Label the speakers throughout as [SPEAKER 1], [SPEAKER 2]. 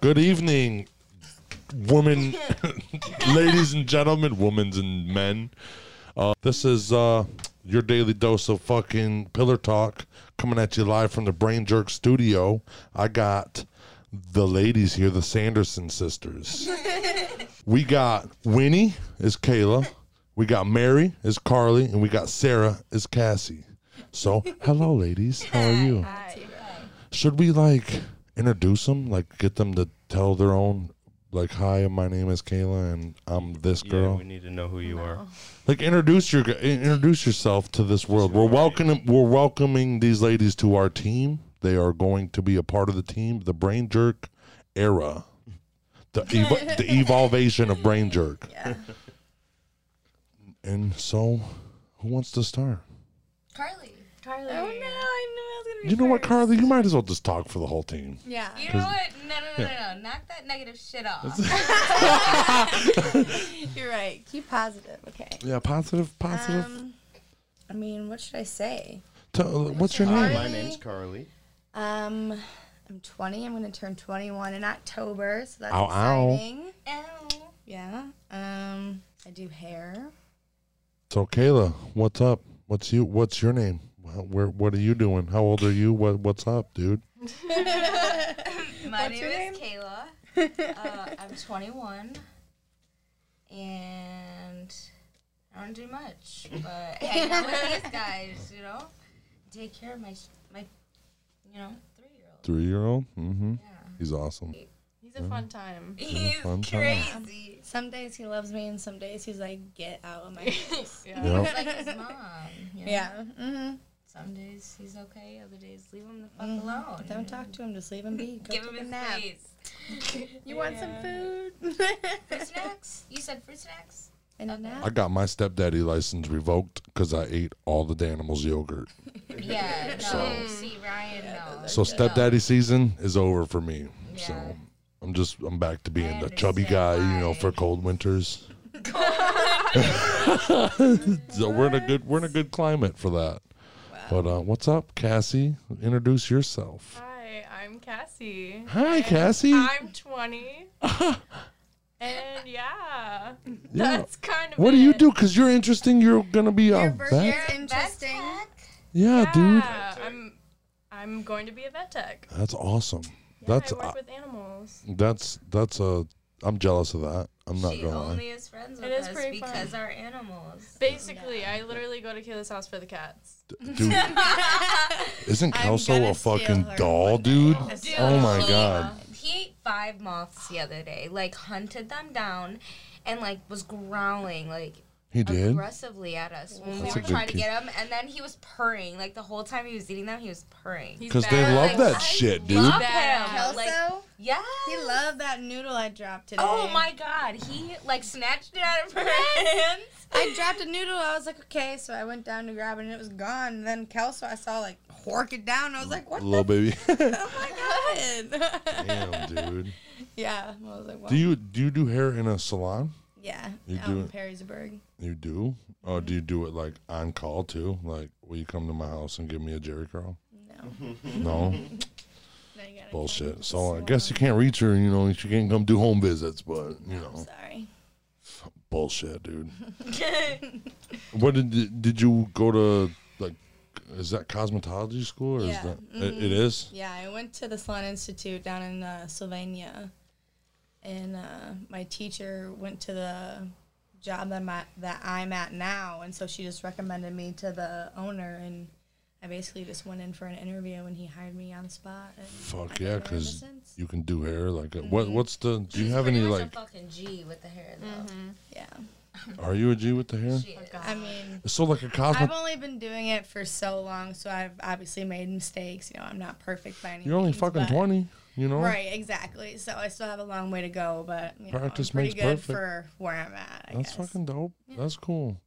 [SPEAKER 1] Good evening, women, ladies and gentlemen, women's and men. Uh, this is uh, your daily dose of fucking pillar talk coming at you live from the Brain Jerk Studio. I got the ladies here, the Sanderson sisters. we got Winnie is Kayla, we got Mary is Carly, and we got Sarah is Cassie. So, hello, ladies. How are you? Should we like introduce them? Like get them to tell their own, like, hi, my name is Kayla and I'm this
[SPEAKER 2] Yeah,
[SPEAKER 1] girl.
[SPEAKER 2] we need to know who you are.
[SPEAKER 1] like introduce your introduce yourself to this world. We're welcoming we're welcoming these ladies to our team. They are going to be a part of the team, the Brain Jerk era, the ev- the evolution of Brain Jerk.
[SPEAKER 3] Yeah.
[SPEAKER 1] And so, who wants to start?
[SPEAKER 3] Carly. Carly.
[SPEAKER 4] Oh no, I knew I was gonna be
[SPEAKER 1] You know what,
[SPEAKER 4] first.
[SPEAKER 1] Carly? You might as well just talk for the whole team.
[SPEAKER 4] Yeah.
[SPEAKER 3] You know what? No, no, no, no, no. Knock that negative shit off.
[SPEAKER 4] You're right. Keep positive, okay.
[SPEAKER 1] Yeah, positive, positive.
[SPEAKER 4] Um I mean, what should I say?
[SPEAKER 1] Tell- uh, what's your
[SPEAKER 2] Hi,
[SPEAKER 1] name?
[SPEAKER 2] my
[SPEAKER 4] Carly.
[SPEAKER 2] name's Carly.
[SPEAKER 4] Um I'm 20. I'm going to turn 21 in October, so that's
[SPEAKER 1] Ow, ow.
[SPEAKER 4] exciting.
[SPEAKER 3] Ow.
[SPEAKER 4] Yeah. Um I do hair.
[SPEAKER 1] So, Kayla, what's up? What's you? What's your name? Wh- Where? What are you doing? How old are you? What? What's up, dude?
[SPEAKER 3] My
[SPEAKER 4] What's
[SPEAKER 3] name
[SPEAKER 4] your
[SPEAKER 3] is Kayla. Uh, I'm 21. And I don't do much. But hang out with these guys, you know? Take care of my, sh- my you know, three year old.
[SPEAKER 1] Three year old. Mm-hmm. He's awesome.
[SPEAKER 4] He's a fun time.
[SPEAKER 3] He's
[SPEAKER 1] fun time.
[SPEAKER 3] crazy.
[SPEAKER 4] Oh, Some days he loves me and some days he's like, "Get out of my face."
[SPEAKER 3] He's
[SPEAKER 1] Yep.
[SPEAKER 3] like his mom. you know?
[SPEAKER 4] Yeah. Mm-hmm.
[SPEAKER 3] Some days he's okay, other days leave him the fuck alone.
[SPEAKER 4] Don't talk to him. Just leave him be. Go
[SPEAKER 3] Give
[SPEAKER 4] take
[SPEAKER 3] him
[SPEAKER 4] a
[SPEAKER 3] his
[SPEAKER 4] nap.
[SPEAKER 3] space.
[SPEAKER 4] You want some food?
[SPEAKER 3] Fruit snacks? You said fruit snacks?
[SPEAKER 4] and a nap.
[SPEAKER 1] I got my stepdaddy license revoked because I ate all the Danimals yogurt.
[SPEAKER 3] Yeah,
[SPEAKER 1] So-
[SPEAKER 3] no. See, Ryan, no.
[SPEAKER 1] So stepdaddy season is over for me.
[SPEAKER 3] Yeah.
[SPEAKER 1] So I'm just I'm back to being
[SPEAKER 3] I
[SPEAKER 1] the chubby guy,
[SPEAKER 3] understand
[SPEAKER 1] you know,
[SPEAKER 3] why.
[SPEAKER 1] for cold winters. so we're in a good we're in a good climate for that. But uh, what's up, Cassie? Introduce yourself.
[SPEAKER 5] Hi, I'm Cassie.
[SPEAKER 1] Hi, Cassie.
[SPEAKER 5] I'm 20. and yeah,
[SPEAKER 1] yeah.
[SPEAKER 5] that's kind of
[SPEAKER 1] What do you do? Cause you're interesting. You're gonna be a
[SPEAKER 4] Your
[SPEAKER 1] vet.
[SPEAKER 4] birthday's interesting.
[SPEAKER 1] Yeah,
[SPEAKER 5] Yeah,
[SPEAKER 1] dude.
[SPEAKER 5] I'm I'm going to be a vet tech.
[SPEAKER 1] That's awesome.
[SPEAKER 5] Yeah,
[SPEAKER 1] That's
[SPEAKER 5] I work
[SPEAKER 1] uh,
[SPEAKER 5] with animals.
[SPEAKER 1] that's that's a. I'm jealous of that. I'm not
[SPEAKER 3] she
[SPEAKER 1] gonna lie.
[SPEAKER 3] only is friends with
[SPEAKER 5] is
[SPEAKER 3] us
[SPEAKER 5] pretty fun.
[SPEAKER 3] because our animals.
[SPEAKER 5] Basically, I literally go to Kayla's house for the cats.
[SPEAKER 1] Dude, isn't
[SPEAKER 4] I'm
[SPEAKER 1] Kelso
[SPEAKER 4] gonna
[SPEAKER 1] a fucking
[SPEAKER 4] steal her
[SPEAKER 1] doll, dude?
[SPEAKER 3] Dude,
[SPEAKER 1] Oh my
[SPEAKER 3] he-
[SPEAKER 1] god.
[SPEAKER 3] He ate five moths the other day, like hunted them down and like was growling like
[SPEAKER 1] He did?
[SPEAKER 3] aggressively at us when
[SPEAKER 1] That's a
[SPEAKER 3] we were
[SPEAKER 1] good
[SPEAKER 3] trying to
[SPEAKER 1] kid.
[SPEAKER 3] get him and then he was purring. Like the whole time he was eating them, he was purring.
[SPEAKER 5] He's
[SPEAKER 1] Because they
[SPEAKER 5] bad.
[SPEAKER 1] love
[SPEAKER 3] Like,
[SPEAKER 1] that
[SPEAKER 3] I
[SPEAKER 1] shit, dude.
[SPEAKER 3] love
[SPEAKER 5] Bad.
[SPEAKER 3] him. Like,
[SPEAKER 4] Kelso,
[SPEAKER 3] yeah.
[SPEAKER 4] he loved that noodle I dropped today.
[SPEAKER 3] Oh my god, he like snatched it out of her hands.
[SPEAKER 4] I dropped a noodle. I was like, okay, so I went down to grab it and it was gone. And then Kelso, I saw like hork it down. I was like, what?
[SPEAKER 1] Little baby.
[SPEAKER 4] the- oh my god.
[SPEAKER 1] Damn, dude.
[SPEAKER 4] yeah. I was like, wow.
[SPEAKER 1] Do you do you do hair in a salon?
[SPEAKER 4] yeah.
[SPEAKER 1] you
[SPEAKER 4] out
[SPEAKER 1] do
[SPEAKER 4] in
[SPEAKER 1] it?
[SPEAKER 4] Perrysburg.
[SPEAKER 1] You do? Or do you do it like on call too? Like, will you come to my house and give me a Jerry curl?
[SPEAKER 4] No.
[SPEAKER 1] No,
[SPEAKER 4] No, you gotta.
[SPEAKER 1] bullshit. So I guess you can't reach her. You know, she can't come do home visits, but you know,
[SPEAKER 4] Sorry.
[SPEAKER 1] bullshit, dude. what did did you go to? Like, is that cosmetology school or is
[SPEAKER 4] Yeah, Mm-hmm.
[SPEAKER 1] that it, it is?
[SPEAKER 4] Yeah, I went to the Salon Institute down in uh, Sylvania, and uh, my teacher went to the job that I'm at, that I'm at now, and so she just recommended me to the owner, and I basically just went in for an interview, and he hired me on the spot. And
[SPEAKER 1] Fuck
[SPEAKER 4] I've
[SPEAKER 1] yeah,
[SPEAKER 4] been there ever
[SPEAKER 1] because
[SPEAKER 4] since.
[SPEAKER 1] you can do hair. Like, uh
[SPEAKER 4] Mm-hmm.
[SPEAKER 1] what? What's the? Do you have
[SPEAKER 3] Pretty
[SPEAKER 1] any
[SPEAKER 3] much
[SPEAKER 1] like?
[SPEAKER 3] a fucking G with the hair though.
[SPEAKER 4] yeah,
[SPEAKER 1] Are you a G with the hair?
[SPEAKER 3] She is. Um,
[SPEAKER 4] I mean.
[SPEAKER 1] So like a
[SPEAKER 4] I've
[SPEAKER 1] cosmet.
[SPEAKER 4] only been doing it for so long, so I've obviously made mistakes. You know, I'm not perfect by any
[SPEAKER 1] You're only
[SPEAKER 4] means,
[SPEAKER 1] fucking
[SPEAKER 4] but-
[SPEAKER 1] twenty. You know.
[SPEAKER 4] Right, exactly. So I still have a long way to go, but you know,
[SPEAKER 1] Practice
[SPEAKER 4] I'm pretty
[SPEAKER 1] makes
[SPEAKER 4] good
[SPEAKER 1] perfect.
[SPEAKER 4] for where I'm at. I
[SPEAKER 1] That's
[SPEAKER 4] guess.
[SPEAKER 1] fucking dope. That's cool.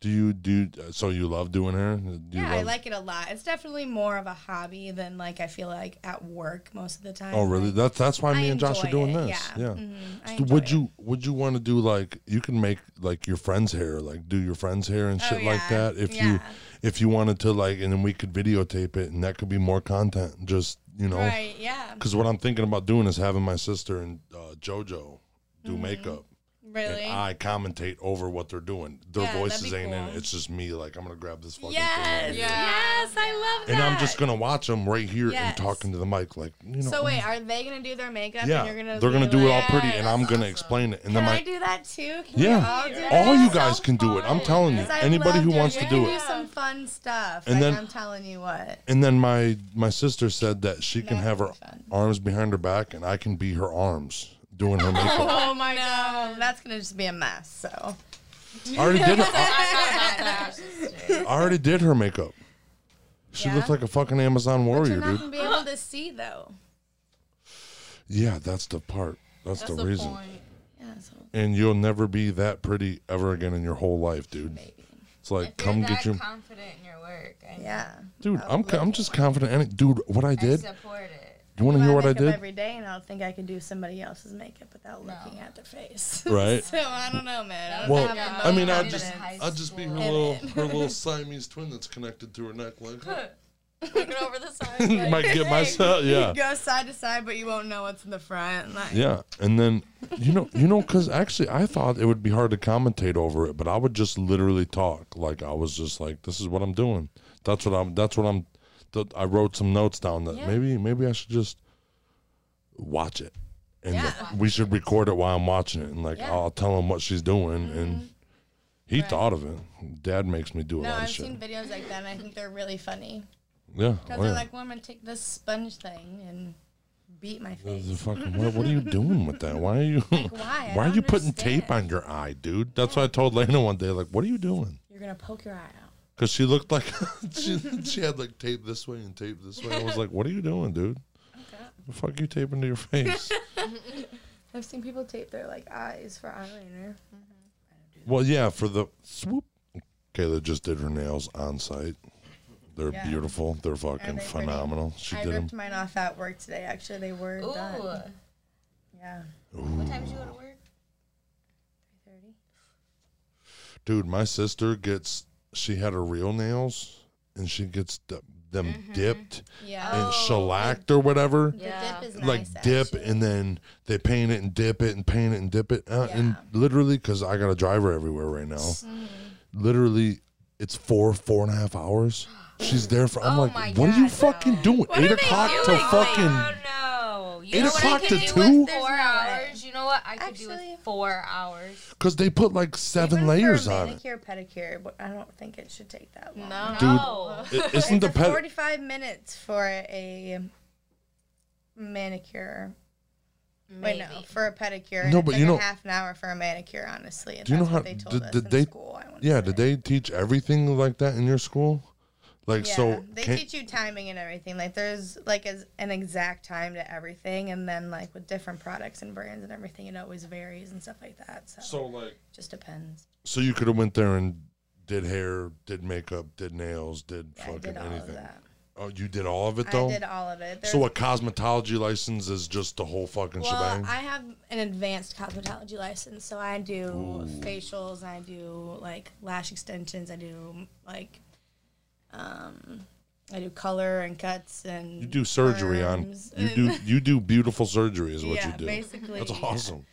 [SPEAKER 1] Do you do? uh, So you love doing hair? Do you
[SPEAKER 4] Yeah, I
[SPEAKER 1] love-
[SPEAKER 4] like it a lot. It's definitely more of a hobby than like I feel like at work most of the time.
[SPEAKER 1] Oh really?
[SPEAKER 4] Like,
[SPEAKER 1] That's that's why
[SPEAKER 4] I
[SPEAKER 1] me and Josh are
[SPEAKER 4] enjoy
[SPEAKER 1] doing
[SPEAKER 4] it,
[SPEAKER 1] this.
[SPEAKER 4] yeah.
[SPEAKER 1] Yeah.
[SPEAKER 4] Mhm, I
[SPEAKER 1] So
[SPEAKER 4] enjoy
[SPEAKER 1] Would
[SPEAKER 4] it.
[SPEAKER 1] you would you want to do like you can make like your friend's hair like do your friend's hair and
[SPEAKER 4] Oh,
[SPEAKER 1] shit like
[SPEAKER 4] yeah.
[SPEAKER 1] that if you
[SPEAKER 4] Yeah.
[SPEAKER 1] if you wanted to like and then we could videotape it and that could be more content just you know,
[SPEAKER 4] Right, yeah.
[SPEAKER 1] because what I'm thinking about doing is having my sister and uh, JoJo do makeup.
[SPEAKER 4] Mm-hmm. Really?
[SPEAKER 1] And I commentate over what they're doing. Their
[SPEAKER 4] Yeah, that'd
[SPEAKER 1] voices
[SPEAKER 4] be
[SPEAKER 1] ain't in
[SPEAKER 4] cool.
[SPEAKER 1] it. It's just me. Like I'm gonna grab this fucking thing.
[SPEAKER 4] Yes.
[SPEAKER 1] right here.
[SPEAKER 4] Yes, I love that.
[SPEAKER 1] And I'm just gonna watch them right here and
[SPEAKER 4] Yes.
[SPEAKER 1] talking to the mic, like you know. mm.
[SPEAKER 4] So wait, are they gonna do their makeup?
[SPEAKER 1] yeah,
[SPEAKER 4] and you're gonna
[SPEAKER 1] they're gonna
[SPEAKER 4] be
[SPEAKER 1] do it all
[SPEAKER 4] like,
[SPEAKER 1] pretty, and
[SPEAKER 4] "Yeah,
[SPEAKER 1] I'm gonna explain it. And then
[SPEAKER 4] Can I
[SPEAKER 1] my
[SPEAKER 4] do that too? Can
[SPEAKER 1] Yeah.
[SPEAKER 4] we all do
[SPEAKER 1] all
[SPEAKER 4] that?
[SPEAKER 1] you guys can do it. I'm telling you,
[SPEAKER 4] 'Cause I
[SPEAKER 1] anybody
[SPEAKER 4] love
[SPEAKER 1] who
[SPEAKER 4] doing-
[SPEAKER 1] wants to
[SPEAKER 4] we
[SPEAKER 1] do
[SPEAKER 4] can
[SPEAKER 1] it.
[SPEAKER 4] do some fun stuff.
[SPEAKER 1] And
[SPEAKER 4] like,
[SPEAKER 1] then-
[SPEAKER 4] I'm telling you what.
[SPEAKER 1] And then my my sister said that she can
[SPEAKER 4] That
[SPEAKER 1] have her
[SPEAKER 4] would be fun.
[SPEAKER 1] arms behind her back, and I can be her arms doing her makeup.
[SPEAKER 4] Oh my god, that's gonna just be a mess. So
[SPEAKER 1] I already did. Her, I
[SPEAKER 3] Sister.
[SPEAKER 1] already did her makeup. She
[SPEAKER 4] Yeah?
[SPEAKER 1] looked like a fucking Amazon
[SPEAKER 4] you're
[SPEAKER 1] warrior,
[SPEAKER 4] not
[SPEAKER 1] dude.
[SPEAKER 4] gonna be able to see though.
[SPEAKER 1] Yeah, that's the part. That's,
[SPEAKER 5] That's
[SPEAKER 1] the,
[SPEAKER 5] the
[SPEAKER 1] reason.
[SPEAKER 5] point.
[SPEAKER 4] Yeah, so
[SPEAKER 1] And you'll never be that pretty ever again in your whole life, dude.
[SPEAKER 4] maybe.
[SPEAKER 1] It's like,
[SPEAKER 3] If
[SPEAKER 1] come
[SPEAKER 3] you're
[SPEAKER 1] get
[SPEAKER 3] that
[SPEAKER 1] your
[SPEAKER 3] confident in your work. I mean,
[SPEAKER 4] Yeah.
[SPEAKER 1] dude. I'm co- I'm just confident. in it. dude, what I
[SPEAKER 3] I
[SPEAKER 1] did.
[SPEAKER 3] support it.
[SPEAKER 1] You want to
[SPEAKER 4] Do
[SPEAKER 1] hear what I
[SPEAKER 4] makeup
[SPEAKER 1] did?
[SPEAKER 4] every day, and I don't think I can do somebody else's makeup without looking at their face.
[SPEAKER 1] Right.
[SPEAKER 4] so I don't know, man. I don't
[SPEAKER 1] Well,
[SPEAKER 4] have the
[SPEAKER 1] I mean,
[SPEAKER 4] most
[SPEAKER 1] I'll
[SPEAKER 3] I'm
[SPEAKER 1] just,
[SPEAKER 3] in high
[SPEAKER 1] I'll just be her
[SPEAKER 3] school.
[SPEAKER 1] little, her little Siamese twin that's connected to her neck, like
[SPEAKER 5] Looking over the side.
[SPEAKER 1] you might get myself, yeah,
[SPEAKER 4] You go side to side, but you won't know what's in the front. Like,
[SPEAKER 1] yeah. And then, you know, you know, because actually, I thought it would be hard to commentate over it, but I would just literally talk, like I was just like, this is what I'm doing. That's what I'm. That's what I'm. Th- I wrote some notes down that maybe, maybe I should just watch it, and
[SPEAKER 4] Yeah.
[SPEAKER 1] we should record it while I'm watching it, and like
[SPEAKER 4] Yeah. Mm-hmm.
[SPEAKER 1] I'll tell him what she's doing, and he thought of it. Dad makes me do a
[SPEAKER 4] No,
[SPEAKER 1] lot
[SPEAKER 4] I've
[SPEAKER 1] of shit.
[SPEAKER 4] seen videos like that, and I think they're really funny.
[SPEAKER 1] yeah,
[SPEAKER 4] Because
[SPEAKER 1] oh,
[SPEAKER 4] they're
[SPEAKER 1] yeah.
[SPEAKER 4] like, well, I'm going to take this sponge thing and beat my
[SPEAKER 1] The-
[SPEAKER 4] face.
[SPEAKER 1] the fucking- what, what are you doing with that? Why are you?
[SPEAKER 4] Why? I
[SPEAKER 1] Why are
[SPEAKER 4] don't
[SPEAKER 1] you putting tape
[SPEAKER 4] understand.
[SPEAKER 1] on your eye, dude? That's what I told Lena one day. Like, what are you doing?
[SPEAKER 4] You're going to poke your eye out.
[SPEAKER 1] Because she looked like she, she had like tape this way and tape this way. I was like, what are you doing, dude? The fuck you taping to your face?
[SPEAKER 4] I've seen people tape their like eyes for eyeliner.
[SPEAKER 1] well, yeah, for the swoop. Kayla just did her nails on site. They're
[SPEAKER 4] Yeah.
[SPEAKER 1] beautiful. They're fucking
[SPEAKER 4] pretty?
[SPEAKER 1] phenomenal. She
[SPEAKER 4] I
[SPEAKER 1] did them.
[SPEAKER 4] ripped mine off at work today. Actually, they were
[SPEAKER 3] Ooh.
[SPEAKER 4] done. Yeah.
[SPEAKER 3] What time did you go to work?
[SPEAKER 1] Dude, my sister gets. She had her real nails, and she gets th- them
[SPEAKER 4] Mm-hmm.
[SPEAKER 1] dipped
[SPEAKER 4] Yeah.
[SPEAKER 1] and shellacked or whatever.
[SPEAKER 4] The dip is nice.
[SPEAKER 1] like dip
[SPEAKER 4] actually.
[SPEAKER 1] and then they paint it and dip it and paint it and dip it uh, and literally because i got a driver everywhere right now
[SPEAKER 4] Mm-hmm.
[SPEAKER 1] literally it's four four and a half hours she's there for i'm
[SPEAKER 3] Oh
[SPEAKER 1] like
[SPEAKER 3] my
[SPEAKER 1] what are you
[SPEAKER 3] God,
[SPEAKER 1] fucking
[SPEAKER 3] no.
[SPEAKER 1] doing
[SPEAKER 4] are
[SPEAKER 1] eight
[SPEAKER 4] they
[SPEAKER 1] o'clock
[SPEAKER 4] doing?
[SPEAKER 1] to
[SPEAKER 4] Wait,
[SPEAKER 1] fucking
[SPEAKER 3] Oh no!
[SPEAKER 1] Eight
[SPEAKER 3] You know what
[SPEAKER 1] o'clock
[SPEAKER 3] I could
[SPEAKER 1] to
[SPEAKER 3] do
[SPEAKER 1] two?
[SPEAKER 3] With four
[SPEAKER 4] There's no
[SPEAKER 3] hours. You know what I could do
[SPEAKER 4] Actually-
[SPEAKER 3] with four hours?
[SPEAKER 1] because they put like seven
[SPEAKER 4] uh, Even for a
[SPEAKER 1] layers on it
[SPEAKER 4] manicure, pedicure, but I don't think it should take that long.
[SPEAKER 5] No.
[SPEAKER 1] dude
[SPEAKER 3] No.
[SPEAKER 1] it, isn't the
[SPEAKER 4] It's a
[SPEAKER 1] pet
[SPEAKER 4] 45 minutes for a manicure. Wait, no, for a pedicure. and
[SPEAKER 1] No,
[SPEAKER 4] it's
[SPEAKER 1] but
[SPEAKER 4] like
[SPEAKER 1] you know-
[SPEAKER 4] a half an hour for a manicure. Honestly, and
[SPEAKER 1] Do you know
[SPEAKER 4] that's what
[SPEAKER 1] how-
[SPEAKER 4] they told
[SPEAKER 1] did-
[SPEAKER 4] us
[SPEAKER 1] did
[SPEAKER 4] in
[SPEAKER 1] they-
[SPEAKER 4] school? I wanna
[SPEAKER 1] yeah
[SPEAKER 4] say.
[SPEAKER 1] did they teach everything like that in your school like
[SPEAKER 4] Yeah,
[SPEAKER 1] so
[SPEAKER 4] they
[SPEAKER 1] can-
[SPEAKER 4] teach you timing and everything. Like there's like as an exact time to everything, and then like with different products and brands and everything, it always varies and stuff like that. So,
[SPEAKER 1] so like
[SPEAKER 4] just depends.
[SPEAKER 1] so you could have went there and did hair did makeup did nails did
[SPEAKER 4] Yeah, I
[SPEAKER 1] fucking
[SPEAKER 4] did all of
[SPEAKER 1] anything
[SPEAKER 4] that.
[SPEAKER 1] Oh, you did all of it
[SPEAKER 4] I
[SPEAKER 1] though.
[SPEAKER 4] did all of it. There's
[SPEAKER 1] so a cosmetology license is just the whole fucking
[SPEAKER 4] Well,
[SPEAKER 1] shebang.
[SPEAKER 4] I have an advanced cosmetology license, so I do facials, I do like lash extensions, I do like, um, I do color and cuts and
[SPEAKER 1] you do surgery on.
[SPEAKER 4] perms
[SPEAKER 1] You do
[SPEAKER 4] and-
[SPEAKER 1] you do beautiful surgery is what
[SPEAKER 4] yeah,
[SPEAKER 1] you do.
[SPEAKER 4] basically
[SPEAKER 1] That's
[SPEAKER 4] yeah.
[SPEAKER 1] awesome.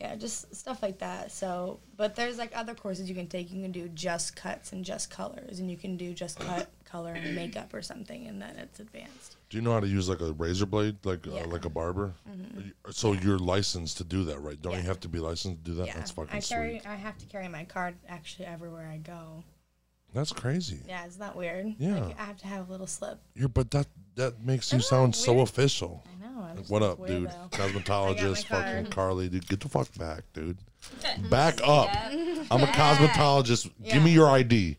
[SPEAKER 4] Yeah, just stuff like that. So, but there's like other courses you can take. You can do just cuts and just colors, and you can do just cut color and makeup or something, and then it's advanced.
[SPEAKER 1] Do you know how to use like a razor blade, like
[SPEAKER 4] Yeah. Mm-hmm.
[SPEAKER 1] uh, like a barber? You- So you're licensed to do that, right? Don't you
[SPEAKER 4] Yeah.
[SPEAKER 1] have to be licensed to do that?
[SPEAKER 4] Yeah,
[SPEAKER 1] That's fucking
[SPEAKER 4] I carry.
[SPEAKER 1] sweet.
[SPEAKER 4] I have to carry my card actually everywhere I go.
[SPEAKER 1] That's crazy.
[SPEAKER 4] Yeah, isn't that weird?
[SPEAKER 1] Yeah.
[SPEAKER 4] Like, I have to have a little slip.
[SPEAKER 1] You're, but that that makes you
[SPEAKER 4] Isn't that
[SPEAKER 1] sound so
[SPEAKER 4] weird?
[SPEAKER 1] official.
[SPEAKER 4] I know. I just
[SPEAKER 1] What
[SPEAKER 4] look
[SPEAKER 1] up,
[SPEAKER 4] weird,
[SPEAKER 1] dude?
[SPEAKER 4] though.
[SPEAKER 1] Cosmetologist,
[SPEAKER 4] card.
[SPEAKER 1] fucking Carly, dude. Get the fuck back, dude. Back up. I'm a cosmetologist. Give
[SPEAKER 4] Yeah.
[SPEAKER 1] me your ID.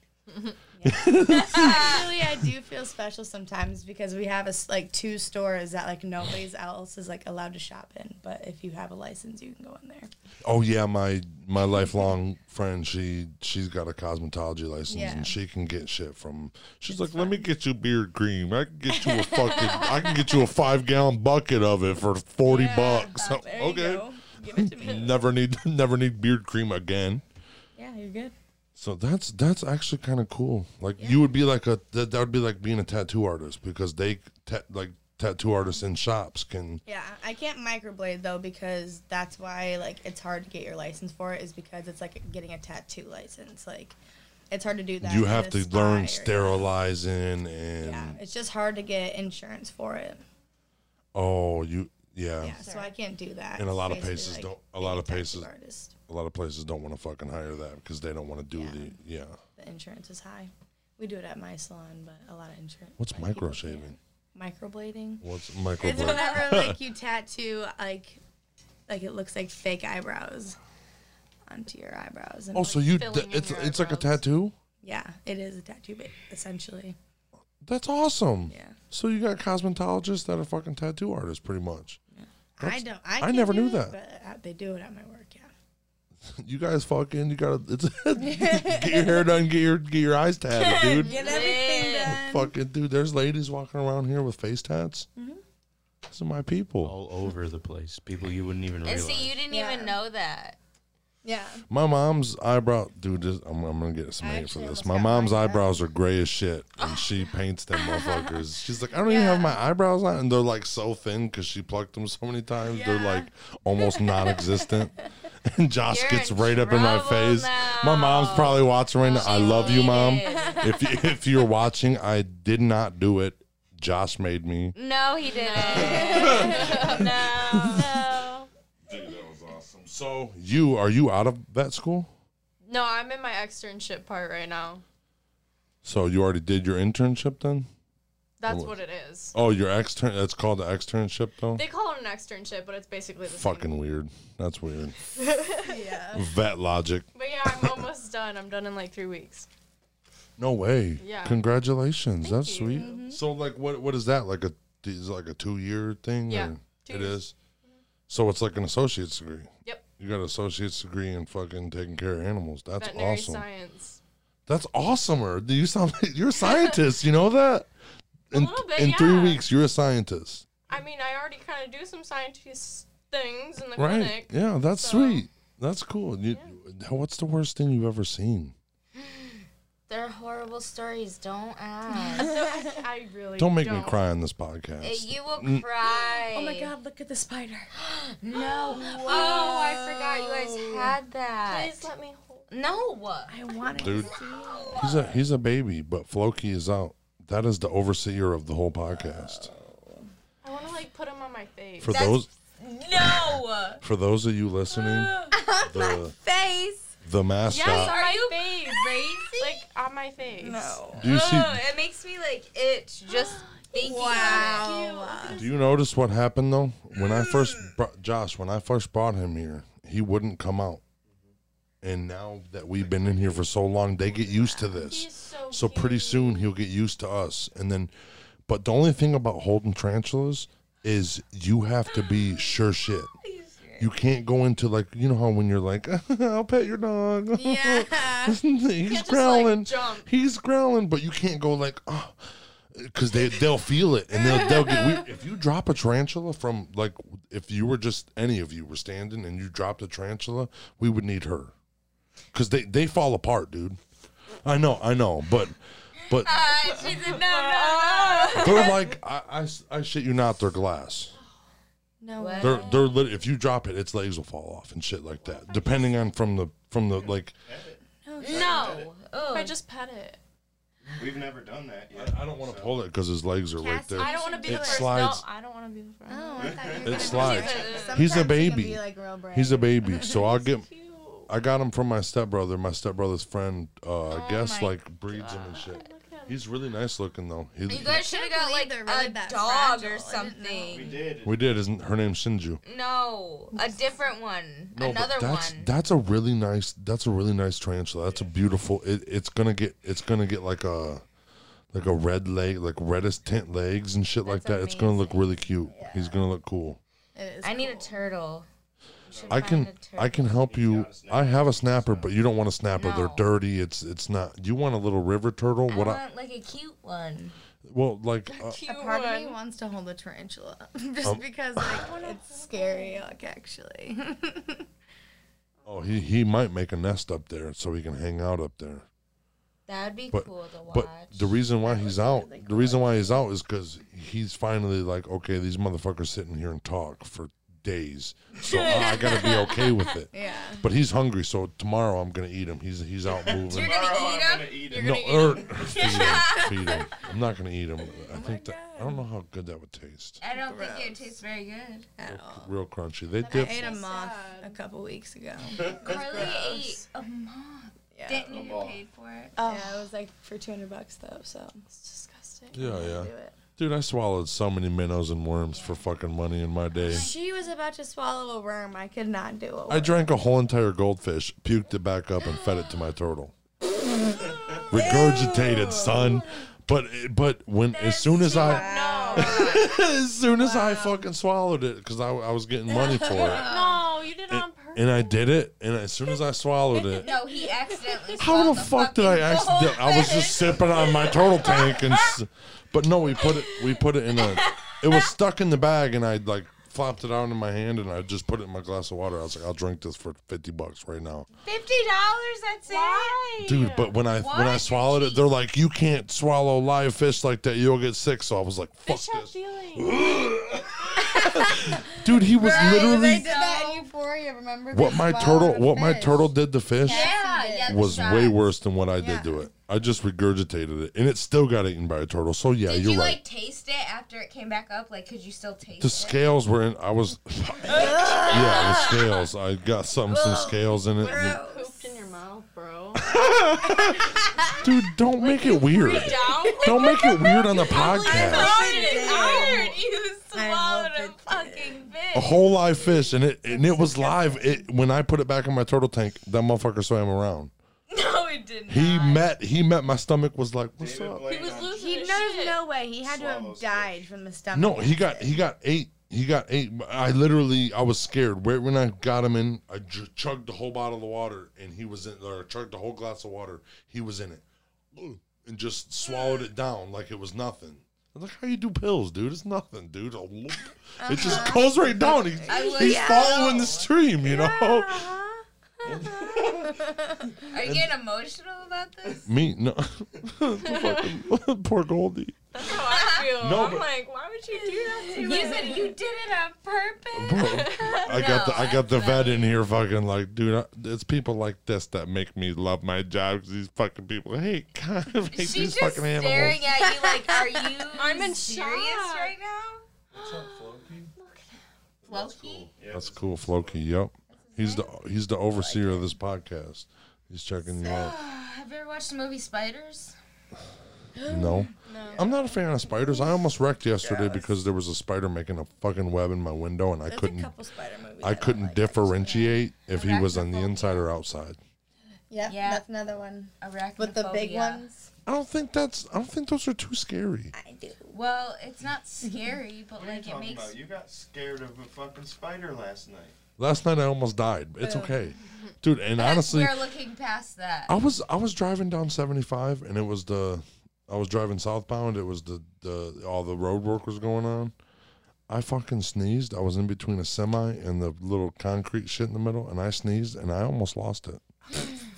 [SPEAKER 4] Actually, I do feel special sometimes because we have a s like two stores that like nobody else is like allowed to shop in. But if you have a license, you can go in there.
[SPEAKER 1] Oh yeah, my my lifelong friend, she she's got a cosmetology license
[SPEAKER 4] Yeah.
[SPEAKER 1] and she can get shit from. She's like, let me get you beard cream. I can get you a fucking. I can get you a five gallon bucket of it for forty bucks.
[SPEAKER 4] uh, There you
[SPEAKER 1] Oh, okay.
[SPEAKER 4] go. Give it to me.
[SPEAKER 1] Never need never need beard cream again.
[SPEAKER 4] Yeah, you're good.
[SPEAKER 1] So that's that's actually kind of cool. Like you would be like a that, that would be like being a tattoo artist because they ta- like tattoo artists in shops can.
[SPEAKER 4] Yeah, I can't microblade though because that's why like it's hard to get your license for it is because it's like getting a tattoo license. Like it's hard to do that.
[SPEAKER 1] you
[SPEAKER 4] in
[SPEAKER 1] have
[SPEAKER 4] a
[SPEAKER 1] to
[SPEAKER 4] spa
[SPEAKER 1] learn
[SPEAKER 4] area.
[SPEAKER 1] sterilizing and
[SPEAKER 4] Yeah, it's just hard to get insurance for it.
[SPEAKER 1] oh, you yeah.
[SPEAKER 4] Yeah, so I can't do that.
[SPEAKER 1] And a lot of
[SPEAKER 4] Basically,
[SPEAKER 1] places
[SPEAKER 4] like,
[SPEAKER 1] don't- a
[SPEAKER 4] being
[SPEAKER 1] lot of
[SPEAKER 4] tattoo
[SPEAKER 1] places-
[SPEAKER 4] artist,
[SPEAKER 1] A lot of places don't want to fucking hire that because they don't want to do
[SPEAKER 4] Yeah.
[SPEAKER 1] the yeah.
[SPEAKER 4] the insurance is high. We do it at my salon, but a lot of insurance.
[SPEAKER 1] What's
[SPEAKER 4] like, people
[SPEAKER 1] microshaving?
[SPEAKER 4] can't. Microblading.
[SPEAKER 1] What's
[SPEAKER 4] It's
[SPEAKER 1] microblade?
[SPEAKER 4] whenever like you tattoo like like it looks like fake eyebrows onto your eyebrows. And
[SPEAKER 1] Oh,
[SPEAKER 4] like-
[SPEAKER 1] so you
[SPEAKER 5] filling
[SPEAKER 1] d-
[SPEAKER 5] in
[SPEAKER 1] it's
[SPEAKER 5] your
[SPEAKER 1] it's like a
[SPEAKER 5] eyebrows.
[SPEAKER 1] tattoo.
[SPEAKER 4] yeah, it is a tattoo, ba- essentially.
[SPEAKER 1] That's awesome.
[SPEAKER 4] Yeah.
[SPEAKER 1] So you got cosmetologists that are fucking tattoo artists, pretty much.
[SPEAKER 4] I don't. I,
[SPEAKER 1] I never
[SPEAKER 4] can't
[SPEAKER 1] knew
[SPEAKER 4] do it,
[SPEAKER 1] that.
[SPEAKER 4] but uh, they do it at my work. Yeah.
[SPEAKER 1] You guys fucking, you gotta it's, get your hair done, get your get your eyes tatted, dude.
[SPEAKER 4] Get everything done. Mm-hmm.
[SPEAKER 1] Fucking dude, there's ladies walking around here with face tats. These are my
[SPEAKER 6] Oh,
[SPEAKER 1] people.
[SPEAKER 2] all over the place. People you wouldn't even
[SPEAKER 5] And
[SPEAKER 2] realize.
[SPEAKER 5] see, you didn't
[SPEAKER 4] Yeah.
[SPEAKER 5] even know that.
[SPEAKER 4] Yeah.
[SPEAKER 1] My mom's eyebrow, dude. This, I'm, I'm gonna get some hate for
[SPEAKER 4] actually
[SPEAKER 1] this.
[SPEAKER 4] almost
[SPEAKER 1] My
[SPEAKER 4] got
[SPEAKER 1] mom's
[SPEAKER 4] mine done.
[SPEAKER 1] eyebrows are gray as shit, and she paints them motherfuckers. She's like, I don't even have my eyebrows on, and they're like so thin because she plucked them so many times. They're
[SPEAKER 4] Yeah.
[SPEAKER 1] like almost non-existent. and Josh
[SPEAKER 5] You're
[SPEAKER 1] gets
[SPEAKER 5] in
[SPEAKER 1] right up in my
[SPEAKER 5] trouble
[SPEAKER 1] face. My mom's
[SPEAKER 5] now.
[SPEAKER 1] probably watching right now. I
[SPEAKER 5] She
[SPEAKER 1] love you,
[SPEAKER 5] did
[SPEAKER 1] mom.
[SPEAKER 5] it.
[SPEAKER 1] if you, if you're watching, I did not do it. Josh made me.
[SPEAKER 5] No, he didn't. no. No.
[SPEAKER 1] Dude, that was awesome. So you are you out of vet school?
[SPEAKER 5] No, I'm in my externship part right now.
[SPEAKER 1] So you already did your internship then?
[SPEAKER 5] That's
[SPEAKER 1] What?
[SPEAKER 5] what it is.
[SPEAKER 1] Oh, your extern. That's called the externship, though.
[SPEAKER 5] They call it an externship, but it's basically the same.
[SPEAKER 1] Fucking weird. That's weird.
[SPEAKER 4] Yeah.
[SPEAKER 1] Vet logic.
[SPEAKER 5] But yeah, I'm almost done. I'm done in like three weeks.
[SPEAKER 1] No way.
[SPEAKER 5] Yeah.
[SPEAKER 1] Congratulations. That's
[SPEAKER 5] you. Mm-hmm.
[SPEAKER 1] sweet. So, like, what what is that? Like a is it like a two year thing?
[SPEAKER 5] Yeah,
[SPEAKER 1] or-
[SPEAKER 5] two
[SPEAKER 1] it
[SPEAKER 5] years.
[SPEAKER 1] is. So it's like an associate's degree.
[SPEAKER 5] Yep.
[SPEAKER 1] You got an associate's degree in fucking taking care of animals. That's
[SPEAKER 5] Veterinary
[SPEAKER 1] awesome.
[SPEAKER 5] science.
[SPEAKER 1] That's awesomer. Do you sound? like- You're a scientist. you know that. In,
[SPEAKER 5] little bit,
[SPEAKER 1] in three
[SPEAKER 5] yeah.
[SPEAKER 1] weeks, you're a scientist,
[SPEAKER 5] I mean, I already kind of do some scientist things in the
[SPEAKER 1] right?
[SPEAKER 5] clinic.
[SPEAKER 1] yeah, that's
[SPEAKER 5] so-
[SPEAKER 1] sweet. That's cool. You, What's the worst thing you've ever seen?
[SPEAKER 3] They're horrible stories. Don't ask.
[SPEAKER 5] No, I, I really
[SPEAKER 1] Don't make me cry on this podcast.
[SPEAKER 3] Eh, you will
[SPEAKER 1] Mm.
[SPEAKER 3] cry.
[SPEAKER 4] Oh my God! Look at the spider.
[SPEAKER 3] No. Oh, I forgot you
[SPEAKER 4] Oh.
[SPEAKER 3] guys had that.
[SPEAKER 5] Please let me hold.
[SPEAKER 3] No.
[SPEAKER 4] I want to
[SPEAKER 1] Dude.
[SPEAKER 4] see.
[SPEAKER 1] He's a he's a baby, but Floki is out. That is the overseer of the whole podcast.
[SPEAKER 5] I want to like put him on my face.
[SPEAKER 1] For those
[SPEAKER 3] No.
[SPEAKER 1] for those of you listening, the
[SPEAKER 3] Face.
[SPEAKER 1] the mascot.
[SPEAKER 5] yes, on my
[SPEAKER 3] you
[SPEAKER 5] face.
[SPEAKER 3] Crazy.
[SPEAKER 5] Like on my face.
[SPEAKER 4] No.
[SPEAKER 1] do you see?
[SPEAKER 3] Ugh, it makes me like itch just thinking wow.
[SPEAKER 4] Wow.
[SPEAKER 1] Do you notice what happened though? When I first brought Josh, when I first brought him here, he wouldn't come out. And now that we've been in here for so long, they get used to this.
[SPEAKER 5] He's so.
[SPEAKER 1] So
[SPEAKER 5] cute.
[SPEAKER 1] pretty soon he'll get used to us. And then, but the only thing about holding tarantulas is you have to be sure shit. You can't go into like you know how when you're like, I'll pet your dog.
[SPEAKER 4] Yeah.
[SPEAKER 1] He's
[SPEAKER 5] just, like,
[SPEAKER 1] growling.
[SPEAKER 5] jump.
[SPEAKER 1] He's growling, but you can't go like, oh, because they they'll feel it and they'll they'll get. We, if you drop a tarantula from like, if you were just any of you were standing and you dropped a tarantula, we would need her, because they they fall apart, dude. I know, I know, but but
[SPEAKER 3] Uh, no, no, no.
[SPEAKER 1] they're like, I, I s- I shit you not, they're glass.
[SPEAKER 4] No
[SPEAKER 3] What?
[SPEAKER 4] way.
[SPEAKER 1] They're they're lit- if you drop it, its legs will fall off and shit like that. Depending on from the from the like,
[SPEAKER 3] No. Oh.
[SPEAKER 5] If I
[SPEAKER 3] Ugh.
[SPEAKER 5] just pet it.
[SPEAKER 6] We've never done that yet.
[SPEAKER 1] I don't want to pull it because his legs are right
[SPEAKER 5] I
[SPEAKER 1] there.
[SPEAKER 5] don't want to be
[SPEAKER 1] It
[SPEAKER 5] the first.
[SPEAKER 1] slides.
[SPEAKER 5] No, I don't want to be the first.
[SPEAKER 4] Oh, I thought you were
[SPEAKER 1] It
[SPEAKER 4] gonna
[SPEAKER 1] slides.
[SPEAKER 4] do it.
[SPEAKER 1] He's a
[SPEAKER 4] Sometimes you can
[SPEAKER 1] baby.
[SPEAKER 4] be, like, real brave.
[SPEAKER 1] He's a baby, so I'll get.
[SPEAKER 5] Cute.
[SPEAKER 1] I got him from my stepbrother. My stepbrother's friend, uh, I guess,
[SPEAKER 3] Oh my
[SPEAKER 1] like breeds him and shit.
[SPEAKER 5] Look at him.
[SPEAKER 1] He's really nice looking though. He,
[SPEAKER 3] You guys should have got
[SPEAKER 4] believe
[SPEAKER 3] like
[SPEAKER 4] they're really
[SPEAKER 3] a
[SPEAKER 4] that
[SPEAKER 3] dog
[SPEAKER 4] fragile.
[SPEAKER 3] or
[SPEAKER 4] I didn't know.
[SPEAKER 6] We
[SPEAKER 3] something.
[SPEAKER 6] did.
[SPEAKER 1] we did. Isn't her name's Shinju?
[SPEAKER 3] No, a different one. Another
[SPEAKER 1] that's
[SPEAKER 3] one.
[SPEAKER 1] that's a really nice. That's a really nice tarantula. That's a beautiful. It, it's gonna get. It's gonna get like a, like a red leg, like reddest tint legs and shit like that.
[SPEAKER 3] That's
[SPEAKER 1] It's gonna look really cute. He's gonna look cool.
[SPEAKER 4] It is
[SPEAKER 3] I need a
[SPEAKER 4] cool.
[SPEAKER 3] turtle. We should
[SPEAKER 1] I
[SPEAKER 3] find
[SPEAKER 1] can
[SPEAKER 3] a turtle.
[SPEAKER 1] I can help you. I have a snapper, but you don't want a snapper.
[SPEAKER 3] No.
[SPEAKER 1] They're dirty. It's it's not. You want a little river turtle?
[SPEAKER 3] I
[SPEAKER 1] What I,
[SPEAKER 3] want like a cute one.
[SPEAKER 1] well like uh,
[SPEAKER 5] Cute
[SPEAKER 4] A part of me
[SPEAKER 5] one.
[SPEAKER 4] wants to hold a tarantula just because like it's scary. Like actually,
[SPEAKER 1] oh he he might make a nest up there so he can hang out up there.
[SPEAKER 3] That would be
[SPEAKER 1] But-
[SPEAKER 3] cool to watch.
[SPEAKER 1] But the reason why
[SPEAKER 4] That
[SPEAKER 1] he's
[SPEAKER 4] was
[SPEAKER 1] out,
[SPEAKER 4] really
[SPEAKER 1] the reason why he's out is because he's finally like, okay, these motherfuckers sitting here and talk for days, so I gotta be okay with it.
[SPEAKER 4] Yeah.
[SPEAKER 1] But he's hungry, so tomorrow I'm gonna eat him. He's he's out moving.
[SPEAKER 3] gonna
[SPEAKER 6] Tomorrow
[SPEAKER 3] eat
[SPEAKER 6] I'm
[SPEAKER 3] 'em?
[SPEAKER 6] gonna eat
[SPEAKER 5] You're
[SPEAKER 6] it.
[SPEAKER 1] no,
[SPEAKER 5] gonna
[SPEAKER 1] er, feed him, feed him. I'm not gonna eat him. I think that I don't know how good that would taste.
[SPEAKER 3] I don't think it tastes very good.
[SPEAKER 4] At all.
[SPEAKER 1] Real crunchy. They
[SPEAKER 4] Oh. I
[SPEAKER 1] dip.
[SPEAKER 4] ate a moth
[SPEAKER 5] sad.
[SPEAKER 4] a couple weeks ago.
[SPEAKER 3] Carly ate
[SPEAKER 4] gross.
[SPEAKER 3] a moth.
[SPEAKER 4] Yeah.
[SPEAKER 3] Didn't you
[SPEAKER 6] moth.
[SPEAKER 3] pay for it?
[SPEAKER 4] Yeah, it was like for 200 bucks though, so
[SPEAKER 5] It's disgusting.
[SPEAKER 1] Yeah, yeah.
[SPEAKER 4] do it.
[SPEAKER 1] Dude, I swallowed so many minnows and worms for fucking money in my day.
[SPEAKER 4] She was about to swallow a worm. I could not do it.
[SPEAKER 1] I drank a whole entire goldfish, puked it back up, and fed it to my turtle. Regurgitated, son. But but when as soon as I
[SPEAKER 5] No.
[SPEAKER 1] as soon as I fucking swallowed it because I, I was getting money for it
[SPEAKER 5] no, you did it on purpose.
[SPEAKER 1] and I did it and as soon as I swallowed it
[SPEAKER 3] No, he accidentally.
[SPEAKER 1] how
[SPEAKER 3] swallowed
[SPEAKER 1] the fuck did I
[SPEAKER 3] fucking
[SPEAKER 1] accident? I was just sipping on my turtle tank and s- but no we put it we put it in a it was stuck in the bag and I like flopped it out in my hand and I just put it in my glass of water I was like I'll drink this for fifty bucks right now
[SPEAKER 3] Fifty dollars. That's it.
[SPEAKER 1] dude but when i when i
[SPEAKER 3] What?
[SPEAKER 1] swallowed it they're like you can't swallow live fish like that you'll get sick so i was like fuck
[SPEAKER 5] Fish have
[SPEAKER 1] this
[SPEAKER 5] feelings.
[SPEAKER 1] dude he was
[SPEAKER 4] They
[SPEAKER 1] literally
[SPEAKER 4] did that in Euphoria. Remember?
[SPEAKER 1] what
[SPEAKER 4] They
[SPEAKER 1] my
[SPEAKER 4] swallowed
[SPEAKER 1] turtle
[SPEAKER 4] a
[SPEAKER 1] what my
[SPEAKER 4] fish.
[SPEAKER 1] turtle did to fish
[SPEAKER 3] Yeah, yeah.
[SPEAKER 1] was
[SPEAKER 3] that's
[SPEAKER 1] way
[SPEAKER 3] right.
[SPEAKER 1] worse than what i did
[SPEAKER 4] Yeah.
[SPEAKER 1] to it i just regurgitated it and it still got eaten by a turtle so yeah
[SPEAKER 3] Did
[SPEAKER 1] you're
[SPEAKER 3] you
[SPEAKER 1] right
[SPEAKER 3] like taste it after it came back up? Like, could you still taste
[SPEAKER 1] the
[SPEAKER 3] it?
[SPEAKER 1] scales were in i was yeah the scales i got some some scales in it
[SPEAKER 5] Pooped in your mouth, bro.
[SPEAKER 1] dude don't make it weird
[SPEAKER 5] Down.
[SPEAKER 1] don't make it weird on the
[SPEAKER 5] I
[SPEAKER 1] podcast
[SPEAKER 5] heard it. I heard you swallowed
[SPEAKER 4] hope
[SPEAKER 5] a
[SPEAKER 4] it
[SPEAKER 5] fucking
[SPEAKER 1] a
[SPEAKER 5] fish.
[SPEAKER 1] whole live fish, and it and it was live. It when I put it back in my turtle tank, that motherfucker swam around.
[SPEAKER 5] No, it didn't.
[SPEAKER 1] He met he met my stomach was like, what's
[SPEAKER 6] David
[SPEAKER 1] up?
[SPEAKER 6] Blaine
[SPEAKER 5] He was
[SPEAKER 6] on-
[SPEAKER 5] losing
[SPEAKER 4] He
[SPEAKER 5] his
[SPEAKER 4] knows
[SPEAKER 5] shit.
[SPEAKER 4] no way. He had to have
[SPEAKER 6] Swallows
[SPEAKER 4] died from the stomach.
[SPEAKER 1] No, he got he got eight. He got eight. I literally I was scared. Where when I got him in, I j- chugged the whole bottle of water, and he was in. Or chugged the whole glass of water. He was in it, Ugh, and just swallowed it down like it was nothing. I was like, how you do pills, dude? It's nothing, dude. A loop. It just goes right down. He,
[SPEAKER 3] would
[SPEAKER 1] he's
[SPEAKER 3] know.
[SPEAKER 1] following the stream, you know.
[SPEAKER 3] Are you getting emotional about this?
[SPEAKER 1] Me no. Fucking- Poor Goldie.
[SPEAKER 5] That's how I feel.
[SPEAKER 1] No,
[SPEAKER 5] I'm
[SPEAKER 1] but-
[SPEAKER 5] like, why would you do that to
[SPEAKER 3] You
[SPEAKER 5] me?
[SPEAKER 3] said you did it on purpose.
[SPEAKER 1] Bro, I got the I got the vet in here, fucking like, dude. I, it's people like this that make me love my job 'cause these fucking people hate, kind of hate
[SPEAKER 3] She's
[SPEAKER 1] these
[SPEAKER 3] just
[SPEAKER 1] fucking
[SPEAKER 3] staring
[SPEAKER 1] animals.
[SPEAKER 3] at you like, are you?
[SPEAKER 5] I'm in
[SPEAKER 3] serious
[SPEAKER 5] shock.
[SPEAKER 3] right now. Floki.
[SPEAKER 6] Yeah,
[SPEAKER 1] That's cool, Floki. Yep, he's the he's the overseer of this podcast. He's checking you out.
[SPEAKER 3] Have you ever watched the movie Spiders?
[SPEAKER 1] No, I'm not a fan of spiders. I almost wrecked yesterday because there was a spider making a fucking web in my window, and I
[SPEAKER 4] There's a
[SPEAKER 1] couldn't
[SPEAKER 4] couple spider movies.
[SPEAKER 1] I
[SPEAKER 4] don't
[SPEAKER 1] couldn't
[SPEAKER 4] like.
[SPEAKER 1] differentiate if he was on the
[SPEAKER 3] Arachnophobia.
[SPEAKER 1] inside or outside.
[SPEAKER 4] Yep,
[SPEAKER 3] Yeah.
[SPEAKER 4] that's another one.
[SPEAKER 3] Arachnophobia.
[SPEAKER 4] With the big ones,
[SPEAKER 1] I don't think that's I don't think those are too scary.
[SPEAKER 4] I do.
[SPEAKER 3] Well, it's not scary, but
[SPEAKER 6] What are you
[SPEAKER 3] like it
[SPEAKER 6] talking
[SPEAKER 3] makes
[SPEAKER 6] about? You got scared of a fucking spider last night.
[SPEAKER 1] Last night I almost died. but It's okay, dude. And honestly,
[SPEAKER 3] we're looking past that.
[SPEAKER 1] I was I was driving down seventy five, and it was the I was driving southbound. It was the the all the road work was going on. I fucking sneezed. I was in between a semi and the little concrete shit in the middle, and I sneezed, and I almost lost it.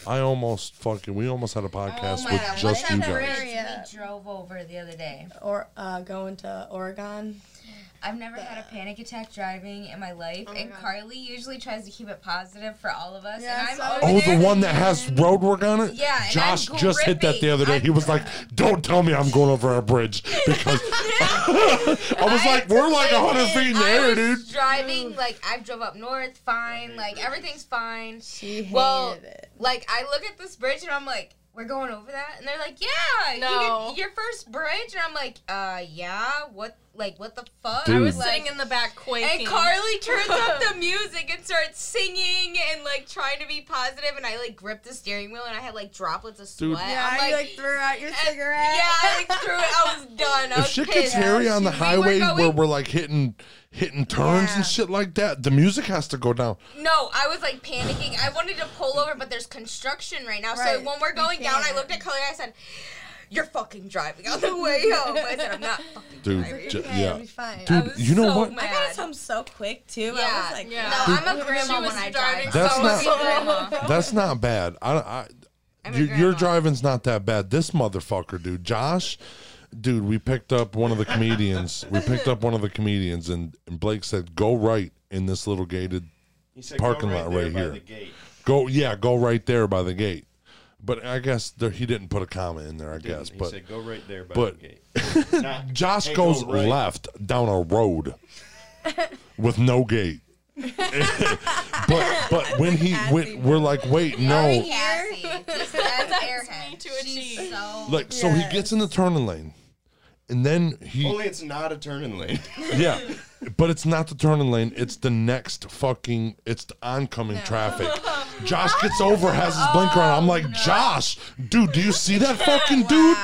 [SPEAKER 1] I almost fucking. We almost had a podcast
[SPEAKER 3] Oh my
[SPEAKER 1] with
[SPEAKER 3] God,
[SPEAKER 1] just
[SPEAKER 3] what's
[SPEAKER 1] you
[SPEAKER 3] that
[SPEAKER 1] guys.
[SPEAKER 3] bridge
[SPEAKER 4] Yeah.
[SPEAKER 3] we drove over the other day?
[SPEAKER 4] Or uh, going to Oregon.
[SPEAKER 3] I've never had a panic attack driving in my
[SPEAKER 4] Oh
[SPEAKER 3] life, and Carly usually tries to keep it positive for all of us.
[SPEAKER 4] Yeah,
[SPEAKER 3] and I'm
[SPEAKER 4] so-
[SPEAKER 3] over
[SPEAKER 1] Oh,
[SPEAKER 3] there.
[SPEAKER 1] the one that has road work on it?
[SPEAKER 3] Yeah, and
[SPEAKER 1] Josh
[SPEAKER 3] I'm
[SPEAKER 1] just hit that the
[SPEAKER 3] gripping.
[SPEAKER 1] other day.
[SPEAKER 3] I'm-
[SPEAKER 1] he was like, Don't tell me I'm going over a bridge because I was like, We're like a 100 feet in the
[SPEAKER 3] I
[SPEAKER 1] air,
[SPEAKER 3] was
[SPEAKER 1] dude.
[SPEAKER 3] driving like I drove up north, fine, like everything's fine.
[SPEAKER 4] She hated
[SPEAKER 3] Well,
[SPEAKER 4] it.
[SPEAKER 3] Like I look at this bridge and I'm like, we're going over that, and they're like, yeah,
[SPEAKER 5] No.
[SPEAKER 3] you get your first bridge, and I'm like, uh, yeah, what, like, what the fuck?
[SPEAKER 1] Dude.
[SPEAKER 5] I was
[SPEAKER 3] Like-
[SPEAKER 5] sitting in the back
[SPEAKER 3] And
[SPEAKER 5] quaking.
[SPEAKER 3] Carly turns up the music and starts singing and like trying to be positive, and I like gripped the steering wheel and I had like droplets of sweat.
[SPEAKER 1] Dude.
[SPEAKER 4] Yeah,
[SPEAKER 3] I'm
[SPEAKER 4] you
[SPEAKER 3] like,
[SPEAKER 4] like threw out your
[SPEAKER 3] and-
[SPEAKER 4] cigarette.
[SPEAKER 3] yeah, I like threw it. I was done. I
[SPEAKER 1] If
[SPEAKER 3] was
[SPEAKER 1] shit
[SPEAKER 3] pissed.
[SPEAKER 1] gets hairy on the
[SPEAKER 3] We were
[SPEAKER 1] highway where
[SPEAKER 3] going-
[SPEAKER 1] we're like hitting hitting turns
[SPEAKER 4] Yeah.
[SPEAKER 1] and shit like that, the music has to go down.
[SPEAKER 3] No, I was like panicking. I wanted to pull over, but there's construction right now. So
[SPEAKER 4] Right,
[SPEAKER 3] when we're
[SPEAKER 4] you
[SPEAKER 3] going down, I
[SPEAKER 4] can't.
[SPEAKER 3] looked at Carly. I said, "You're fucking driving on the way home." I said, "I'm not fucking."
[SPEAKER 1] Dude,
[SPEAKER 4] It's
[SPEAKER 1] j-
[SPEAKER 4] okay, it'll
[SPEAKER 1] yeah.
[SPEAKER 4] be fine.
[SPEAKER 1] Dude,
[SPEAKER 3] was
[SPEAKER 1] you know
[SPEAKER 3] so
[SPEAKER 1] what?
[SPEAKER 3] mad.
[SPEAKER 4] I got us home so quick too. I
[SPEAKER 3] Yeah,
[SPEAKER 4] was like,
[SPEAKER 5] yeah.
[SPEAKER 3] No, I'm a
[SPEAKER 5] She
[SPEAKER 3] grandma
[SPEAKER 5] was
[SPEAKER 3] when I
[SPEAKER 5] driving
[SPEAKER 3] drive.
[SPEAKER 1] That's
[SPEAKER 3] so
[SPEAKER 1] not-
[SPEAKER 3] I'm a grandma.
[SPEAKER 1] That's not bad. I, I
[SPEAKER 3] I'm
[SPEAKER 1] you,
[SPEAKER 3] your
[SPEAKER 1] your
[SPEAKER 3] grandma.
[SPEAKER 1] driving's not that bad. This motherfucker, dude, Josh, dude, we picked up one of the comedians. we picked up one of the comedians, and, and Blake said, "Go right in this little gated
[SPEAKER 6] He said,
[SPEAKER 1] Parking
[SPEAKER 6] go right
[SPEAKER 1] lot
[SPEAKER 6] there
[SPEAKER 1] right
[SPEAKER 6] by
[SPEAKER 1] here.
[SPEAKER 6] The gate.
[SPEAKER 1] go. Yeah, go right there by the gate." But I guess there, he didn't put a comma in there. I guess,
[SPEAKER 6] He
[SPEAKER 1] but
[SPEAKER 6] said, go right there by
[SPEAKER 1] but-
[SPEAKER 6] the gate. Not,
[SPEAKER 1] Josh
[SPEAKER 6] "Hey, go
[SPEAKER 1] goes
[SPEAKER 6] right."
[SPEAKER 1] left down a road with no gate. but but when he went, we're like, wait,
[SPEAKER 3] "Oh,
[SPEAKER 1] no.
[SPEAKER 3] Cassie. This is airhead.
[SPEAKER 5] me to a
[SPEAKER 3] She's
[SPEAKER 5] T.
[SPEAKER 3] so.
[SPEAKER 1] Like so, he gets in the turning lane, and then he
[SPEAKER 6] Only it's not a turning lane.
[SPEAKER 1] yeah, but it's not the turning lane. It's the next fucking. It's the oncoming traffic. Josh gets over, has his blinker on. I'm like,
[SPEAKER 4] Oh,
[SPEAKER 1] Josh, dude, do you see that fucking dude?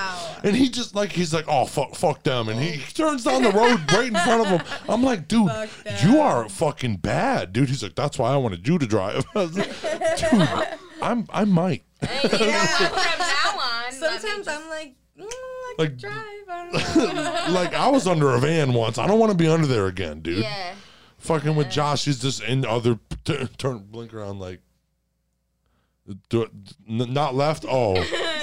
[SPEAKER 1] And he just like he's like, oh fuck, fuck them, and
[SPEAKER 4] Oh.
[SPEAKER 1] he turns down the road right in front of him. I'm like, dude,
[SPEAKER 4] Fuck
[SPEAKER 1] you
[SPEAKER 4] them.
[SPEAKER 1] are fucking bad, dude. He's like, that's why I wanted you to drive. I was like, dude, I'm I might.
[SPEAKER 3] And you know what? From now on, let me
[SPEAKER 4] Sometimes
[SPEAKER 3] just-
[SPEAKER 4] I'm like, mm, I
[SPEAKER 1] Like-
[SPEAKER 4] could drive. I don't know.
[SPEAKER 1] like I was under a van once. I don't want to be under there again, dude.
[SPEAKER 3] Yeah.
[SPEAKER 1] fucking with Josh. He's just in other t- turn blinker on like. Do it, n- not left. Oh,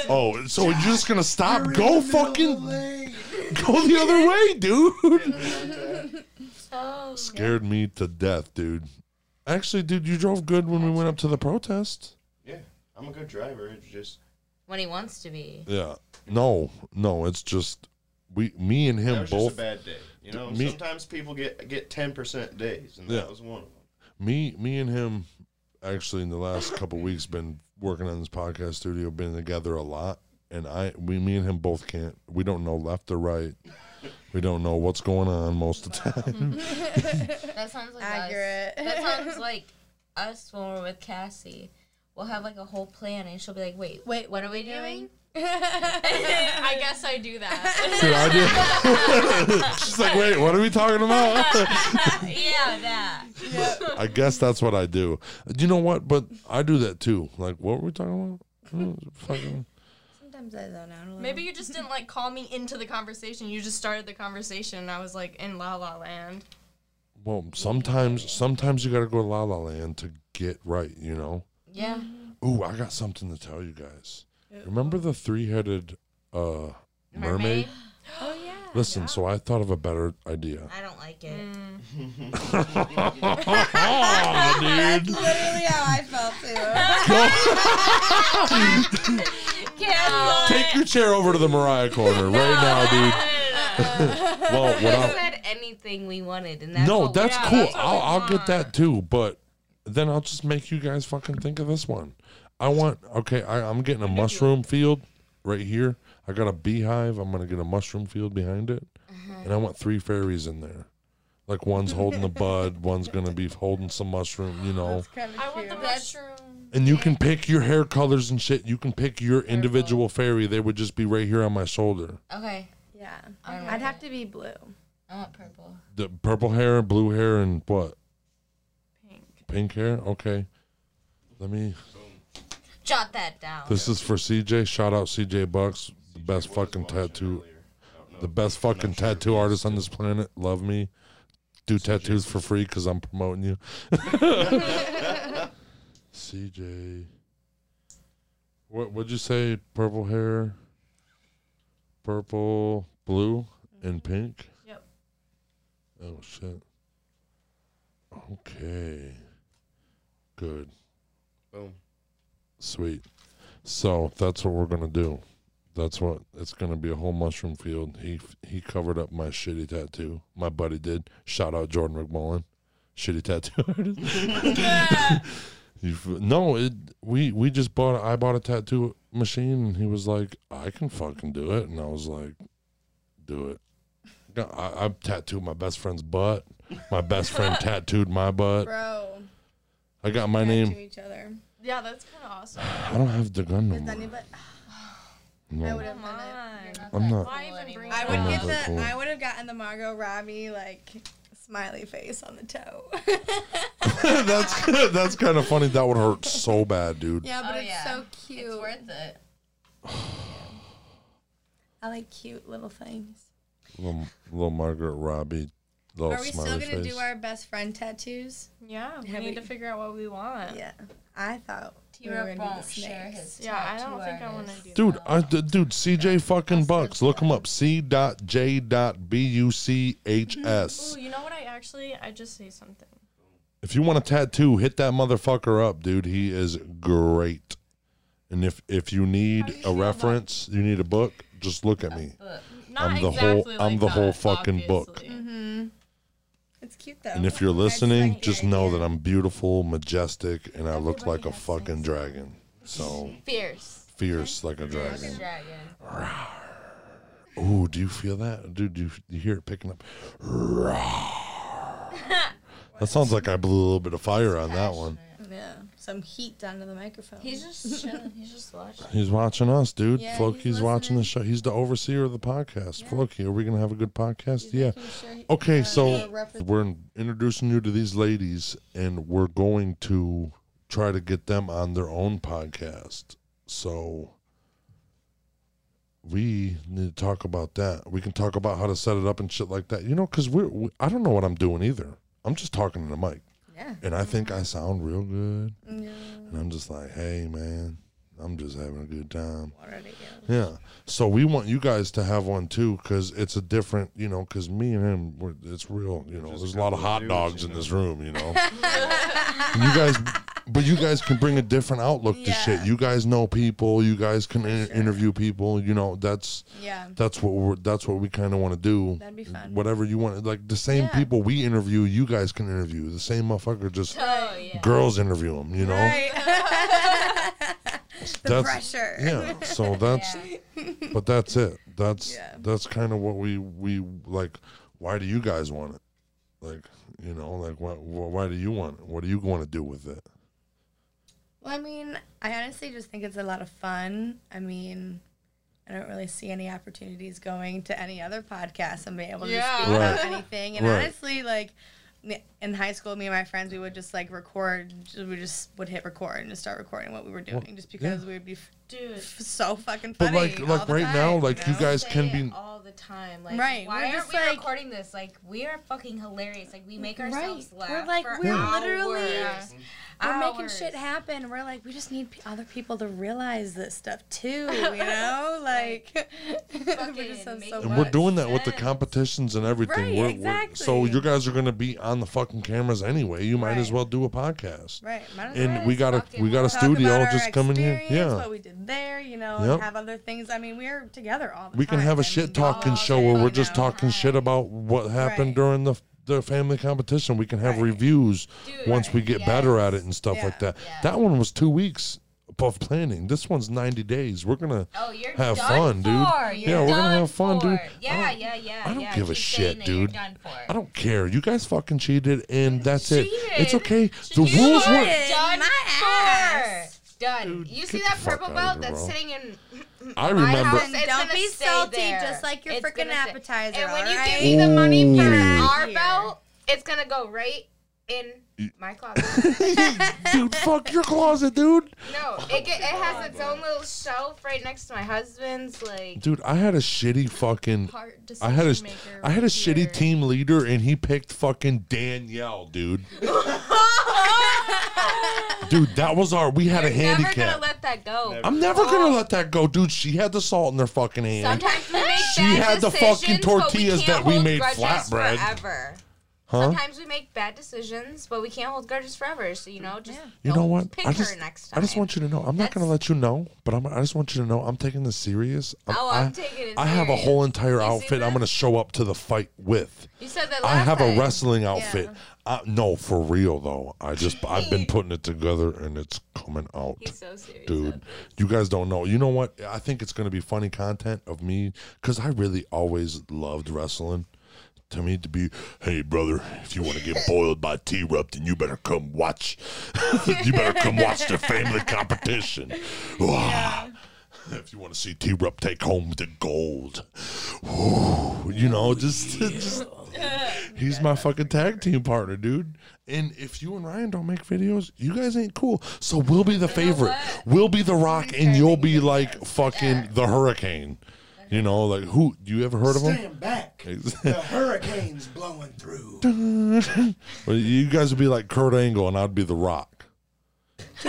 [SPEAKER 1] oh. So you're just gonna stop? Go fucking go the other way, dude.
[SPEAKER 5] Oh,
[SPEAKER 1] Scared me to death, dude. Actually, dude, you drove good when we went up to the protest.
[SPEAKER 6] Yeah, I'm a good driver. It's just
[SPEAKER 3] When he wants to be.
[SPEAKER 1] Yeah. No, no. It's just we, me, and
[SPEAKER 6] that
[SPEAKER 1] him
[SPEAKER 6] was
[SPEAKER 1] both.
[SPEAKER 6] just a bad day. You know,
[SPEAKER 1] Me-
[SPEAKER 6] sometimes people get get ten percent days, and
[SPEAKER 1] Yeah.
[SPEAKER 6] that was one of them.
[SPEAKER 1] me me and him actually in the last couple weeks been working on this podcast studio been together a lot and i we me and him both can't we don't know left or right we don't know what's going on most of the time
[SPEAKER 3] That sounds like
[SPEAKER 4] Accurate.
[SPEAKER 3] us. That sounds like us when we're with Cassie. We'll have like a whole plan, and she'll be like, "Wait,
[SPEAKER 4] Wait,
[SPEAKER 3] what are we doing?"
[SPEAKER 5] I guess I do that.
[SPEAKER 1] Dude, I did. she's like wait what are we talking about
[SPEAKER 3] yeah, that.
[SPEAKER 1] i guess that's what i do you know what but i do that too like what were we talking about Mm, fucking-
[SPEAKER 4] Sometimes I zone out a little.
[SPEAKER 5] Maybe you just didn't like call me into the conversation. You just started the conversation. And I was like in La La Land.
[SPEAKER 1] well sometimes sometimes you gotta go to la la land to get right you know
[SPEAKER 3] Yeah.
[SPEAKER 1] Ooh, I got something to tell you guys. Remember the three-headed uh, mermaid?
[SPEAKER 3] Mermaid?
[SPEAKER 4] Oh yeah.
[SPEAKER 1] Listen, so I thought of a better idea.
[SPEAKER 3] I don't like it.
[SPEAKER 4] That's literally how I felt too.
[SPEAKER 1] Take your chair over to the Mariah corner right now, dude. Well,
[SPEAKER 3] We
[SPEAKER 1] what I,
[SPEAKER 3] said anything we wanted, and that's
[SPEAKER 1] no,
[SPEAKER 3] what we-
[SPEAKER 1] that's
[SPEAKER 5] yeah,
[SPEAKER 1] cool.
[SPEAKER 5] that's what
[SPEAKER 1] I'll,
[SPEAKER 5] we
[SPEAKER 1] I'll get
[SPEAKER 5] want.
[SPEAKER 1] that too, but then I'll just make you guys fucking think of this one. I want okay. I, I'm getting a mushroom field right here. I got a beehive. I'm gonna get a mushroom field behind it,
[SPEAKER 5] Uh-huh.
[SPEAKER 1] and I want three fairies in there. Like one's holding the bud, one's gonna be holding some mushroom. You know.
[SPEAKER 4] Kind of
[SPEAKER 5] I want the
[SPEAKER 4] cute.
[SPEAKER 5] mushroom.
[SPEAKER 1] And you can pick your hair colors and shit. You can pick your individual fairy. They would just be right here on my shoulder.
[SPEAKER 3] okay.
[SPEAKER 4] Yeah.
[SPEAKER 3] I don't
[SPEAKER 4] I'd
[SPEAKER 3] like
[SPEAKER 4] have to be blue.
[SPEAKER 3] I want purple.
[SPEAKER 1] The purple hair, blue hair, and what?
[SPEAKER 5] Pink.
[SPEAKER 1] Pink hair? Okay. Let me.
[SPEAKER 3] Jot that down.
[SPEAKER 1] This is for CJ. Shout out CJ Bucks, the best fucking tattoo, the best fucking tattoo artist on this planet. Love me. Do tattoos for free because I'm promoting you. CJ. What would you say? Purple hair, purple, blue, and pink.
[SPEAKER 5] Yep.
[SPEAKER 1] Oh shit. Okay. Good.
[SPEAKER 6] Boom.
[SPEAKER 1] Sweet. So that's what we're gonna do. That's what it's gonna be a whole mushroom field. He he covered up my shitty tattoo. My buddy did. Shout out Jordan McMullen, shitty tattoo artist. you, f- no, it we we just bought. I bought a tattoo machine, and he was like, "I can fucking do it," and I was like, "Do it." No, I, I tattooed my best friend's butt. My best friend tattooed my butt.
[SPEAKER 4] Bro.
[SPEAKER 1] I got my
[SPEAKER 4] back
[SPEAKER 1] name.
[SPEAKER 4] To each other.
[SPEAKER 5] Yeah, that's kind of awesome.
[SPEAKER 1] I don't have the gun no
[SPEAKER 4] Is
[SPEAKER 1] more.
[SPEAKER 4] anybody? I
[SPEAKER 1] No.
[SPEAKER 4] would have
[SPEAKER 5] Come
[SPEAKER 4] done it.
[SPEAKER 5] on.
[SPEAKER 1] I'm not.
[SPEAKER 5] Why even bring
[SPEAKER 4] I
[SPEAKER 5] it
[SPEAKER 4] would
[SPEAKER 1] Oh,
[SPEAKER 4] get
[SPEAKER 1] that's
[SPEAKER 4] the.
[SPEAKER 1] cool.
[SPEAKER 4] I would have gotten the Margot Robbie like smiley face on the toe.
[SPEAKER 1] that's that's kind of funny. That would hurt so bad, dude.
[SPEAKER 4] yeah, but
[SPEAKER 3] Oh,
[SPEAKER 4] it's
[SPEAKER 3] yeah.
[SPEAKER 4] so cute.
[SPEAKER 3] It's worth it.
[SPEAKER 4] I like cute little things.
[SPEAKER 1] Little, little Margaret Robbie Little
[SPEAKER 4] Are we still
[SPEAKER 1] smiley
[SPEAKER 4] gonna
[SPEAKER 1] face.
[SPEAKER 4] do our best friend tattoos?
[SPEAKER 5] Yeah, we
[SPEAKER 4] Have
[SPEAKER 5] need
[SPEAKER 4] we-
[SPEAKER 5] to figure out what we want. Yeah,
[SPEAKER 4] Yeah, I thought we were
[SPEAKER 3] T-Rock
[SPEAKER 4] gonna do the
[SPEAKER 3] won't share
[SPEAKER 4] snakes.
[SPEAKER 3] his
[SPEAKER 5] I don't think I want to do
[SPEAKER 1] Dude,
[SPEAKER 5] that.
[SPEAKER 1] I, d- dude, CJ fucking Bucks. Look him up. C dot J dot B U C H S.
[SPEAKER 5] Ooh, you know what? I actually, I just say something.
[SPEAKER 1] If you want a tattoo, hit that motherfucker up, dude. He is great. And if if you
[SPEAKER 5] How do
[SPEAKER 1] need
[SPEAKER 5] you
[SPEAKER 1] a
[SPEAKER 5] feel about-
[SPEAKER 1] reference, you need a book, just look at me.
[SPEAKER 3] But
[SPEAKER 5] Not
[SPEAKER 1] I'm the whole-
[SPEAKER 5] exactly like
[SPEAKER 1] I'm the whole
[SPEAKER 5] that,
[SPEAKER 1] fucking book.
[SPEAKER 5] obviously.
[SPEAKER 4] It's cute though.
[SPEAKER 1] And if you're listening, just know that I'm beautiful, majestic, and I look
[SPEAKER 5] Everybody
[SPEAKER 1] like a
[SPEAKER 5] has
[SPEAKER 1] fucking dragon. So
[SPEAKER 5] Fierce.
[SPEAKER 1] fierce like a
[SPEAKER 3] fucking
[SPEAKER 1] dragon.
[SPEAKER 3] dragon.
[SPEAKER 1] Ooh, do you feel that? Dude, do you, do you hear it picking up? That sounds like I blew a little bit of fire on that one.
[SPEAKER 4] yeah, some heat down to the microphone.
[SPEAKER 3] He's just chilling. He's just watching.
[SPEAKER 1] He's watching us, dude.
[SPEAKER 4] Yeah,
[SPEAKER 1] Floki's
[SPEAKER 4] he's
[SPEAKER 1] watching the show. He's the overseer of the podcast. Floki, are we gonna have a good podcast? yeah.
[SPEAKER 4] Making sure he-
[SPEAKER 1] Okay,
[SPEAKER 4] uh,
[SPEAKER 1] so
[SPEAKER 4] the reference-
[SPEAKER 1] we're in- introducing you to these ladies, and we're going to try to get them on their own podcast. So we need to talk about that. We can talk about how to set it up and shit like that. You know, because we're we, I don't know what I'm doing either. I'm just talking to the mic,
[SPEAKER 4] yeah.
[SPEAKER 1] and I think I sound real good.
[SPEAKER 4] Yeah.
[SPEAKER 1] And I'm just like, hey, man, I'm just having a good time.
[SPEAKER 4] What are they doing?
[SPEAKER 1] Yeah. So we want you guys to have one too, because it's a different, you know, because me and him, we're, it's real. You know,
[SPEAKER 6] Just
[SPEAKER 1] there's a lot of
[SPEAKER 6] couple
[SPEAKER 1] hot
[SPEAKER 6] dudes,
[SPEAKER 1] dogs
[SPEAKER 6] you
[SPEAKER 1] in
[SPEAKER 6] know.
[SPEAKER 1] this room, you know. And you guys, but you guys can bring a different outlook to shit.
[SPEAKER 4] Yeah.
[SPEAKER 1] You guys know people. You guys can in- interview people. You know, that's
[SPEAKER 4] Yeah.
[SPEAKER 1] that's what we're that's what we kind of want to do.
[SPEAKER 4] That'd be fun.
[SPEAKER 1] Whatever you want, like the same
[SPEAKER 4] Yeah.
[SPEAKER 1] people we interview, you guys can interview. The same motherfucker, just
[SPEAKER 5] Oh yeah.
[SPEAKER 1] girls interview them. You know,
[SPEAKER 4] the
[SPEAKER 1] That's-
[SPEAKER 4] pressure.
[SPEAKER 1] yeah so that's but that's it that's
[SPEAKER 4] Yeah.
[SPEAKER 1] that's kind of what we we like why do you guys want it like you know like why wh- why do you want it what do you want to do with it
[SPEAKER 4] Well, I mean, I honestly just think it's a lot of fun. I mean, I don't really see any opportunities going to any other podcast and being able to
[SPEAKER 5] Yeah.
[SPEAKER 4] speak about
[SPEAKER 1] Right.
[SPEAKER 4] anything. And
[SPEAKER 1] Right.
[SPEAKER 4] honestly, like me- in high school, me and my friends, we would just like record. We just would hit record and just start recording what we were doing, just because we would be f-
[SPEAKER 5] Dude,
[SPEAKER 4] f- so fucking
[SPEAKER 1] but
[SPEAKER 4] funny.
[SPEAKER 1] like
[SPEAKER 4] all
[SPEAKER 1] like
[SPEAKER 4] the
[SPEAKER 1] right
[SPEAKER 4] time,
[SPEAKER 1] now like you
[SPEAKER 4] know?
[SPEAKER 1] guys
[SPEAKER 3] say
[SPEAKER 1] can
[SPEAKER 3] it
[SPEAKER 1] be
[SPEAKER 3] all the time. Like,
[SPEAKER 4] Right,
[SPEAKER 3] Why
[SPEAKER 4] we're
[SPEAKER 3] aren't
[SPEAKER 4] just
[SPEAKER 3] we
[SPEAKER 4] like-
[SPEAKER 3] recording this? Like, we are fucking hilarious. Like, we make
[SPEAKER 4] Right.
[SPEAKER 3] ourselves laugh.
[SPEAKER 4] We're like,
[SPEAKER 3] for
[SPEAKER 4] we're
[SPEAKER 3] hours.
[SPEAKER 4] literally- We're making
[SPEAKER 3] Hours.
[SPEAKER 4] shit happen. We're like, we just need p- other people to realize this stuff too, you know? Like, we just have
[SPEAKER 3] make
[SPEAKER 4] so
[SPEAKER 3] it
[SPEAKER 1] and
[SPEAKER 4] much.
[SPEAKER 1] we're doing that with the
[SPEAKER 3] sense.
[SPEAKER 1] competitions and everything
[SPEAKER 4] Right,
[SPEAKER 1] we're, we're so
[SPEAKER 4] exactly.
[SPEAKER 1] you guys are going to be on the fucking cameras anyway you might as
[SPEAKER 4] Right.
[SPEAKER 1] well do a podcast
[SPEAKER 4] Right. might as well
[SPEAKER 1] and we got a
[SPEAKER 3] fucking
[SPEAKER 1] we got a
[SPEAKER 4] talk about
[SPEAKER 1] studio
[SPEAKER 4] our
[SPEAKER 1] just come in here
[SPEAKER 4] experience,
[SPEAKER 1] yeah
[SPEAKER 4] What we did there, you know,
[SPEAKER 1] Yep.
[SPEAKER 4] and have other things. I mean, we're together all the
[SPEAKER 1] we
[SPEAKER 4] time.
[SPEAKER 1] can have
[SPEAKER 4] I
[SPEAKER 1] a
[SPEAKER 4] mean,
[SPEAKER 1] shit
[SPEAKER 4] all
[SPEAKER 1] talking show
[SPEAKER 4] day,
[SPEAKER 1] where we're
[SPEAKER 4] you
[SPEAKER 1] just
[SPEAKER 4] know?
[SPEAKER 1] talking shit about what happened
[SPEAKER 4] Right.
[SPEAKER 1] during the the family competition. We can have
[SPEAKER 4] Right.
[SPEAKER 1] reviews
[SPEAKER 3] Dude,
[SPEAKER 1] once we get better at it and stuff
[SPEAKER 4] Yeah.
[SPEAKER 1] like that.
[SPEAKER 3] Yeah.
[SPEAKER 1] That one was two weeks of planning. This one's ninety days. We're gonna
[SPEAKER 3] Oh, you're
[SPEAKER 1] Have fun,
[SPEAKER 3] done
[SPEAKER 1] dude.
[SPEAKER 3] for. You're
[SPEAKER 1] Yeah, we're gonna
[SPEAKER 3] done
[SPEAKER 1] have fun, dude.
[SPEAKER 3] for.
[SPEAKER 1] I
[SPEAKER 3] Yeah,
[SPEAKER 1] don't-
[SPEAKER 3] yeah, yeah.
[SPEAKER 1] I don't
[SPEAKER 3] yeah.
[SPEAKER 1] give a
[SPEAKER 3] Keep
[SPEAKER 1] shit,
[SPEAKER 3] saying that you're
[SPEAKER 1] dude.
[SPEAKER 3] done for.
[SPEAKER 1] I don't care. You guys fucking cheated, and that's it. It's
[SPEAKER 5] Cheated.
[SPEAKER 1] okay. The rules
[SPEAKER 4] Cheated.
[SPEAKER 1] were.
[SPEAKER 3] done
[SPEAKER 4] My
[SPEAKER 3] for.
[SPEAKER 4] ass.
[SPEAKER 3] Done.
[SPEAKER 1] Dude,
[SPEAKER 3] you
[SPEAKER 1] get
[SPEAKER 3] see
[SPEAKER 1] the
[SPEAKER 3] that
[SPEAKER 1] fuck
[SPEAKER 3] purple
[SPEAKER 1] outta
[SPEAKER 3] belt
[SPEAKER 1] here,
[SPEAKER 3] that's
[SPEAKER 1] bro.
[SPEAKER 3] sitting in
[SPEAKER 1] I
[SPEAKER 3] my
[SPEAKER 1] remember.
[SPEAKER 3] house? It's
[SPEAKER 4] Don't
[SPEAKER 3] gonna
[SPEAKER 4] be
[SPEAKER 3] stay
[SPEAKER 4] salty,
[SPEAKER 3] there.
[SPEAKER 4] just like your
[SPEAKER 3] It's
[SPEAKER 4] frickin'
[SPEAKER 3] gonna stay-
[SPEAKER 4] appetizer,
[SPEAKER 3] And when
[SPEAKER 4] all
[SPEAKER 3] you give me the money for
[SPEAKER 1] Ooh.
[SPEAKER 3] our
[SPEAKER 4] Here.
[SPEAKER 3] belt, it's gonna go right in my closet.
[SPEAKER 1] dude, fuck your closet, dude.
[SPEAKER 3] No, it get, it has its own little shelf right next to my husband's. Like,
[SPEAKER 1] Dude, I had a shitty fucking.
[SPEAKER 5] part
[SPEAKER 1] I had a
[SPEAKER 5] decision maker
[SPEAKER 1] I had a
[SPEAKER 5] right here.
[SPEAKER 1] shitty team leader, and he picked fucking Danielle, dude. dude, that was our. We had a
[SPEAKER 3] never gonna
[SPEAKER 1] handicap.
[SPEAKER 3] let that go.
[SPEAKER 6] Never.
[SPEAKER 1] I'm never gonna let that go, dude. She had the salt in her fucking hand,
[SPEAKER 3] Sometimes we make
[SPEAKER 1] She
[SPEAKER 3] bad
[SPEAKER 1] had the
[SPEAKER 3] decisions,
[SPEAKER 1] fucking
[SPEAKER 3] but we
[SPEAKER 1] tortillas
[SPEAKER 3] can't
[SPEAKER 1] that we
[SPEAKER 3] hold
[SPEAKER 1] made
[SPEAKER 3] grudges
[SPEAKER 1] flatbread.
[SPEAKER 3] Forever.
[SPEAKER 1] huh?
[SPEAKER 3] Sometimes we make bad decisions, but we can't hold grudges forever. So you know, just
[SPEAKER 1] You know
[SPEAKER 3] don't
[SPEAKER 1] what?
[SPEAKER 3] Pick
[SPEAKER 1] I just,
[SPEAKER 3] her next time.
[SPEAKER 1] I just want you to know. I'm not gonna let you know, but I'm, I just want you to know I'm taking this serious. I'm,
[SPEAKER 3] Oh, I'm taking it
[SPEAKER 1] I have a
[SPEAKER 3] serious.
[SPEAKER 1] whole entire outfit.
[SPEAKER 3] that?
[SPEAKER 1] I'm gonna show up to the fight with.
[SPEAKER 3] You said that.
[SPEAKER 1] I
[SPEAKER 3] Last
[SPEAKER 1] have
[SPEAKER 3] time.
[SPEAKER 1] a wrestling outfit. Uh, no, for real though. I just I've been putting it together and it's coming out.
[SPEAKER 3] He's so serious.
[SPEAKER 1] dude. You guys don't know. You know what? I think it's going to be funny content of me because I really always loved wrestling. To me, to be, hey brother, if you want to get boiled by T Rupton, you better come watch. you better come watch the family competition. Wah. If you want to see T Rup take home the gold, Ooh, you know, just, just He's my fucking tag team partner, dude. And if you and Ryan don't make videos, you guys ain't cool. So we'll be the favorite. We'll be the rock, and you'll be like fucking the hurricane. You know, like who? You ever heard of them?
[SPEAKER 7] Stand back. the hurricane's blowing through.
[SPEAKER 1] Well, you guys would be like Kurt Angle, and I'd be The Rock.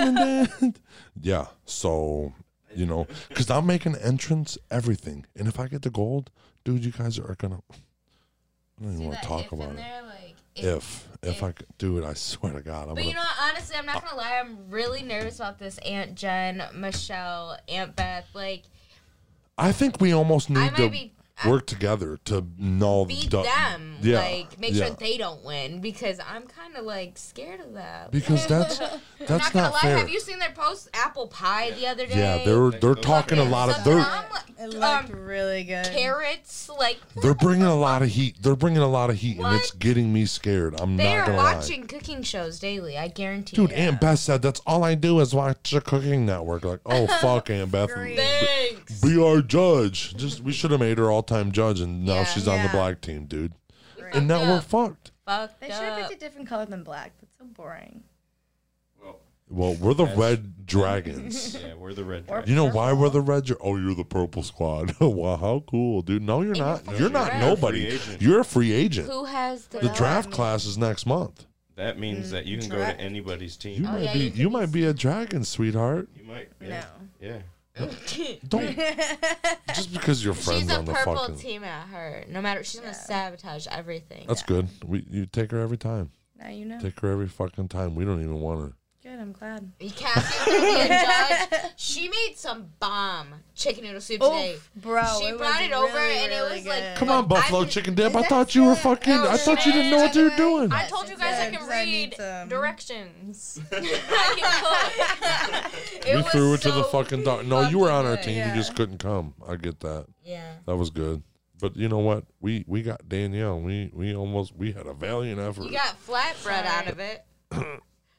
[SPEAKER 1] yeah. So you know, because I'm making entrance everything, and if I get the gold, dude, you guys are gonna. I don't even want to talk about it.
[SPEAKER 3] There, like,
[SPEAKER 1] If if
[SPEAKER 3] if.
[SPEAKER 1] I could, dude, I swear to God, I'm
[SPEAKER 3] But
[SPEAKER 1] gonna.
[SPEAKER 3] you know what? Honestly, I'm not gonna lie. I'm really nervous about this Aunt Jen, Michelle, Aunt Beth. Like,
[SPEAKER 1] I think we almost
[SPEAKER 3] I
[SPEAKER 1] need
[SPEAKER 3] might
[SPEAKER 1] to
[SPEAKER 3] be-
[SPEAKER 1] work together to know
[SPEAKER 3] beat
[SPEAKER 1] the-
[SPEAKER 3] them.
[SPEAKER 1] Yeah,
[SPEAKER 3] Like, make
[SPEAKER 1] yeah.
[SPEAKER 3] sure they don't win because I'm kind of like scared of that.
[SPEAKER 1] because that's that's
[SPEAKER 3] I'm not
[SPEAKER 1] not,
[SPEAKER 3] gonna lie.
[SPEAKER 1] fair.
[SPEAKER 3] Have you seen their post apple pie the other day?
[SPEAKER 1] yeah, they're they're talking a lot of
[SPEAKER 3] Something
[SPEAKER 1] they're
[SPEAKER 3] I'm like,
[SPEAKER 4] It
[SPEAKER 3] um,
[SPEAKER 4] looked really good.
[SPEAKER 3] carrots. Like
[SPEAKER 1] They're bringing a lot of heat. They're bringing a lot of heat, and it's
[SPEAKER 3] What?
[SPEAKER 1] getting me scared. I'm
[SPEAKER 3] they
[SPEAKER 1] not
[SPEAKER 3] are
[SPEAKER 1] gonna
[SPEAKER 3] watching
[SPEAKER 1] lie,
[SPEAKER 3] cooking shows daily. I guarantee.
[SPEAKER 1] dude.
[SPEAKER 3] you.
[SPEAKER 1] Aunt Beth said that's all I do is watch the Cooking Network. Like, oh fuck, Aunt Beth,
[SPEAKER 3] Thanks.
[SPEAKER 1] be our judge. Just we should have made her all time judge, and now
[SPEAKER 3] Yeah.
[SPEAKER 1] she's on the
[SPEAKER 4] Yeah.
[SPEAKER 1] black team, dude.
[SPEAKER 4] Right.
[SPEAKER 1] And now we're
[SPEAKER 3] up.
[SPEAKER 1] fucked.
[SPEAKER 3] Fucked
[SPEAKER 4] They should have
[SPEAKER 3] up.
[SPEAKER 4] picked a different color than black. That's so boring.
[SPEAKER 1] Well, we're the red dragons.
[SPEAKER 2] Yeah, we're the red.
[SPEAKER 4] Or-
[SPEAKER 2] Dragon.
[SPEAKER 1] You know why we're the red? dra- oh, you're the purple squad. wow, how cool, dude. No, you're not. You're, not
[SPEAKER 3] red.
[SPEAKER 1] nobody.
[SPEAKER 6] Free agent.
[SPEAKER 1] You're a free agent.
[SPEAKER 3] Who has the,
[SPEAKER 1] The draft class is next month.
[SPEAKER 2] That means that you can go to anybody's
[SPEAKER 1] You
[SPEAKER 2] team.
[SPEAKER 4] Oh,
[SPEAKER 1] might
[SPEAKER 3] Oh, yeah,
[SPEAKER 1] be.
[SPEAKER 3] you
[SPEAKER 1] You,
[SPEAKER 3] could
[SPEAKER 1] might be a dragon, sweetheart.
[SPEAKER 6] You might. Yeah. Yeah.
[SPEAKER 1] Don't just because you're friends
[SPEAKER 3] She's a
[SPEAKER 1] on the
[SPEAKER 3] purple
[SPEAKER 1] fucking.
[SPEAKER 3] team at her. No matter, she's gonna sabotage everything.
[SPEAKER 1] That's good. We you take her every time.
[SPEAKER 4] Now you know.
[SPEAKER 1] Take her every fucking time. We don't even want her.
[SPEAKER 4] Good. I'm glad.
[SPEAKER 3] Cassie's gonna be a judge. She made some bomb chicken noodle soup today.
[SPEAKER 4] Oh, bro.
[SPEAKER 3] She
[SPEAKER 4] was
[SPEAKER 3] brought it over and it
[SPEAKER 4] really
[SPEAKER 3] was, like,
[SPEAKER 1] Come
[SPEAKER 3] But
[SPEAKER 1] on, Buffalo
[SPEAKER 3] I can-
[SPEAKER 1] Chicken Dip. I
[SPEAKER 4] Is that
[SPEAKER 1] thought you were
[SPEAKER 4] good?
[SPEAKER 1] fucking. I
[SPEAKER 4] Oh,
[SPEAKER 1] thought you didn't know what you were doing.
[SPEAKER 5] I told you guys I can
[SPEAKER 4] Because I need
[SPEAKER 5] read
[SPEAKER 4] some.
[SPEAKER 5] directions.
[SPEAKER 3] It
[SPEAKER 1] we
[SPEAKER 3] was
[SPEAKER 1] threw it to the
[SPEAKER 3] so
[SPEAKER 1] fucking dog. No, you were on our
[SPEAKER 3] good.
[SPEAKER 1] team.
[SPEAKER 4] Yeah.
[SPEAKER 1] You just couldn't come. I get that.
[SPEAKER 3] Yeah.
[SPEAKER 1] That was good. But you know what? We we got Danielle. We we almost we had a valiant effort,
[SPEAKER 3] You got flatbread out of it.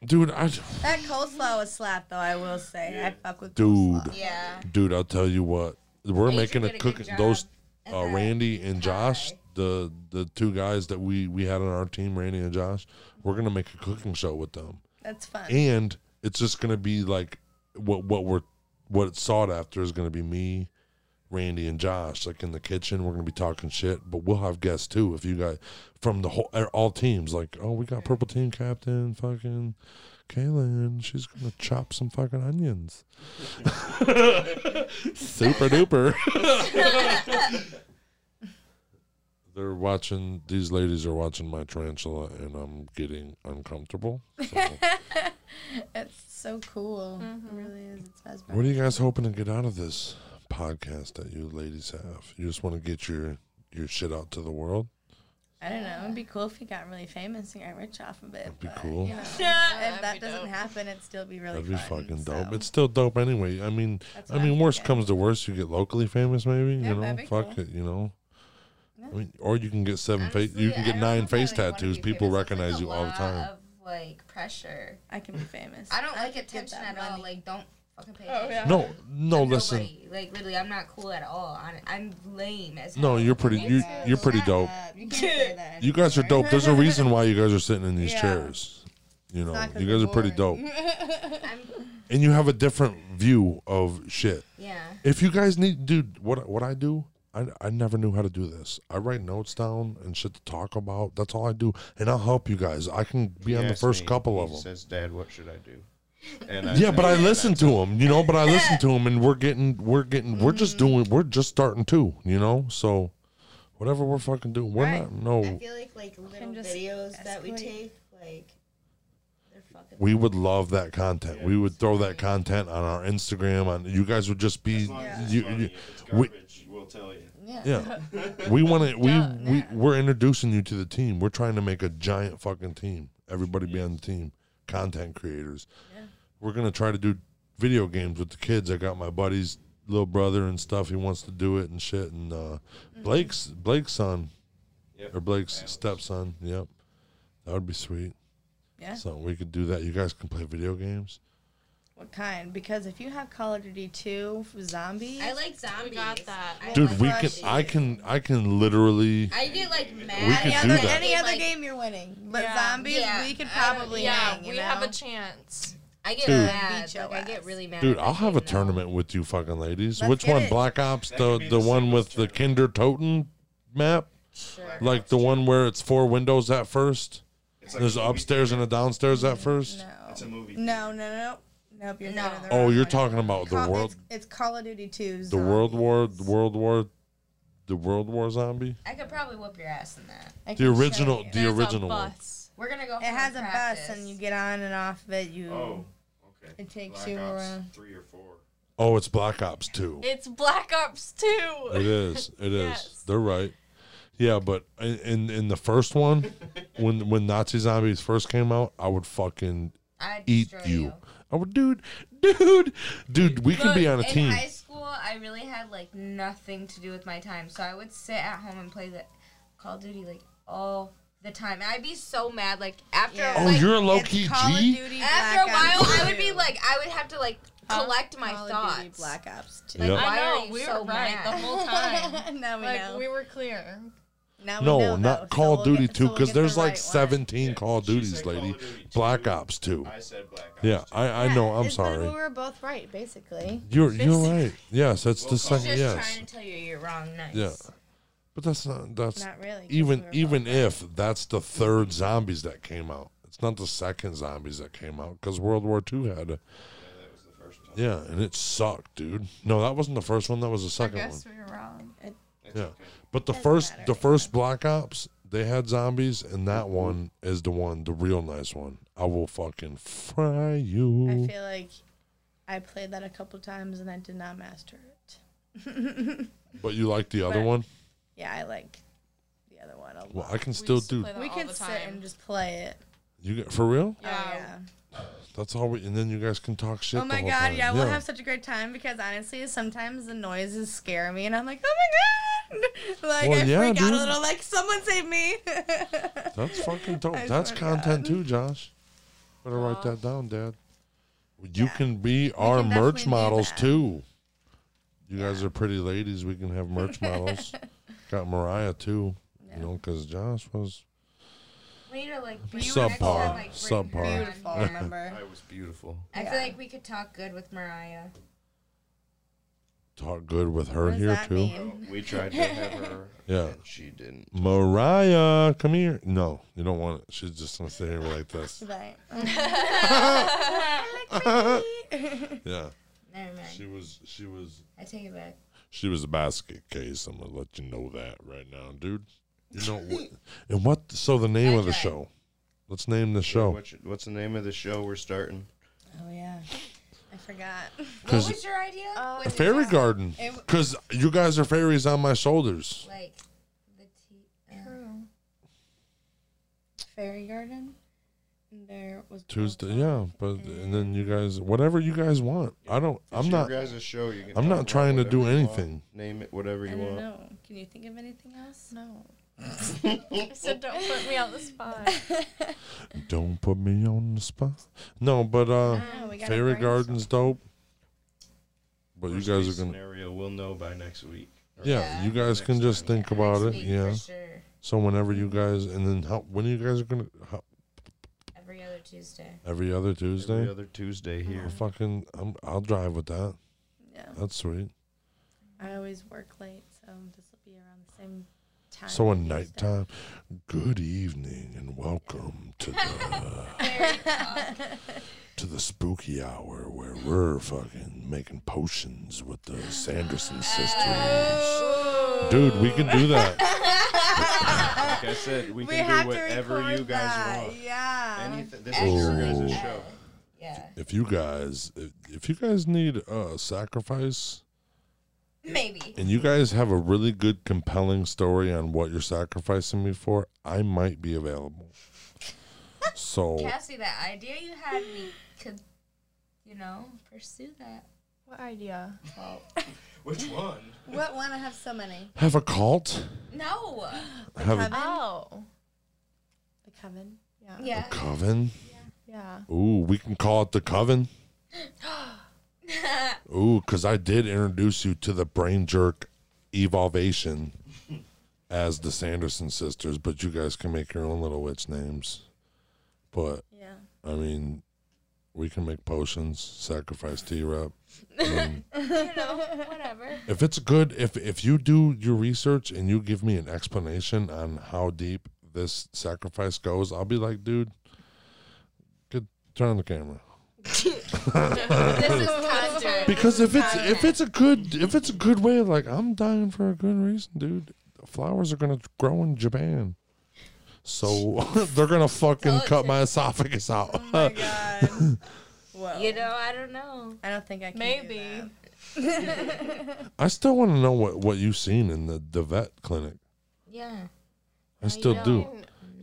[SPEAKER 1] dude. I
[SPEAKER 4] That coleslaw was slap though. I will say. I fuck with
[SPEAKER 1] dude.
[SPEAKER 4] coleslaw.
[SPEAKER 3] Yeah.
[SPEAKER 1] Dude, I'll tell you what. We're
[SPEAKER 3] Adrian
[SPEAKER 1] making
[SPEAKER 3] did
[SPEAKER 1] a
[SPEAKER 3] a
[SPEAKER 1] cook.
[SPEAKER 3] good job
[SPEAKER 1] Those
[SPEAKER 3] at
[SPEAKER 1] uh,
[SPEAKER 3] that
[SPEAKER 1] Randy and Josh,
[SPEAKER 3] pie.
[SPEAKER 1] the the two guys that we we had on our team, Randy and Josh. We're gonna make a cooking show with them,
[SPEAKER 4] That's fun.
[SPEAKER 1] and it's just gonna be like what what we're what it's sought after is gonna be me, Randy, and Josh. Like in the kitchen, we're gonna be talking shit, but we'll have guests too. If you guys from the whole er, all teams, like oh, we got purple team captain, fucking. Kaylin, she's gonna chop some fucking onions. Super duper. They're watching. These ladies are watching my tarantula, and I'm getting uncomfortable. So.
[SPEAKER 4] It's so cool.
[SPEAKER 3] Mm-hmm.
[SPEAKER 4] It really is. It's best.
[SPEAKER 1] what are you guys hoping to get out of this podcast that you ladies have? You just want to get your your shit out to the world.
[SPEAKER 4] I don't know. It'd be cool if you got really famous and got rich off of it.
[SPEAKER 1] That'd be
[SPEAKER 4] but,
[SPEAKER 1] cool.
[SPEAKER 4] You know, if that doesn't happen, it'd still be really.
[SPEAKER 1] That'd be
[SPEAKER 4] fun,
[SPEAKER 1] fucking
[SPEAKER 4] so.
[SPEAKER 1] dope. It's still dope anyway. I mean,
[SPEAKER 4] That's
[SPEAKER 1] I
[SPEAKER 4] what
[SPEAKER 1] mean,
[SPEAKER 4] I'm
[SPEAKER 1] worst
[SPEAKER 4] thinking.
[SPEAKER 1] comes to worst, you get locally famous, maybe.
[SPEAKER 4] Yeah,
[SPEAKER 1] you know,
[SPEAKER 4] that'd be
[SPEAKER 1] fuck
[SPEAKER 4] cool.
[SPEAKER 1] it. You know, I
[SPEAKER 4] Yeah.
[SPEAKER 1] mean, or you can get seven face. You can
[SPEAKER 3] I
[SPEAKER 1] get
[SPEAKER 3] don't know
[SPEAKER 1] nine
[SPEAKER 3] if I
[SPEAKER 1] face
[SPEAKER 3] really wanna
[SPEAKER 1] tattoos.
[SPEAKER 3] be
[SPEAKER 1] People
[SPEAKER 3] famous. It's, like,
[SPEAKER 1] recognize
[SPEAKER 3] a
[SPEAKER 1] you all the
[SPEAKER 3] lot
[SPEAKER 1] time.
[SPEAKER 3] Of like pressure.
[SPEAKER 4] I can be famous.
[SPEAKER 3] I don't like
[SPEAKER 4] could get
[SPEAKER 3] attention at
[SPEAKER 4] that
[SPEAKER 3] all.
[SPEAKER 4] money.
[SPEAKER 3] Like don't fucking pay
[SPEAKER 4] Oh, yeah.
[SPEAKER 3] attention.
[SPEAKER 1] No, no, listen.
[SPEAKER 3] Nobody. Like literally, I'm not cool at all. I'm, I'm lame as
[SPEAKER 1] No,
[SPEAKER 3] hell.
[SPEAKER 1] you're pretty. You you're pretty dope.
[SPEAKER 4] You can't say that.
[SPEAKER 1] You guys are dope. There's a reason why you guys are sitting in these
[SPEAKER 4] Yeah.
[SPEAKER 1] chairs. You know,
[SPEAKER 4] not 'cause
[SPEAKER 1] you guys are
[SPEAKER 4] we're
[SPEAKER 1] pretty dope,
[SPEAKER 3] I'm,
[SPEAKER 1] and you have a different view of shit.
[SPEAKER 3] yeah.
[SPEAKER 1] If you guys need, dude, what what I do, I, I never knew how to do this. I write notes down and shit to talk about. That's all I do, and I'll help you guys. I can be
[SPEAKER 6] He
[SPEAKER 1] on the
[SPEAKER 6] asked
[SPEAKER 1] first
[SPEAKER 6] me,
[SPEAKER 1] couple
[SPEAKER 6] he
[SPEAKER 1] of them.
[SPEAKER 6] Says, Dad, what should I do? And
[SPEAKER 1] yeah, but I
[SPEAKER 6] said,
[SPEAKER 1] listen to them, you know. But I listen to them, and we're getting, we're getting, we're just doing, we're just starting too, you know. So, whatever we're fucking doing, we're
[SPEAKER 4] Right.
[SPEAKER 1] not. No,
[SPEAKER 3] feel like like little
[SPEAKER 4] Can just
[SPEAKER 3] videos that we
[SPEAKER 4] escalate.
[SPEAKER 3] take, like they're fucking.
[SPEAKER 1] we would love that content. We would throw that content on our Instagram. On you guys would just be,
[SPEAKER 6] As long as it's
[SPEAKER 1] you,
[SPEAKER 6] funny,
[SPEAKER 1] you-
[SPEAKER 6] if it's
[SPEAKER 1] we-
[SPEAKER 6] garbage, we'll tell you.
[SPEAKER 1] yeah. we want to. We we we're introducing you to the team. We're trying to make a giant fucking team. Everybody be on the team. Content creators. We're gonna try to do video games with the kids. I got my buddy's little brother and stuff. He wants to do it and shit. And uh,
[SPEAKER 4] Mm-hmm.
[SPEAKER 1] Blake's Blake's son
[SPEAKER 6] Yep.
[SPEAKER 1] or Blake's stepson. Yep, that would be sweet.
[SPEAKER 4] Yeah.
[SPEAKER 1] So we could do that. You guys can play video games.
[SPEAKER 4] What kind? Because if you have Call of Duty 2 for zombies,
[SPEAKER 3] I like zombies.
[SPEAKER 5] We got that.
[SPEAKER 3] I
[SPEAKER 1] Dude,
[SPEAKER 3] like
[SPEAKER 1] we can.
[SPEAKER 4] Oh gosh.
[SPEAKER 1] I can. I can literally.
[SPEAKER 3] I get like mad.
[SPEAKER 1] We could
[SPEAKER 4] any
[SPEAKER 1] do
[SPEAKER 4] other,
[SPEAKER 1] that.
[SPEAKER 4] any other
[SPEAKER 3] Like,
[SPEAKER 4] game you're winning, but
[SPEAKER 5] Yeah.
[SPEAKER 4] zombies
[SPEAKER 3] Yeah.
[SPEAKER 4] we could
[SPEAKER 3] I don't-
[SPEAKER 4] probably
[SPEAKER 5] yeah,
[SPEAKER 4] hang.
[SPEAKER 5] we
[SPEAKER 4] you
[SPEAKER 5] have
[SPEAKER 4] know?
[SPEAKER 5] a chance.
[SPEAKER 3] I get
[SPEAKER 1] Dude.
[SPEAKER 3] mad.
[SPEAKER 4] Beat your
[SPEAKER 3] Like, I get
[SPEAKER 4] ass.
[SPEAKER 3] really mad.
[SPEAKER 1] Dude,
[SPEAKER 3] if I
[SPEAKER 1] I'll have
[SPEAKER 3] say
[SPEAKER 1] a
[SPEAKER 3] no.
[SPEAKER 1] tournament with you fucking ladies.
[SPEAKER 4] Let's
[SPEAKER 1] Which
[SPEAKER 4] get
[SPEAKER 1] one?
[SPEAKER 4] it.
[SPEAKER 1] Black Ops,
[SPEAKER 6] That
[SPEAKER 1] the,
[SPEAKER 6] could be
[SPEAKER 1] the
[SPEAKER 6] the
[SPEAKER 1] one
[SPEAKER 6] singles
[SPEAKER 1] with the Kinder Toten map?
[SPEAKER 3] Sure.
[SPEAKER 1] Like the one where it's four windows at first?
[SPEAKER 6] It's like
[SPEAKER 1] There's
[SPEAKER 6] a
[SPEAKER 1] an
[SPEAKER 6] movie
[SPEAKER 1] upstairs and a downstairs at first?
[SPEAKER 4] No.
[SPEAKER 6] It's a movie.
[SPEAKER 4] No, no, no. Nope, you're
[SPEAKER 3] No.
[SPEAKER 4] no. The
[SPEAKER 1] Oh,
[SPEAKER 4] wrong
[SPEAKER 1] you're
[SPEAKER 4] one.
[SPEAKER 1] talking about the
[SPEAKER 4] Call-
[SPEAKER 1] world
[SPEAKER 4] It's, it's Call of Duty 2.
[SPEAKER 1] the World War the World War the World War zombie?
[SPEAKER 3] I could probably whoop your ass in that.
[SPEAKER 1] The original the
[SPEAKER 5] There's a
[SPEAKER 1] original one.
[SPEAKER 5] bus.
[SPEAKER 3] We're gonna go.
[SPEAKER 4] It has a bus, and you get on and off of it. You.
[SPEAKER 6] Oh, okay.
[SPEAKER 4] It takes
[SPEAKER 6] Black
[SPEAKER 4] you
[SPEAKER 6] Ops
[SPEAKER 4] around.
[SPEAKER 6] Three or four.
[SPEAKER 1] Oh, it's Black Ops 2.
[SPEAKER 5] It's Black Ops 2.
[SPEAKER 1] It is. It is.
[SPEAKER 5] Yes.
[SPEAKER 1] They're right. Yeah, but in, in in the first one, when when Nazi zombies first came out, I would fucking
[SPEAKER 3] I'd
[SPEAKER 1] eat
[SPEAKER 3] destroy
[SPEAKER 1] you. I would, dude, dude, dude. We can be on a
[SPEAKER 3] In
[SPEAKER 1] team.
[SPEAKER 3] high school, I really had like nothing to do with my time, so I would sit at home and play the Call of Duty like all the time. And I'd be so mad. Like after,
[SPEAKER 4] Yeah.
[SPEAKER 1] oh,
[SPEAKER 3] like,
[SPEAKER 1] you're a low
[SPEAKER 4] It's
[SPEAKER 1] key
[SPEAKER 4] Call of
[SPEAKER 1] G.
[SPEAKER 4] Duty
[SPEAKER 3] after a
[SPEAKER 4] Black
[SPEAKER 3] while,
[SPEAKER 4] Ops
[SPEAKER 3] I would be
[SPEAKER 4] 2.
[SPEAKER 3] like, I would have to like
[SPEAKER 4] Huh?
[SPEAKER 3] collect my
[SPEAKER 4] Call
[SPEAKER 3] thoughts.
[SPEAKER 4] Of Duty Black Ops 2.
[SPEAKER 1] Yep.
[SPEAKER 3] Why are
[SPEAKER 5] I know,
[SPEAKER 3] you
[SPEAKER 5] we
[SPEAKER 3] so
[SPEAKER 5] were right
[SPEAKER 3] mad?
[SPEAKER 5] the whole time.
[SPEAKER 4] now we
[SPEAKER 5] like,
[SPEAKER 4] know.
[SPEAKER 5] we were clear.
[SPEAKER 4] now we
[SPEAKER 1] No,
[SPEAKER 4] know,
[SPEAKER 1] not
[SPEAKER 4] though, so
[SPEAKER 1] Call of
[SPEAKER 4] we'll
[SPEAKER 1] Duty
[SPEAKER 4] get- so
[SPEAKER 1] two
[SPEAKER 4] we'll
[SPEAKER 1] because
[SPEAKER 4] get the
[SPEAKER 1] there's
[SPEAKER 4] right
[SPEAKER 1] like
[SPEAKER 4] one.
[SPEAKER 1] seventeen Call of
[SPEAKER 6] she
[SPEAKER 1] Duties,
[SPEAKER 6] said Call of
[SPEAKER 1] lady.
[SPEAKER 6] Duty
[SPEAKER 1] Black
[SPEAKER 6] 2.
[SPEAKER 1] Ops two.
[SPEAKER 6] I said Black Ops.
[SPEAKER 1] Yeah,
[SPEAKER 6] two.
[SPEAKER 1] I I know. I'm
[SPEAKER 4] It's- but We
[SPEAKER 1] sorry.
[SPEAKER 4] were both right, basically.
[SPEAKER 1] You're you're right. Yes, that's the
[SPEAKER 6] We'll call
[SPEAKER 1] second.
[SPEAKER 3] Just
[SPEAKER 1] Yes,
[SPEAKER 3] trying to tell you you're wrong. Nice.
[SPEAKER 1] yeah. But that's not that's
[SPEAKER 4] Not really. 'cause we
[SPEAKER 1] even
[SPEAKER 4] were
[SPEAKER 1] even if that's the third zombies that came out it's not the second zombies that came out because world war ii had a yeah and it sucked dude no that wasn't the first one that was the
[SPEAKER 5] I
[SPEAKER 1] second one
[SPEAKER 5] guess we were wrong.
[SPEAKER 1] yeah but the first the first black ops they had zombies and that one is the one the real nice one i will fucking fry you
[SPEAKER 4] both- I feel like I played that a couple times and I did not master it.
[SPEAKER 1] but you like the other
[SPEAKER 4] But-
[SPEAKER 1] one
[SPEAKER 4] Yeah, I like the other one a lot.
[SPEAKER 1] well i can still
[SPEAKER 5] used to
[SPEAKER 1] do
[SPEAKER 5] play that
[SPEAKER 4] we
[SPEAKER 5] all
[SPEAKER 4] could
[SPEAKER 5] the
[SPEAKER 4] sit
[SPEAKER 5] time.
[SPEAKER 4] and just play it.
[SPEAKER 1] you get for real
[SPEAKER 4] Oh,
[SPEAKER 5] Yeah.
[SPEAKER 4] yeah.
[SPEAKER 1] that's all we and then you guys can talk shit
[SPEAKER 4] Oh my
[SPEAKER 1] the whole
[SPEAKER 4] god,
[SPEAKER 1] time.
[SPEAKER 4] yeah, we'll have such a great time because honestly, sometimes the noises scare me, and I'm like, oh my god, like
[SPEAKER 1] Well,
[SPEAKER 4] I
[SPEAKER 1] yeah,
[SPEAKER 4] freak out
[SPEAKER 1] dude.
[SPEAKER 4] a little, like someone save me.
[SPEAKER 1] That's fucking dope.
[SPEAKER 4] I
[SPEAKER 1] That's
[SPEAKER 4] swear to
[SPEAKER 1] content too, Josh. Better write that down, Dad. You can be our
[SPEAKER 4] can definitely
[SPEAKER 1] merch
[SPEAKER 4] do
[SPEAKER 1] models
[SPEAKER 4] that.
[SPEAKER 1] too. You guys are pretty ladies. We can have merch models. Got Mariah too. You know, because Josh was.
[SPEAKER 3] We need to like bring
[SPEAKER 1] Subpar.
[SPEAKER 3] next time, like, bring her
[SPEAKER 1] Subpar.
[SPEAKER 3] on
[SPEAKER 4] Beautiful,
[SPEAKER 3] here.
[SPEAKER 4] remember?
[SPEAKER 6] I was beautiful.
[SPEAKER 3] I
[SPEAKER 4] Yeah.
[SPEAKER 3] feel like we could talk good with Mariah.
[SPEAKER 1] Talk good with
[SPEAKER 4] What
[SPEAKER 1] her
[SPEAKER 4] does
[SPEAKER 1] here
[SPEAKER 4] that
[SPEAKER 1] too.
[SPEAKER 4] mean?
[SPEAKER 6] We tried to have her.
[SPEAKER 1] Yeah.
[SPEAKER 6] and she didn't.
[SPEAKER 1] Mariah, come here. No, you don't want it. She's just gonna sit here like this.
[SPEAKER 4] Right.
[SPEAKER 1] Yeah.
[SPEAKER 3] Never mind.
[SPEAKER 1] She was. She was.
[SPEAKER 3] I take it back.
[SPEAKER 1] She was a basket case. I'm gonna let you know that right now, dude. You know what? And what? So the name of the
[SPEAKER 3] Okay.
[SPEAKER 1] show. Let's name the show.
[SPEAKER 6] What's, what's the name of the show we're starting?
[SPEAKER 4] Oh yeah, I forgot.
[SPEAKER 3] What
[SPEAKER 1] 'Cause-
[SPEAKER 3] was your idea?
[SPEAKER 4] Uh,
[SPEAKER 1] A
[SPEAKER 3] Was it
[SPEAKER 1] fairy
[SPEAKER 3] just,
[SPEAKER 1] garden. Because you guys are fairies on my shoulders.
[SPEAKER 3] Like the uh, tea.
[SPEAKER 4] Fairy Garden. And there was
[SPEAKER 1] Tuesday, yeah. But and then you guys, whatever you guys want. I don't.
[SPEAKER 6] It's
[SPEAKER 1] I'm
[SPEAKER 6] your
[SPEAKER 1] not.
[SPEAKER 6] guys' show. You can
[SPEAKER 1] I'm
[SPEAKER 6] talk
[SPEAKER 1] not
[SPEAKER 6] about
[SPEAKER 1] trying to
[SPEAKER 6] whatever
[SPEAKER 1] do
[SPEAKER 6] you want.
[SPEAKER 1] anything.
[SPEAKER 6] Name it whatever
[SPEAKER 4] I
[SPEAKER 6] you
[SPEAKER 4] don't
[SPEAKER 6] want.
[SPEAKER 4] know. Can you think of anything else?
[SPEAKER 5] No. I said, don't put me on the spot.
[SPEAKER 1] Don't put me on the spot. No, but
[SPEAKER 3] Ah,
[SPEAKER 1] uh,
[SPEAKER 4] No, we gotta
[SPEAKER 1] fairy
[SPEAKER 4] brainstorm.
[SPEAKER 1] garden's dope. But you
[SPEAKER 6] Worst
[SPEAKER 1] guys
[SPEAKER 6] case
[SPEAKER 1] are gonna.
[SPEAKER 6] Scenario. We'll know by next week. Or
[SPEAKER 1] Yeah, you guys can just think about it. Yeah. So whenever you guys, and then how? When you guys are gonna? How,
[SPEAKER 3] Every other Tuesday.
[SPEAKER 1] every other Tuesday.
[SPEAKER 6] Every other Tuesday
[SPEAKER 1] Well,
[SPEAKER 6] here.
[SPEAKER 1] fucking, I'm, I'll drive with that.
[SPEAKER 4] Yeah.
[SPEAKER 1] That's sweet.
[SPEAKER 4] I always work late, so this will be around the same time.
[SPEAKER 1] So in
[SPEAKER 4] Tuesday.
[SPEAKER 1] nighttime, good evening and welcome to the to the spooky hour where we're fucking making potions with the Sanderson sisters. Dude, we can do that.
[SPEAKER 6] Like I said, we,
[SPEAKER 4] We
[SPEAKER 6] can
[SPEAKER 4] have
[SPEAKER 6] do
[SPEAKER 4] to
[SPEAKER 6] whatever
[SPEAKER 4] record
[SPEAKER 6] you guys
[SPEAKER 4] that.
[SPEAKER 6] want.
[SPEAKER 4] Yeah.
[SPEAKER 6] Anything. This is your
[SPEAKER 1] Oh.
[SPEAKER 6] guys' show.
[SPEAKER 3] Yeah.
[SPEAKER 1] If you guys, if, if you guys need a sacrifice,
[SPEAKER 3] Maybe.
[SPEAKER 1] and you guys have a really good, compelling story on what you're sacrificing me for, I might be available. So.
[SPEAKER 3] Cassie, that idea you had, we could, you know, pursue that.
[SPEAKER 5] What idea?
[SPEAKER 3] Well,
[SPEAKER 6] Which one?
[SPEAKER 1] Uh,
[SPEAKER 4] What one? I have so many.
[SPEAKER 1] Have a cult?
[SPEAKER 3] no.
[SPEAKER 4] The
[SPEAKER 1] Have
[SPEAKER 4] coven.
[SPEAKER 5] Oh.
[SPEAKER 4] The coven.
[SPEAKER 5] Yeah.
[SPEAKER 3] Yeah.
[SPEAKER 1] coven?
[SPEAKER 5] Yeah.
[SPEAKER 1] Ooh, we can call it the coven. Ooh, because I did introduce you to the brain jerk evolvation as the Sanderson sisters, but you guys can make your own little witch names. But
[SPEAKER 4] Yeah.
[SPEAKER 1] I mean, we can make potions, sacrifice T Rep.
[SPEAKER 5] you know, whatever.
[SPEAKER 1] If it's good, if if you do your research and you give me an explanation on how deep this sacrifice goes, I'll be like, dude, good, turn on the camera.
[SPEAKER 5] This is conjured.
[SPEAKER 1] Because if it's if it's a good if it's a good way, like I'm dying for a good reason, dude. Flowers are gonna grow in Japan, so they're gonna fucking cut my esophagus out.
[SPEAKER 4] Oh my god. Well,
[SPEAKER 3] You know, I don't know.
[SPEAKER 4] I don't think I can. do
[SPEAKER 5] Maybe.
[SPEAKER 4] that.
[SPEAKER 1] I still want to know what what you've seen in the the vet clinic.
[SPEAKER 3] Yeah.
[SPEAKER 1] I still do.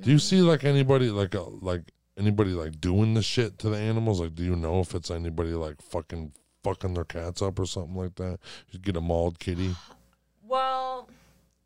[SPEAKER 1] Do you see like anybody like uh, like anybody like doing the shit to the animals? Like, do you know if it's anybody like fucking fucking their cats up or something like that? You get a mauled kitty.
[SPEAKER 5] Well,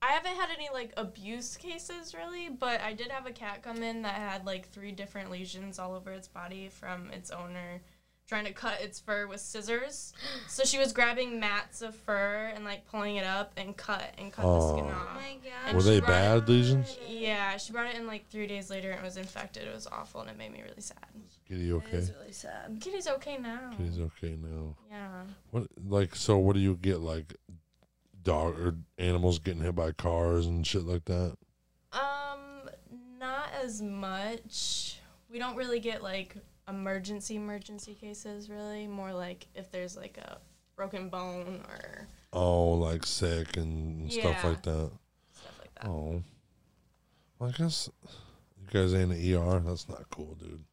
[SPEAKER 5] I haven't had any like abuse cases really, but I did have a cat come in that had like three different lesions all over its body from its owner trying to cut its fur with scissors. So she was grabbing mats of fur and like pulling it up and cut and cut the skin
[SPEAKER 1] Oh.
[SPEAKER 5] off.
[SPEAKER 3] god.
[SPEAKER 5] And
[SPEAKER 1] Were
[SPEAKER 5] she
[SPEAKER 1] they
[SPEAKER 5] brought
[SPEAKER 1] bad lesions?
[SPEAKER 5] It, yeah, she brought it in like three days later and it was infected. It was awful and it made me really sad.
[SPEAKER 1] Kitty
[SPEAKER 4] That
[SPEAKER 1] okay?
[SPEAKER 4] is really sad.
[SPEAKER 5] Kitty's okay now.
[SPEAKER 1] Kitty's okay now.
[SPEAKER 5] Yeah.
[SPEAKER 1] What like so? What do you get like dog or animals getting hit by cars and shit like that?
[SPEAKER 5] Um, not as much. We don't really get like emergency emergency cases really. More like if there's like a broken bone or
[SPEAKER 1] Oh, like sick and stuff
[SPEAKER 5] Yeah.
[SPEAKER 1] like that.
[SPEAKER 5] stuff like that.
[SPEAKER 1] Oh, well, I guess you guys ain't an ER. That's not cool, dude.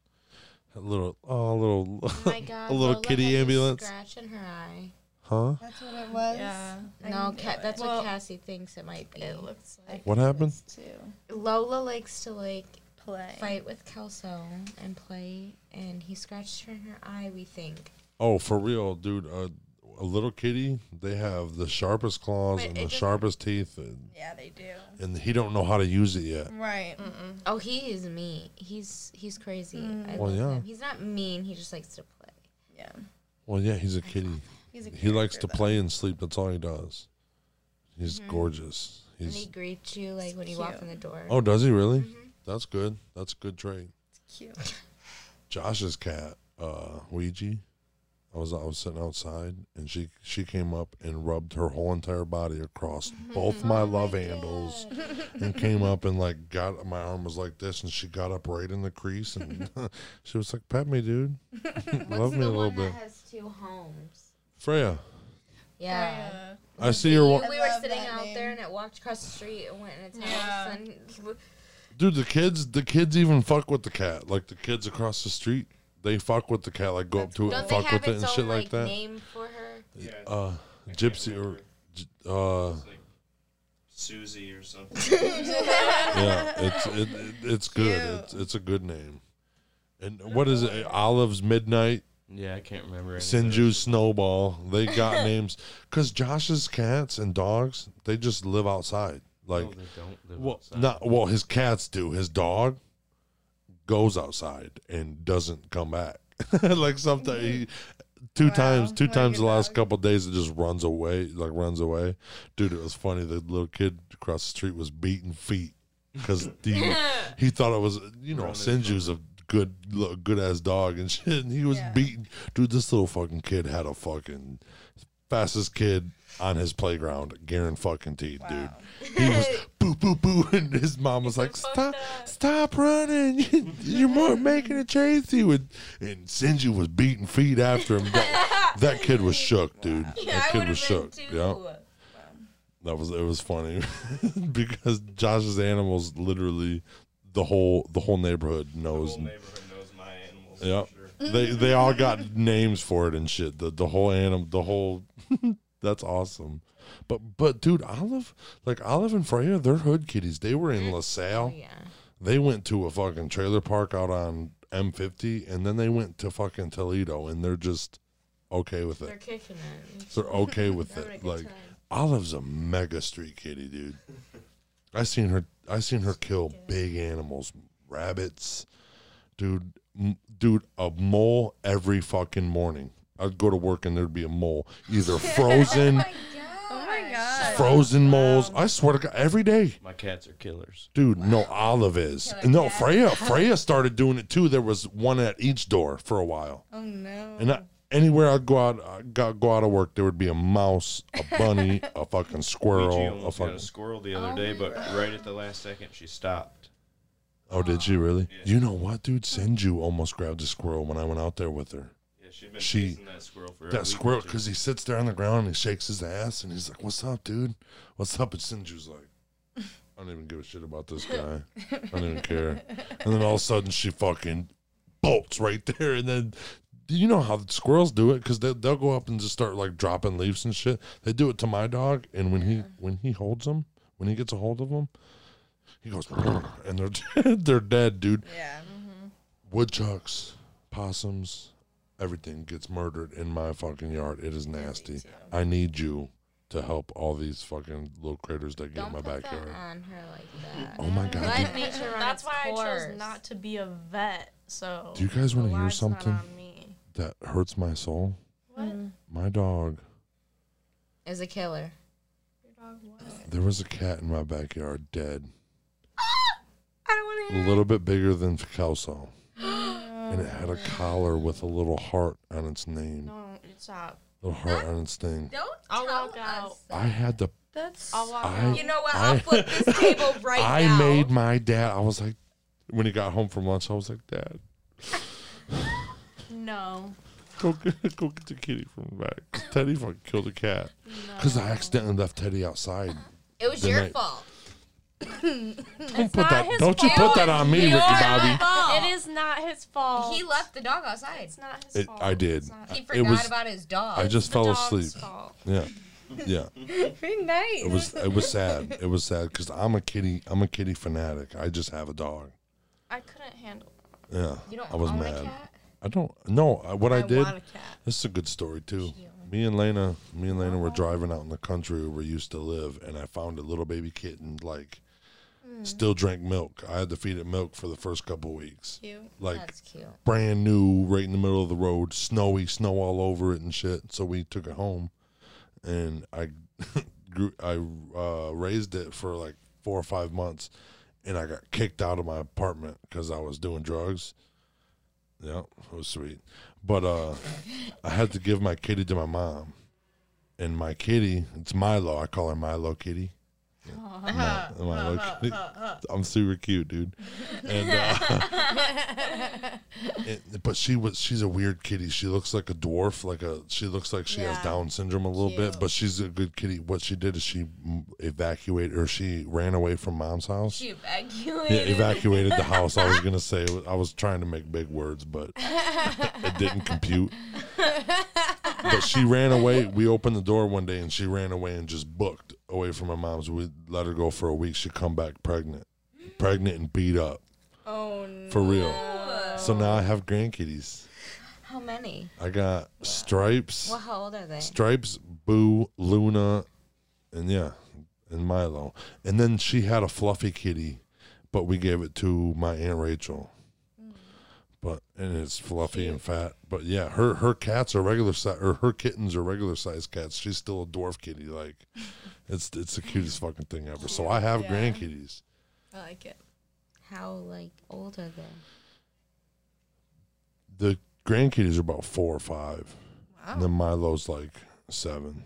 [SPEAKER 1] A little, oh, a little,
[SPEAKER 3] Oh my god.
[SPEAKER 1] a little
[SPEAKER 3] Lola
[SPEAKER 1] kitty
[SPEAKER 3] has a
[SPEAKER 1] ambulance.
[SPEAKER 3] Scratch in her eye.
[SPEAKER 1] huh?
[SPEAKER 4] That's what it was.
[SPEAKER 5] Yeah.
[SPEAKER 4] I
[SPEAKER 3] no,
[SPEAKER 4] can do
[SPEAKER 3] Ca-
[SPEAKER 4] it.
[SPEAKER 3] that's
[SPEAKER 5] Well,
[SPEAKER 3] what Cassie thinks it might be.
[SPEAKER 5] It looks like
[SPEAKER 1] What happened?
[SPEAKER 4] It's to
[SPEAKER 3] Lola likes to like
[SPEAKER 4] play.
[SPEAKER 3] fight with Kelso and play, and he scratched her in her eye. We think,
[SPEAKER 1] Oh, for real, dude. A, a little kitty. They have the sharpest claws
[SPEAKER 3] But
[SPEAKER 1] and
[SPEAKER 3] it
[SPEAKER 1] the
[SPEAKER 3] doesn't-
[SPEAKER 1] sharpest teeth, and,
[SPEAKER 4] Yeah, they do.
[SPEAKER 1] and he don't know how to use it yet.
[SPEAKER 4] Right.
[SPEAKER 3] oh, he is mean. He's he's crazy. I
[SPEAKER 1] Well,
[SPEAKER 3] love
[SPEAKER 1] yeah.
[SPEAKER 3] him. He's not mean. He just likes to play.
[SPEAKER 4] Yeah.
[SPEAKER 1] Well, yeah, he's a kitty.
[SPEAKER 4] He's a
[SPEAKER 1] He likes
[SPEAKER 4] character,
[SPEAKER 1] to
[SPEAKER 4] though.
[SPEAKER 1] play and sleep. That's all he does. He's gorgeous.
[SPEAKER 3] Mm-hmm. And he Mm-hmm.
[SPEAKER 1] He's
[SPEAKER 3] greets you like when you walk
[SPEAKER 4] cute.
[SPEAKER 3] in the door.
[SPEAKER 1] oh, does he really? That's good. That's a good trait.
[SPEAKER 4] Cute.
[SPEAKER 1] Josh's cat, uh, Ouija. I was I was sitting outside and she she came up and rubbed her whole entire body across
[SPEAKER 3] Mm-hmm.
[SPEAKER 1] both
[SPEAKER 3] Oh
[SPEAKER 1] my love handles and came up and like got my arm was like this and she got up right in the crease and she was like pet me dude love me a little bit
[SPEAKER 3] has two homes?
[SPEAKER 1] Freya
[SPEAKER 3] Yeah.
[SPEAKER 4] uh,
[SPEAKER 1] I see her wa-
[SPEAKER 3] We
[SPEAKER 4] I
[SPEAKER 3] were
[SPEAKER 4] love
[SPEAKER 3] sitting
[SPEAKER 4] that
[SPEAKER 3] out
[SPEAKER 4] name.
[SPEAKER 3] there and it walked across the street and went in its
[SPEAKER 5] Yeah.
[SPEAKER 3] house. And
[SPEAKER 1] dude the kids the kids even fuck with the cat like the kids across the street they fuck with the cat like go up to it
[SPEAKER 3] don't
[SPEAKER 1] and
[SPEAKER 3] they
[SPEAKER 1] fuck
[SPEAKER 3] have
[SPEAKER 1] with it and
[SPEAKER 3] its
[SPEAKER 1] shit
[SPEAKER 3] own
[SPEAKER 1] like
[SPEAKER 3] like
[SPEAKER 1] that
[SPEAKER 3] name for her?
[SPEAKER 6] Yeah.
[SPEAKER 1] uh gypsy or j- uh
[SPEAKER 6] it's like Susie or something.
[SPEAKER 1] yeah, it's it, it, it's good. It's, it's a good name. And what is it? Olives Midnight,
[SPEAKER 2] Yeah, I can't remember. any of
[SPEAKER 1] Sinju Snowball. They got names because Josh's cats and dogs they just live outside.
[SPEAKER 2] those.
[SPEAKER 1] Like,
[SPEAKER 2] No, they don't live
[SPEAKER 1] well,
[SPEAKER 2] outside.
[SPEAKER 1] not well. His cats do. His dog goes outside and doesn't come back. like sometimes he, two
[SPEAKER 4] Wow,
[SPEAKER 1] times, two
[SPEAKER 4] what a
[SPEAKER 1] times
[SPEAKER 4] good
[SPEAKER 1] the last
[SPEAKER 4] dog.
[SPEAKER 1] couple of days it just runs away. Like runs away, dude. It was funny. The little kid across the street was beating feet because he, he thought it was you know
[SPEAKER 2] Running
[SPEAKER 1] Sinju's a good good ass dog and shit, and he was
[SPEAKER 4] Yeah.
[SPEAKER 1] beating. Dude, this little fucking kid had a fucking fastest kid on his playground, Garen fucking teeth, dude. He was boo boo boo, and his mom was like,
[SPEAKER 5] "Fuck
[SPEAKER 1] "Stop,
[SPEAKER 5] that."
[SPEAKER 1] stop running! You- You're more making a chase." He would, and Sinju was beating feet after him. That, that kid was shook, dude. that kid was shook. Yeah, that was it. Was funny because Josh's animals literally the whole the whole neighborhood
[SPEAKER 6] the
[SPEAKER 1] knows.
[SPEAKER 6] whole neighborhood knows my animals.
[SPEAKER 1] Yep.
[SPEAKER 6] For sure.
[SPEAKER 1] they they all got names for it and shit. The the whole animal, the whole. that's awesome. But but dude, Olive, like Olive and Freya, they're hood kitties. They were in LaSalle.
[SPEAKER 3] oh, Yeah.
[SPEAKER 1] They went to a fucking trailer park out on M50, and then they went to fucking Toledo, and they're just okay with
[SPEAKER 3] They're
[SPEAKER 1] it.
[SPEAKER 3] kicking it.
[SPEAKER 1] They're okay with
[SPEAKER 3] Having a
[SPEAKER 1] it.
[SPEAKER 3] good
[SPEAKER 1] Like
[SPEAKER 3] time.
[SPEAKER 1] Olive's a mega street kitty, dude. I seen her. I seen her kill big animals, rabbits, dude. M- dude, a mole every fucking morning. I'd go to work and there'd be a mole, either frozen,
[SPEAKER 3] Oh my
[SPEAKER 4] my god.
[SPEAKER 1] Frozen moles.
[SPEAKER 4] Wow.
[SPEAKER 1] I swear to God, every day.
[SPEAKER 2] My cats are killers.
[SPEAKER 1] Dude, no, Olive is.
[SPEAKER 3] Killer
[SPEAKER 1] No,
[SPEAKER 3] cat.
[SPEAKER 1] Freya. Freya started doing it too. There was one at each door for a while.
[SPEAKER 4] Oh no.
[SPEAKER 1] And I, anywhere I'd go out, uh, go, go out of work, there would be a mouse, a bunny, a fucking
[SPEAKER 2] Peachy
[SPEAKER 1] squirrel, a
[SPEAKER 2] almost got
[SPEAKER 1] fucking.
[SPEAKER 2] a squirrel the other
[SPEAKER 3] Oh
[SPEAKER 2] day,
[SPEAKER 3] my
[SPEAKER 2] but right at the last second, she stopped.
[SPEAKER 1] Oh, did she really? You know what, dude? Sinju almost grabbed a squirrel when I went out there with her.
[SPEAKER 2] Yeah, she'd been
[SPEAKER 1] She-
[SPEAKER 2] chasing that squirrel for a
[SPEAKER 1] That
[SPEAKER 2] week or
[SPEAKER 1] squirrel,
[SPEAKER 2] two.
[SPEAKER 1] because he sits there on the ground and he shakes his ass and he's like, "What's up, dude? What's up?" And Sinju's like, "I don't even give a shit about this guy. I don't even care." And then all of a sudden, she fucking bolts right there. And then you know how the squirrels do it because they, they'll go up and just start like dropping leaves and shit. They do it to my dog, and when he when he holds them, when he gets a hold of them, he goes, and they're they're dead, dude
[SPEAKER 4] yeah.
[SPEAKER 1] woodchucks, possums, everything gets murdered in my fucking yard. It is nasty. I need you to help all these fucking little critters that get
[SPEAKER 3] Don't
[SPEAKER 1] in my
[SPEAKER 3] put
[SPEAKER 1] backyard.
[SPEAKER 3] that on her like that.
[SPEAKER 1] Oh my god.
[SPEAKER 3] Let nature run
[SPEAKER 5] That's
[SPEAKER 3] its
[SPEAKER 5] why I
[SPEAKER 3] course.
[SPEAKER 5] chose not to be a vet. So
[SPEAKER 1] Do you guys wanna
[SPEAKER 5] the
[SPEAKER 1] hear
[SPEAKER 5] line's not
[SPEAKER 1] something?
[SPEAKER 5] on me.
[SPEAKER 1] dude, that hurts my soul.
[SPEAKER 5] What?
[SPEAKER 1] My dog.
[SPEAKER 3] Is a killer.
[SPEAKER 5] Your dog what?
[SPEAKER 1] There was a cat in my backyard, dead,
[SPEAKER 5] I don't want
[SPEAKER 1] a little bit bigger than Kelso, and it had a collar with a little heart on its name,
[SPEAKER 5] No, stop.
[SPEAKER 1] little heart on its thing.
[SPEAKER 3] Don't
[SPEAKER 5] I'll
[SPEAKER 3] tell
[SPEAKER 5] walk out.
[SPEAKER 3] us.
[SPEAKER 1] I had to
[SPEAKER 4] That's
[SPEAKER 5] I'll walk
[SPEAKER 1] I-
[SPEAKER 5] out.
[SPEAKER 3] You know what?
[SPEAKER 1] I-
[SPEAKER 3] I, will flip this table right
[SPEAKER 1] I
[SPEAKER 3] now.
[SPEAKER 1] made my dad. I was like, when he got home from lunch, I was like, Dad,
[SPEAKER 5] no.
[SPEAKER 1] go get, go get the kitty from the back. 'Cause Teddy fucking killed a cat. Because I accidentally left Teddy outside.
[SPEAKER 3] It was
[SPEAKER 1] the
[SPEAKER 3] your
[SPEAKER 1] night.
[SPEAKER 3] fault.
[SPEAKER 1] Don't put
[SPEAKER 5] not
[SPEAKER 1] that.
[SPEAKER 5] his
[SPEAKER 1] Don't you put
[SPEAKER 5] fault.
[SPEAKER 1] that on me, Ricky Bobby.
[SPEAKER 5] It is not his fault.
[SPEAKER 3] He left the dog outside.
[SPEAKER 5] It's not his
[SPEAKER 1] It,
[SPEAKER 5] fault.
[SPEAKER 1] I did.
[SPEAKER 5] It's not
[SPEAKER 3] He
[SPEAKER 5] his
[SPEAKER 1] It
[SPEAKER 3] forgot
[SPEAKER 1] was.
[SPEAKER 3] about his dog.
[SPEAKER 1] I just fell
[SPEAKER 5] dog's
[SPEAKER 1] asleep.
[SPEAKER 5] fault.
[SPEAKER 1] Yeah, yeah.
[SPEAKER 4] pretty nice.
[SPEAKER 1] It was. It was sad. It was sad because I'm a kitty. I'm a kitty fanatic. I just have a dog.
[SPEAKER 5] I couldn't handle it.
[SPEAKER 1] Yeah.
[SPEAKER 3] you don't
[SPEAKER 1] I was
[SPEAKER 3] own
[SPEAKER 1] mad.
[SPEAKER 3] a cat?
[SPEAKER 1] I don't. No. I- What I,
[SPEAKER 4] I
[SPEAKER 1] did.
[SPEAKER 4] want a cat.
[SPEAKER 1] This is a good story too. Me and Lena, me and Lena were driving out in the country where we used to live, and I found a little baby kitten. Like, still drank milk. I had to feed it milk for the first couple weeks.
[SPEAKER 4] Cute.
[SPEAKER 1] Like
[SPEAKER 3] That's cute.
[SPEAKER 1] brand new, right in the middle of the road, snowy, snow all over it and shit. So we took it home, and I grew, I uh, raised it for like four or five months, and I got kicked out of my apartment because I was doing drugs. Yeah, it was sweet, but uh, I had to give my kitty to my mom, and my kitty, it's Milo. I call her Milo Kitty. Yeah, Mi- Milo Kitty. I'm super cute, dude. And uh, it- but she was she's a weird kitty. She looks like a dwarf, like a she looks like she has
[SPEAKER 4] Yeah.
[SPEAKER 1] Down syndrome a little bit,
[SPEAKER 4] Cute.
[SPEAKER 1] but she's a good kitty. What she did is she mm, evacuated or she ran away from mom's house.
[SPEAKER 3] She evacuated.
[SPEAKER 1] yeah, evacuated the house. I was gonna say I was trying to make big words, but it didn't compute. But she ran away. We opened the door one day and she ran away and just booked away from my mom's. We let her go for a week. She come back pregnant, pregnant and beat up
[SPEAKER 4] Oh no.
[SPEAKER 1] for real. So now I have grandkitties.
[SPEAKER 3] How many?
[SPEAKER 1] I got stripes,
[SPEAKER 3] Well, how old are they?
[SPEAKER 1] stripes, Boo, Luna, and yeah, and Milo. And then she had a fluffy kitty, but we gave it to my aunt Rachel.
[SPEAKER 4] Mm.
[SPEAKER 1] But and it's fluffy and fat. But yeah, her her cats are regular size, or her kittens are regular size cats. She's still a dwarf kitty. Like, it's it's the cutest fucking thing ever. So I have
[SPEAKER 4] Yeah.
[SPEAKER 1] grandkitties.
[SPEAKER 4] I like it.
[SPEAKER 3] How like old are they?
[SPEAKER 1] The grandkitties are about four or five. And
[SPEAKER 4] Wow.
[SPEAKER 1] then Milo's like seven.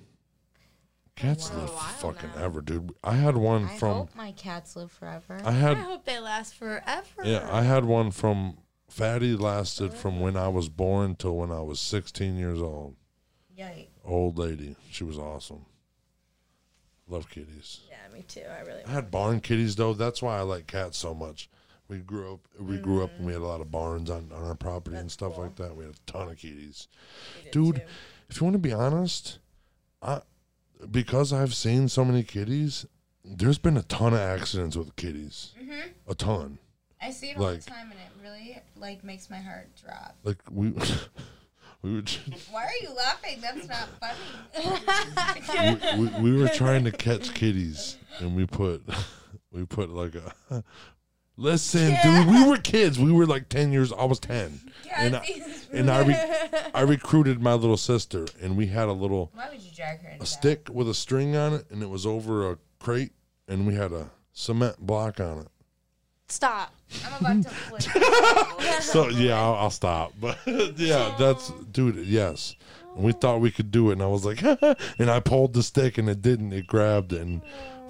[SPEAKER 1] Cats
[SPEAKER 4] Wow.
[SPEAKER 1] live
[SPEAKER 4] A while
[SPEAKER 1] fucking
[SPEAKER 4] now.
[SPEAKER 1] ever, dude. I had one
[SPEAKER 3] I
[SPEAKER 1] from
[SPEAKER 3] hope my cats live forever.
[SPEAKER 1] I
[SPEAKER 4] I
[SPEAKER 1] had
[SPEAKER 4] hope they last forever.
[SPEAKER 1] yeah, I had one from Fatty lasted from when I was born till when I was sixteen years old.
[SPEAKER 3] Yikes.
[SPEAKER 1] Old lady. She was awesome. Love kitties.
[SPEAKER 4] Yeah, me too. I really.
[SPEAKER 1] I had barn kitties though. That's why I like cats so much. We grew up. We grew up, and we had a lot of barns on, on our property and stuff like that. We had a ton of kitties, dude. If you want to be honest, I because I've seen so many kitties, there's been a ton of accidents with kitties, a ton.
[SPEAKER 3] I see it all
[SPEAKER 1] Like-
[SPEAKER 3] the time, and it really like makes my heart drop.
[SPEAKER 1] Like we we were.
[SPEAKER 3] Why are you laughing? That's not funny.
[SPEAKER 1] we, we, we were trying to catch kitties and we put we put like a Listen, dude, we were kids. We were like ten years. I was ten, and I, and I, re- I recruited my little sister, and we had a little
[SPEAKER 3] Why would you drag her into
[SPEAKER 1] a
[SPEAKER 3] that?
[SPEAKER 1] stick with a string on it, and it was over a crate, and we had a cement block on it.
[SPEAKER 5] Stop.
[SPEAKER 3] I'm about to flip.
[SPEAKER 1] so yeah, I'll, I'll stop. But yeah, that's dude. Yes, and we thought we could do it, and I was like, and I pulled the stick, and it didn't. It grabbed and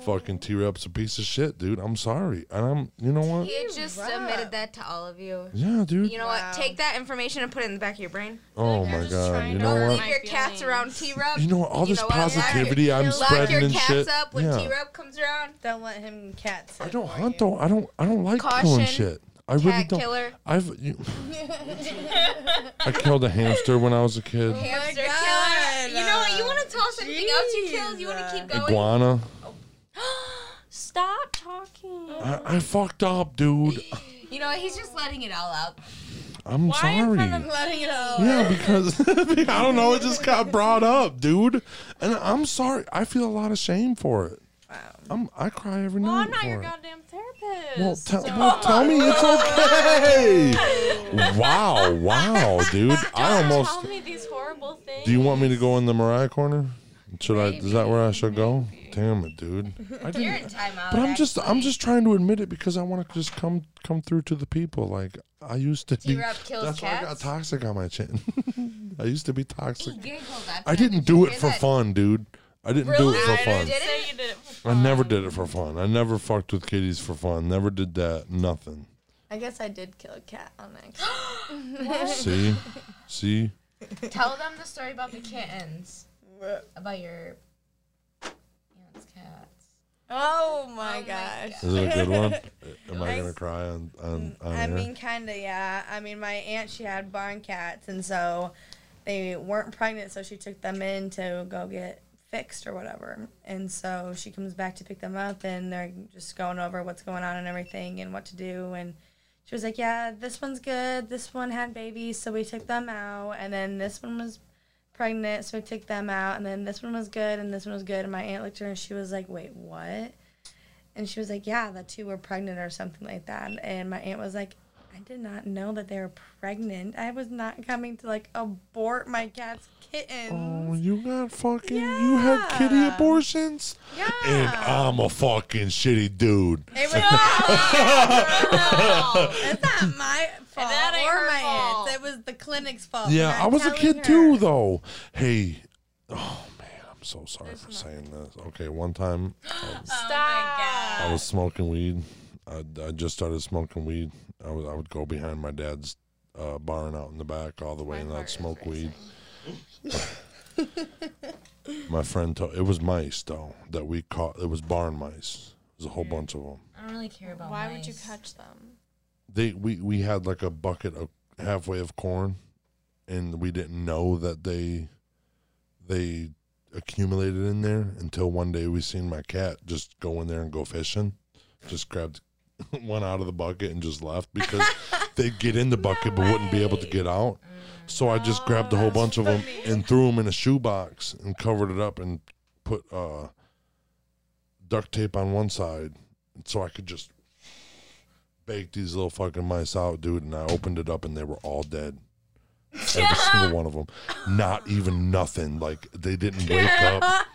[SPEAKER 1] fucking T Rep's a piece of shit, dude. I'm sorry, and I'm you know what?
[SPEAKER 3] you just admitted that to all of you.
[SPEAKER 1] Yeah, dude.
[SPEAKER 3] You know what? Take that information and put it in the back of your brain.
[SPEAKER 1] Oh
[SPEAKER 5] Like, I'm
[SPEAKER 1] my
[SPEAKER 5] just
[SPEAKER 1] god,
[SPEAKER 5] trying
[SPEAKER 1] you
[SPEAKER 5] to
[SPEAKER 1] know
[SPEAKER 5] learn
[SPEAKER 1] what?
[SPEAKER 3] Leave
[SPEAKER 5] my
[SPEAKER 3] your cats
[SPEAKER 5] feelings.
[SPEAKER 3] around T-Rub.
[SPEAKER 1] You know what? All
[SPEAKER 3] You
[SPEAKER 1] this
[SPEAKER 3] know what? Lock-
[SPEAKER 1] positivity I'm
[SPEAKER 3] Lock
[SPEAKER 1] spreading
[SPEAKER 3] your
[SPEAKER 1] and
[SPEAKER 3] cats
[SPEAKER 1] shit.
[SPEAKER 3] up when
[SPEAKER 1] Yeah,
[SPEAKER 3] T-Rub comes around.
[SPEAKER 4] Don't let him cat sit
[SPEAKER 1] I don't
[SPEAKER 4] for
[SPEAKER 1] hunt
[SPEAKER 4] you.
[SPEAKER 1] though. I don't. I don't like
[SPEAKER 3] Caution,
[SPEAKER 1] killing shit. I really
[SPEAKER 3] cat
[SPEAKER 1] don't.
[SPEAKER 3] killer.
[SPEAKER 1] I've. You, I killed a hamster when I was a kid.
[SPEAKER 3] Hamster
[SPEAKER 4] God.
[SPEAKER 3] killer. You know what? You want to toss anything else you killed? You want to keep going?
[SPEAKER 1] Iguana.
[SPEAKER 5] Stop talking.
[SPEAKER 1] I, I fucked up, dude.
[SPEAKER 3] You know what? He's just letting it all out.
[SPEAKER 1] I'm
[SPEAKER 5] Why
[SPEAKER 1] sorry.
[SPEAKER 5] in front of
[SPEAKER 4] Letting it all.
[SPEAKER 1] Yeah, because I don't know, it just got brought up, dude. And I'm sorry. I feel a lot of shame for it. I'm, I cry every
[SPEAKER 5] Well,
[SPEAKER 1] night.
[SPEAKER 5] I'm not
[SPEAKER 1] for
[SPEAKER 5] your
[SPEAKER 1] it.
[SPEAKER 5] goddamn therapist.
[SPEAKER 1] Well, tell, well, tell me it's okay. wow, wow, dude. I
[SPEAKER 5] Don't
[SPEAKER 1] almost.
[SPEAKER 5] tell me these horrible things.
[SPEAKER 1] Do you want me to go in the Mariah corner? Should I? Is that where I should go? Damn it, dude. I
[SPEAKER 3] You're in
[SPEAKER 1] didn't.
[SPEAKER 3] timeout.
[SPEAKER 1] But I'm just, I'm just trying to admit it because I want to just come, come through to the people. Like I used to be.
[SPEAKER 3] T-Rub kills
[SPEAKER 1] That's why I got
[SPEAKER 3] cats?
[SPEAKER 1] toxic on my chin. I used to be toxic.
[SPEAKER 3] actually. He giggled at
[SPEAKER 1] I
[SPEAKER 3] that.
[SPEAKER 1] didn't
[SPEAKER 3] Did you
[SPEAKER 1] do it
[SPEAKER 3] hear
[SPEAKER 1] for
[SPEAKER 3] that?
[SPEAKER 1] fun, dude. I didn't do
[SPEAKER 5] Really?
[SPEAKER 1] it for
[SPEAKER 5] I
[SPEAKER 1] fun.
[SPEAKER 5] didn't say you did it for
[SPEAKER 1] I
[SPEAKER 5] fun.
[SPEAKER 1] never did it for fun. I never fucked with kitties for fun. Never did that. Nothing.
[SPEAKER 4] I guess I did kill a cat on accident.
[SPEAKER 1] See? See?
[SPEAKER 3] Tell them the story about the kittens. About your aunt's cats.
[SPEAKER 4] Oh my
[SPEAKER 3] my
[SPEAKER 4] gosh.
[SPEAKER 1] Is it a good one? Am I going to cry on, on, on
[SPEAKER 4] Mm, I
[SPEAKER 1] air?
[SPEAKER 4] mean, kind of, yeah. I mean, my aunt, she had barn cats, and so they weren't pregnant, so she took them in to go get fixed or whatever. And so she comes back to pick them up, and they're just going over what's going on and everything and what to do. And she was like, Yeah, this one's good. This one had babies, so we took them out. And then this one was pregnant, so we took them out. And then this one was good, and this one was good. And my aunt looked at her, and she was like, Wait, what? And she was like, Yeah, the two were pregnant or something like that. And my aunt was like, I did not know that they were pregnant. I was not coming to like abort my cat's
[SPEAKER 1] Oh,
[SPEAKER 4] kittens.
[SPEAKER 1] you got fucking, you had kitty
[SPEAKER 4] Yeah.
[SPEAKER 1] abortions?
[SPEAKER 4] yeah.
[SPEAKER 1] And I'm a fucking shitty dude.
[SPEAKER 4] it was it's not my fault
[SPEAKER 5] that ain't
[SPEAKER 4] or
[SPEAKER 5] her
[SPEAKER 4] my
[SPEAKER 5] fault.
[SPEAKER 4] aunt's. It was the clinic's fault.
[SPEAKER 1] Yeah,
[SPEAKER 4] Oh, not
[SPEAKER 1] I was a
[SPEAKER 4] telling
[SPEAKER 1] kid
[SPEAKER 4] her.
[SPEAKER 1] too, though. Hey, oh man, I'm so sorry for saying this. Okay, one time
[SPEAKER 3] Oh
[SPEAKER 5] Stop.
[SPEAKER 1] I
[SPEAKER 4] Ah.
[SPEAKER 1] was smoking weed. I, I just started smoking weed. I would, I would go behind my dad's uh, barn out in the back all the way, and I'd smoke weed. my friend told it was mice though that we caught. It was barn mice. There's a whole bunch of them.
[SPEAKER 3] I don't really care about
[SPEAKER 5] Why would you
[SPEAKER 3] mice.
[SPEAKER 5] catch them?
[SPEAKER 1] They we we had like a bucket of halfway of corn, and we didn't know that they they accumulated in there until one day we seen my cat just go in there and go fishing. Just grabbed one out of the bucket and just left because they'd get in the bucket but wouldn't be able to get out. So I just grabbed a whole bunch of them and threw them in a shoebox and covered it up and put uh, duct tape on one side so I could just bake these little fucking mice out, dude. And I opened it up and they were all dead. Every single one of them. Not even nothing. Like they didn't wake up.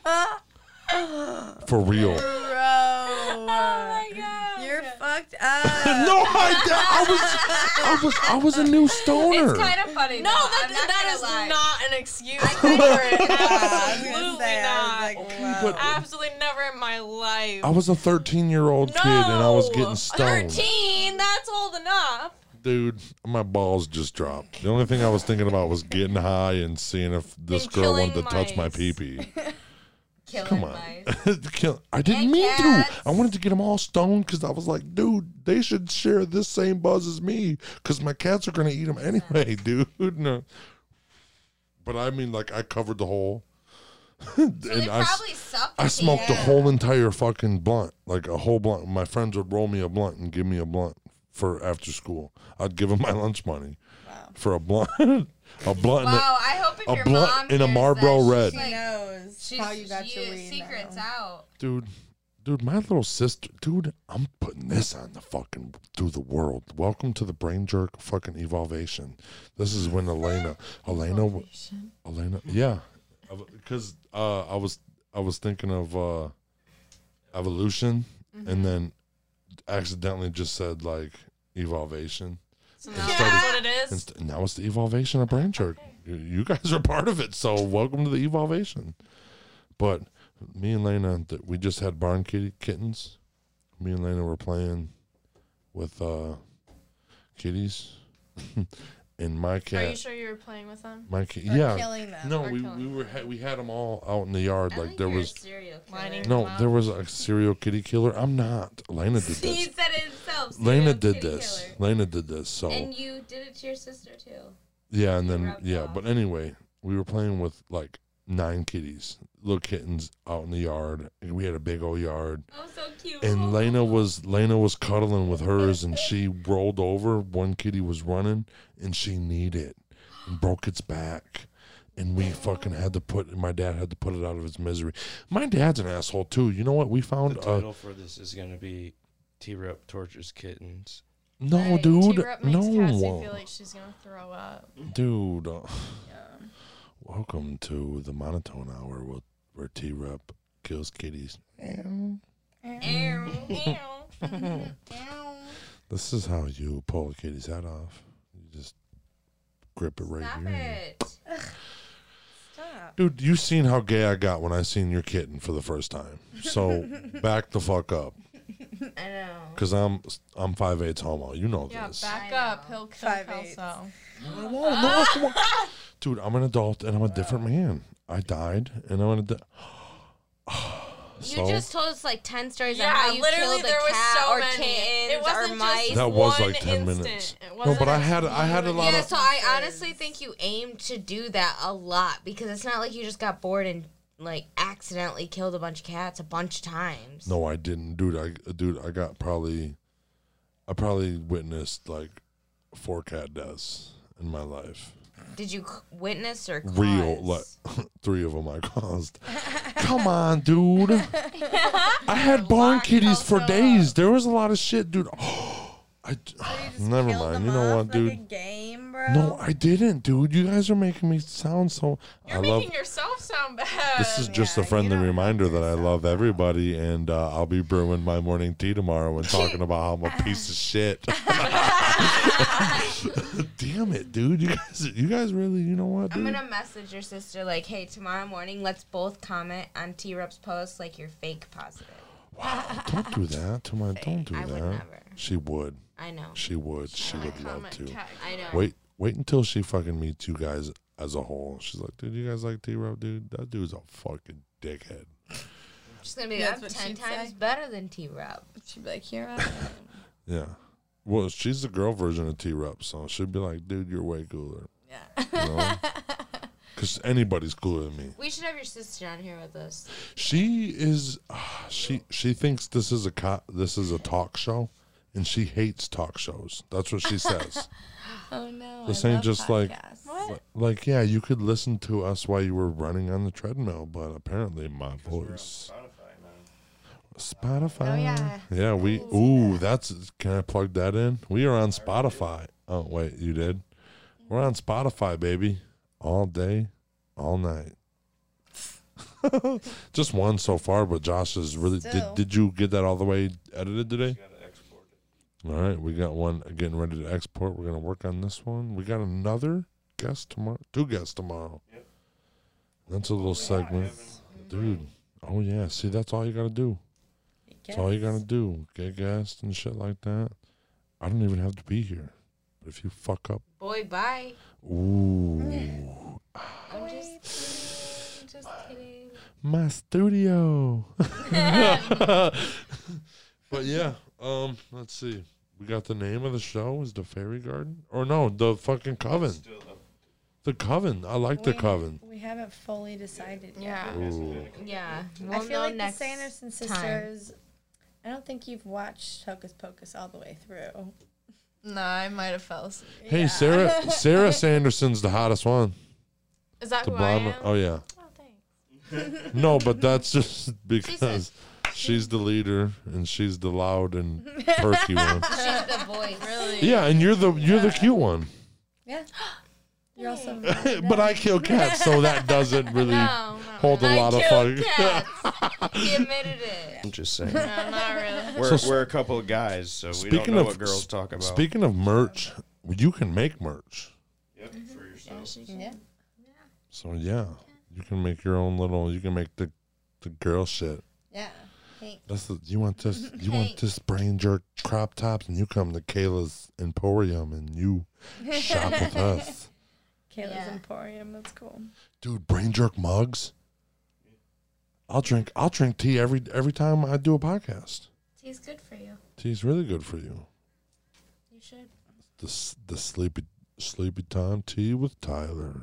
[SPEAKER 1] For real.
[SPEAKER 4] Bro. Oh my god. You're fucked up.
[SPEAKER 1] No, I, I was, I was, I was a new stoner.
[SPEAKER 3] It's kind of funny.
[SPEAKER 5] No,
[SPEAKER 3] though.
[SPEAKER 5] that,
[SPEAKER 3] I'm not
[SPEAKER 5] that
[SPEAKER 3] gonna
[SPEAKER 5] is
[SPEAKER 3] lie.
[SPEAKER 5] not an excuse.
[SPEAKER 4] I was gonna
[SPEAKER 5] Absolutely
[SPEAKER 4] say,
[SPEAKER 5] not.
[SPEAKER 1] Oh
[SPEAKER 4] I was like, wow.
[SPEAKER 1] but
[SPEAKER 5] Absolutely never in my life.
[SPEAKER 1] I was a 13 year old kid and I was getting stoned.
[SPEAKER 5] 13, that's old enough.
[SPEAKER 1] Dude, my balls just dropped. The only thing I was thinking about was getting high and seeing if this
[SPEAKER 5] And
[SPEAKER 1] girl wanted to
[SPEAKER 5] killing
[SPEAKER 1] touch my
[SPEAKER 5] mice.
[SPEAKER 1] pee pee.
[SPEAKER 3] Killing
[SPEAKER 1] Come on.
[SPEAKER 3] mice.
[SPEAKER 1] Kill- I didn't
[SPEAKER 3] And
[SPEAKER 1] mean
[SPEAKER 3] cats.
[SPEAKER 1] to. I wanted to get them all stoned because I was like, dude, they should share this same buzz as me because my cats are going to eat them anyway, dude. No. But I mean, like, I covered the hole.
[SPEAKER 3] So they
[SPEAKER 1] I s-
[SPEAKER 3] probably suck.
[SPEAKER 1] I smoked a whole entire fucking blunt, like a whole blunt. My friends would roll me a blunt and give me a blunt for after school. I'd give them my lunch money for a blunt, a blunt. and a-
[SPEAKER 3] Wow, I hope if
[SPEAKER 1] a
[SPEAKER 3] your
[SPEAKER 1] blunt
[SPEAKER 3] mom
[SPEAKER 1] and a
[SPEAKER 3] hears
[SPEAKER 1] Marlboro
[SPEAKER 3] that,
[SPEAKER 1] Red.
[SPEAKER 3] She's
[SPEAKER 4] She
[SPEAKER 3] like,
[SPEAKER 4] knows
[SPEAKER 3] she's,
[SPEAKER 4] how you got
[SPEAKER 3] she
[SPEAKER 4] your
[SPEAKER 3] is
[SPEAKER 4] weed.
[SPEAKER 3] secrets
[SPEAKER 4] now.
[SPEAKER 3] out.
[SPEAKER 1] dude, Dude, my little sister, dude, I'm putting this on the fucking through the world. Welcome to the brain jerk fucking evolution. This is when Elena, Elena, Elena, yeah, because uh, I was I was thinking of uh, evolution, and then accidentally just said like evolution.
[SPEAKER 5] So now
[SPEAKER 1] Yeah.
[SPEAKER 5] that's what it is.
[SPEAKER 1] And st- now it's the evolution of brain jerk. You- You guys are part of it, so welcome to the evolution. But me and Lena, th- we just had barn kitty kittens. Me and Lena were playing with uh, kitties, and my
[SPEAKER 5] Are
[SPEAKER 1] cat,
[SPEAKER 5] you sure you were playing with them?
[SPEAKER 1] my cat,
[SPEAKER 4] Or
[SPEAKER 1] yeah,
[SPEAKER 4] killing them.
[SPEAKER 1] no,
[SPEAKER 5] or
[SPEAKER 1] we, we
[SPEAKER 5] killing
[SPEAKER 1] were ha- we had them all out in the yard.
[SPEAKER 3] I
[SPEAKER 1] Like
[SPEAKER 3] think
[SPEAKER 1] there
[SPEAKER 3] you're a
[SPEAKER 1] was
[SPEAKER 3] serial killer.
[SPEAKER 5] Lining.
[SPEAKER 1] no,
[SPEAKER 5] Wow.
[SPEAKER 1] there was a serial kitty killer. I'm not. Lena did
[SPEAKER 3] He
[SPEAKER 1] this.
[SPEAKER 3] said it himself. serial
[SPEAKER 1] Lena did
[SPEAKER 3] kitty
[SPEAKER 1] this.
[SPEAKER 3] killer.
[SPEAKER 1] Lena did this. So
[SPEAKER 3] And you did it to your sister too.
[SPEAKER 1] Yeah, and then
[SPEAKER 3] rubbed
[SPEAKER 1] yeah,
[SPEAKER 3] off.
[SPEAKER 1] but anyway, we were playing with like nine kitties, little kittens out in the yard. And we had a big old yard.
[SPEAKER 3] Oh, so cute.
[SPEAKER 1] And Lena was Lena was cuddling with hers and she rolled over, one kitty was running and she kneed it and broke its back. And we fucking had to put my dad had to put it out of its misery. My dad's an asshole too. You know what? We
[SPEAKER 2] The
[SPEAKER 1] found a
[SPEAKER 2] title for this is gonna be T-Rep tortures kittens.
[SPEAKER 1] no
[SPEAKER 5] Right,
[SPEAKER 1] dude,
[SPEAKER 5] T-Rep makes Cassie
[SPEAKER 1] no
[SPEAKER 5] feel like she's gonna throw up.
[SPEAKER 1] dude. uh,
[SPEAKER 4] Yeah.
[SPEAKER 1] Welcome to the monotone hour with- where T Rep kills kitties. This is how you pull a kitty's head off. You just grip it right
[SPEAKER 3] Stop
[SPEAKER 1] here.
[SPEAKER 3] it.
[SPEAKER 4] Stop.
[SPEAKER 1] Dude, you seen how gay I got when I seen your kitten for the first time. So back the fuck up.
[SPEAKER 3] I know.
[SPEAKER 1] Cause I'm I'm five eights homo. You know
[SPEAKER 5] Yeah,
[SPEAKER 1] this.
[SPEAKER 5] back
[SPEAKER 3] I
[SPEAKER 5] up.
[SPEAKER 3] know.
[SPEAKER 5] He'll kill
[SPEAKER 4] Five
[SPEAKER 5] Kelso.
[SPEAKER 1] I won't. No, I won't. Dude, I'm an adult and I'm a different man. I died and I'm an adult.
[SPEAKER 3] You just told us like ten stories on
[SPEAKER 5] Yeah,
[SPEAKER 3] how you
[SPEAKER 5] literally
[SPEAKER 3] killed a
[SPEAKER 5] there was
[SPEAKER 3] cat
[SPEAKER 5] so
[SPEAKER 3] or
[SPEAKER 5] many.
[SPEAKER 3] kittens
[SPEAKER 5] It wasn't
[SPEAKER 3] or
[SPEAKER 5] just
[SPEAKER 3] mice.
[SPEAKER 1] that was
[SPEAKER 5] one
[SPEAKER 1] like ten
[SPEAKER 5] instant.
[SPEAKER 1] minutes.
[SPEAKER 5] It
[SPEAKER 1] No,
[SPEAKER 5] wasn't
[SPEAKER 1] but I
[SPEAKER 5] a
[SPEAKER 1] had I had a lot
[SPEAKER 3] yeah,
[SPEAKER 1] of
[SPEAKER 3] so I honestly think you aimed to do that a lot because it's not like you just got bored and like accidentally killed a bunch of cats a bunch of times.
[SPEAKER 1] No, I didn't, dude. I dude, I got probably, I probably witnessed like four cat deaths in my life.
[SPEAKER 3] Did you c- witness or cause?
[SPEAKER 1] Real, like three of them I caused. Come on, dude. I had barn kitties for days. There was a lot of shit, dude. I d- never mind. You know what, dude?
[SPEAKER 4] game, bro.
[SPEAKER 1] No, I didn't, dude. You guys are making me sound so.
[SPEAKER 5] You're
[SPEAKER 1] I love.
[SPEAKER 5] making yourself sound bad.
[SPEAKER 1] This is just
[SPEAKER 4] yeah,
[SPEAKER 1] a
[SPEAKER 4] you
[SPEAKER 1] friendly
[SPEAKER 4] don't
[SPEAKER 1] reminder that I love everybody, and uh, I'll be brewing my morning tea tomorrow and talking about how I'm a piece of shit. Damn it, dude! You guys, you guys really, you know what,
[SPEAKER 3] I'm
[SPEAKER 1] dude?
[SPEAKER 3] gonna message your sister like, hey, tomorrow morning, let's both comment on T Rep's post like you're fake positive.
[SPEAKER 1] Don't do that to my. Don't do
[SPEAKER 3] I
[SPEAKER 1] that.
[SPEAKER 3] would never.
[SPEAKER 1] She would.
[SPEAKER 3] I know.
[SPEAKER 1] She would. She would love
[SPEAKER 5] Comment
[SPEAKER 1] to.
[SPEAKER 5] cat.
[SPEAKER 3] I know.
[SPEAKER 1] Wait, wait until she fucking meets you guys as a whole. She's like, dude, you guys like T Rob, dude? That dude's a fucking dickhead.
[SPEAKER 3] She's gonna be
[SPEAKER 4] That's
[SPEAKER 3] like, I'm
[SPEAKER 4] what
[SPEAKER 3] ten
[SPEAKER 4] she'd
[SPEAKER 3] times
[SPEAKER 4] say.
[SPEAKER 3] better than T Rep.
[SPEAKER 4] She'd be like, here I am.
[SPEAKER 1] Yeah. Well, she's the girl version of T Rep, so she'd be like, dude, you're way cooler.
[SPEAKER 4] Yeah.
[SPEAKER 1] Because anybody's cooler than me.
[SPEAKER 3] We should have your sister on here with us.
[SPEAKER 1] She is. ah, she she thinks this is a co- this is a talk show, and she hates talk shows. That's what she says.
[SPEAKER 4] Oh no.
[SPEAKER 1] This
[SPEAKER 4] I
[SPEAKER 1] ain't
[SPEAKER 4] love
[SPEAKER 1] just like-
[SPEAKER 4] podcasts.
[SPEAKER 5] What?
[SPEAKER 1] like, yeah, you could listen to us while you were running on the treadmill, but apparently my voice.
[SPEAKER 6] Spotify now.
[SPEAKER 1] Spotify.
[SPEAKER 4] Oh, yeah.
[SPEAKER 1] Yeah, we. Ooh, that's. Can I plug that in? We are on Spotify. Oh wait, you did. We're on Spotify, baby, all day, all night. Just one so far, but Josh is really. Did,
[SPEAKER 4] Still.
[SPEAKER 1] did you get that all the way edited today?
[SPEAKER 6] You gotta export it.
[SPEAKER 1] All right, we got one getting ready to export. We're gonna work on this one. We got another guest tomorrow. Two guests tomorrow.
[SPEAKER 6] Yep.
[SPEAKER 1] That's a
[SPEAKER 4] Oh,
[SPEAKER 1] little segment, dude. Oh yeah, see, that's all you gotta do. That's all you gotta do. Get gassed and shit like that. I don't even have to be here. But if you fuck up,
[SPEAKER 3] Boy, bye.
[SPEAKER 1] ooh,
[SPEAKER 3] I'm just kidding. Just kidding.
[SPEAKER 1] my studio. but yeah, um, let's see. We got the name of the show is the Fairy Garden, or no, the fucking Coven.
[SPEAKER 6] Still up.
[SPEAKER 1] The Coven. I like the
[SPEAKER 4] We-
[SPEAKER 1] Coven.
[SPEAKER 4] We haven't fully decided
[SPEAKER 5] Yeah.
[SPEAKER 4] yet.
[SPEAKER 1] Ooh.
[SPEAKER 3] Yeah.
[SPEAKER 4] I
[SPEAKER 3] We'll
[SPEAKER 4] feel
[SPEAKER 3] know
[SPEAKER 4] like the
[SPEAKER 3] next
[SPEAKER 4] Sanderson
[SPEAKER 3] time.
[SPEAKER 4] sisters. I don't think you've watched Hocus Pocus all the way through.
[SPEAKER 5] No, I might have fell asleep.
[SPEAKER 1] Hey,
[SPEAKER 4] Yeah.
[SPEAKER 1] Sarah. Sarah Sanderson's the hottest one.
[SPEAKER 5] Is that
[SPEAKER 1] The Oh,
[SPEAKER 5] who I
[SPEAKER 1] blonde. one.
[SPEAKER 5] am?
[SPEAKER 1] Oh yeah.
[SPEAKER 5] Oh, thanks.
[SPEAKER 1] No, but that's just because She's the leader, and she's the loud and perky one.
[SPEAKER 3] She's the voice. Really?
[SPEAKER 1] Yeah, and you're the you're the cute one.
[SPEAKER 4] Yeah. You're also
[SPEAKER 1] but I kill cats, so that doesn't really
[SPEAKER 5] No, no.
[SPEAKER 1] hold a lot of fun.
[SPEAKER 3] he admitted it.
[SPEAKER 2] I'm just saying.
[SPEAKER 5] No, not really.
[SPEAKER 2] We're,
[SPEAKER 1] So
[SPEAKER 2] we're a couple of guys, so we don't
[SPEAKER 1] speaking
[SPEAKER 2] know
[SPEAKER 1] of-
[SPEAKER 2] what girls talk about.
[SPEAKER 1] Speaking of merch, you can make merch.
[SPEAKER 6] Yep, for yourself.
[SPEAKER 4] yeah.
[SPEAKER 1] So yeah, you can make your own little. You can make the the girl shit.
[SPEAKER 4] Yeah. Pink.
[SPEAKER 1] That's the, you want this. You want this brain jerk crop tops, and you come to Kayla's Emporium and you shop with us,
[SPEAKER 4] Kayla's
[SPEAKER 3] Yeah.
[SPEAKER 4] Emporium. That's cool.
[SPEAKER 1] dude. Brain jerk mugs. I'll drink. I'll drink tea every every time I do a podcast.
[SPEAKER 3] Tea's good for you.
[SPEAKER 1] Tea's really good for you.
[SPEAKER 3] You should.
[SPEAKER 1] the s- the sleepy sleepy time tea with Tyler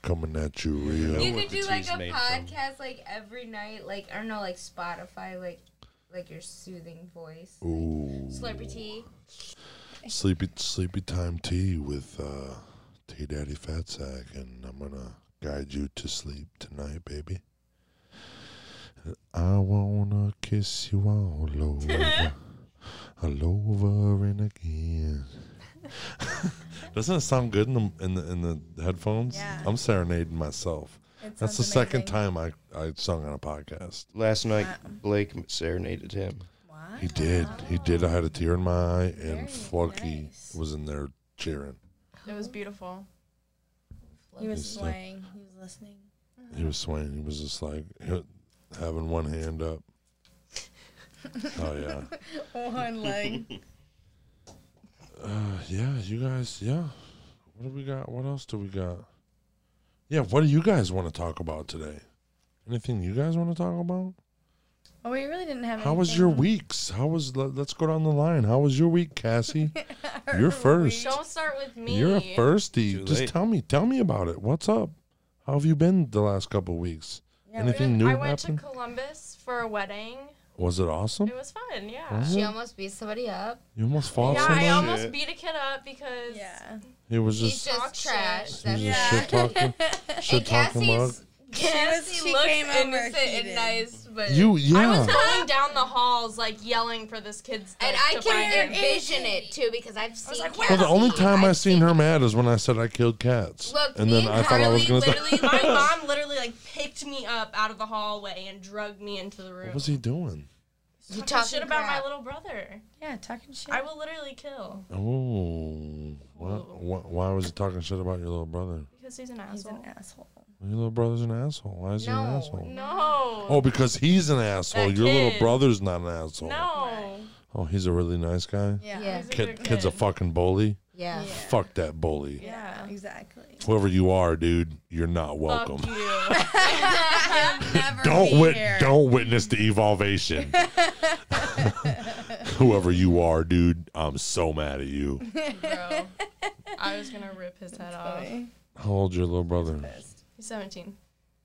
[SPEAKER 1] coming at you real.
[SPEAKER 3] You
[SPEAKER 2] what
[SPEAKER 3] could
[SPEAKER 2] the
[SPEAKER 3] do like
[SPEAKER 2] tea's
[SPEAKER 3] a
[SPEAKER 2] made from.
[SPEAKER 3] podcast like every night, like I don't know, like Spotify, like like your soothing voice.
[SPEAKER 1] Ooh,
[SPEAKER 3] Celebrity.
[SPEAKER 1] sleepy sleepy time tea with uh, Tea Daddy Fat Sack, and I'm gonna guide you to sleep tonight, baby. I wanna kiss you all over, all over and again. Doesn't it sound good in the in the, in the headphones?
[SPEAKER 4] Yeah.
[SPEAKER 1] I'm serenading myself.
[SPEAKER 4] It
[SPEAKER 1] That's the
[SPEAKER 4] sounds
[SPEAKER 1] second
[SPEAKER 4] amazing. Uh,
[SPEAKER 1] time I, I sung on a podcast.
[SPEAKER 2] Last night,
[SPEAKER 3] Uh,
[SPEAKER 4] Wow.
[SPEAKER 2] Blake serenaded him.
[SPEAKER 4] Wow.
[SPEAKER 1] He did. He did. I had a tear in my eye, and
[SPEAKER 4] Ah. Very
[SPEAKER 1] Flunky
[SPEAKER 4] nice.
[SPEAKER 1] was in there cheering.
[SPEAKER 5] It was beautiful.
[SPEAKER 4] He was
[SPEAKER 1] He's so-
[SPEAKER 4] swaying. He was listening.
[SPEAKER 1] He was swaying. He was just like h- having one hand up. oh yeah,
[SPEAKER 4] One leg.
[SPEAKER 1] uh, yeah. You guys, yeah. What do we got? What else do we got? Yeah. What do you guys want to talk about today? Anything you guys want to talk about?
[SPEAKER 4] Oh, we really didn't have.
[SPEAKER 1] How was your
[SPEAKER 4] anything.
[SPEAKER 1] weeks? How was? Let, let's go down the line. How was your week, Cassie? You're first.
[SPEAKER 5] Don't start with me.
[SPEAKER 1] You're a thirsty.
[SPEAKER 2] Too
[SPEAKER 1] Just
[SPEAKER 2] late.
[SPEAKER 1] tell me, tell me about it. What's up? How have you been the last couple of weeks?
[SPEAKER 4] Yeah,
[SPEAKER 1] Anything new
[SPEAKER 5] I went
[SPEAKER 1] happened?
[SPEAKER 5] to Columbus for a wedding.
[SPEAKER 1] Was it awesome?
[SPEAKER 5] It was fun, yeah.
[SPEAKER 1] Was
[SPEAKER 3] She
[SPEAKER 1] it?
[SPEAKER 3] almost beat somebody up.
[SPEAKER 1] You almost fought
[SPEAKER 5] Yeah,
[SPEAKER 1] somebody.
[SPEAKER 5] I almost
[SPEAKER 2] Shit.
[SPEAKER 5] beat a kid up because
[SPEAKER 4] Yeah.
[SPEAKER 1] It was
[SPEAKER 3] He's
[SPEAKER 1] just,
[SPEAKER 3] just
[SPEAKER 5] Talk shit.
[SPEAKER 3] trash.
[SPEAKER 1] it was just
[SPEAKER 3] That's
[SPEAKER 4] Yeah.
[SPEAKER 1] shit talking, shit
[SPEAKER 3] and
[SPEAKER 1] talking mug.
[SPEAKER 3] Cassie's Cassie
[SPEAKER 4] she
[SPEAKER 3] looks
[SPEAKER 4] came over
[SPEAKER 3] innocent and
[SPEAKER 4] heated.
[SPEAKER 3] nice, but
[SPEAKER 1] You, yeah.
[SPEAKER 5] I was going down the halls like yelling for this kid's
[SPEAKER 3] and
[SPEAKER 5] like,
[SPEAKER 3] I
[SPEAKER 5] to find
[SPEAKER 3] can
[SPEAKER 5] him.
[SPEAKER 3] envision it too because I've seen.
[SPEAKER 5] like,
[SPEAKER 1] well, the only
[SPEAKER 3] Cassie.
[SPEAKER 1] time I
[SPEAKER 3] I've
[SPEAKER 1] seen her mad is when I said I killed cats,
[SPEAKER 3] Look,
[SPEAKER 1] and
[SPEAKER 3] me
[SPEAKER 1] then
[SPEAKER 3] and
[SPEAKER 1] I thought I was gonna.
[SPEAKER 3] Carly
[SPEAKER 1] Say,
[SPEAKER 5] literally, my mom literally like picked me up out of the hallway and drugged me into the room.
[SPEAKER 1] what was he doing?
[SPEAKER 3] You
[SPEAKER 5] Talking
[SPEAKER 3] talking
[SPEAKER 5] shit about my
[SPEAKER 3] crap.
[SPEAKER 5] little brother.
[SPEAKER 4] Yeah, talking shit.
[SPEAKER 5] I will literally kill
[SPEAKER 1] Oh, what, what, why was he talking shit about your little brother?
[SPEAKER 5] because he's an
[SPEAKER 4] He's
[SPEAKER 5] asshole.
[SPEAKER 4] an asshole.
[SPEAKER 1] Your little brother's an asshole. Why is he an
[SPEAKER 3] No.
[SPEAKER 1] asshole?
[SPEAKER 5] no.
[SPEAKER 1] Oh, because he's an asshole.
[SPEAKER 5] That
[SPEAKER 1] your little
[SPEAKER 5] kid.
[SPEAKER 1] brother's not an asshole.
[SPEAKER 5] no.
[SPEAKER 1] Oh, he's a really nice guy.
[SPEAKER 4] Yeah.
[SPEAKER 3] Yeah.
[SPEAKER 4] Yeah.
[SPEAKER 5] He's a
[SPEAKER 1] Kid,
[SPEAKER 5] good
[SPEAKER 1] kid's a
[SPEAKER 5] kid.
[SPEAKER 1] fucking bully.
[SPEAKER 3] Yeah.
[SPEAKER 4] Yeah.
[SPEAKER 1] Fuck that bully.
[SPEAKER 5] Yeah.
[SPEAKER 4] Exactly.
[SPEAKER 1] Whoever you are, dude, you're not
[SPEAKER 5] Fuck
[SPEAKER 1] welcome.
[SPEAKER 5] you.
[SPEAKER 4] Never
[SPEAKER 1] Don't
[SPEAKER 4] be
[SPEAKER 1] wit-
[SPEAKER 4] here.
[SPEAKER 1] don't witness the evolvation. Whoever you are, dude, I'm so mad at you.
[SPEAKER 5] bro. I was gonna rip his head off.
[SPEAKER 4] Funny.
[SPEAKER 1] How old's your little brother?
[SPEAKER 5] He's 17.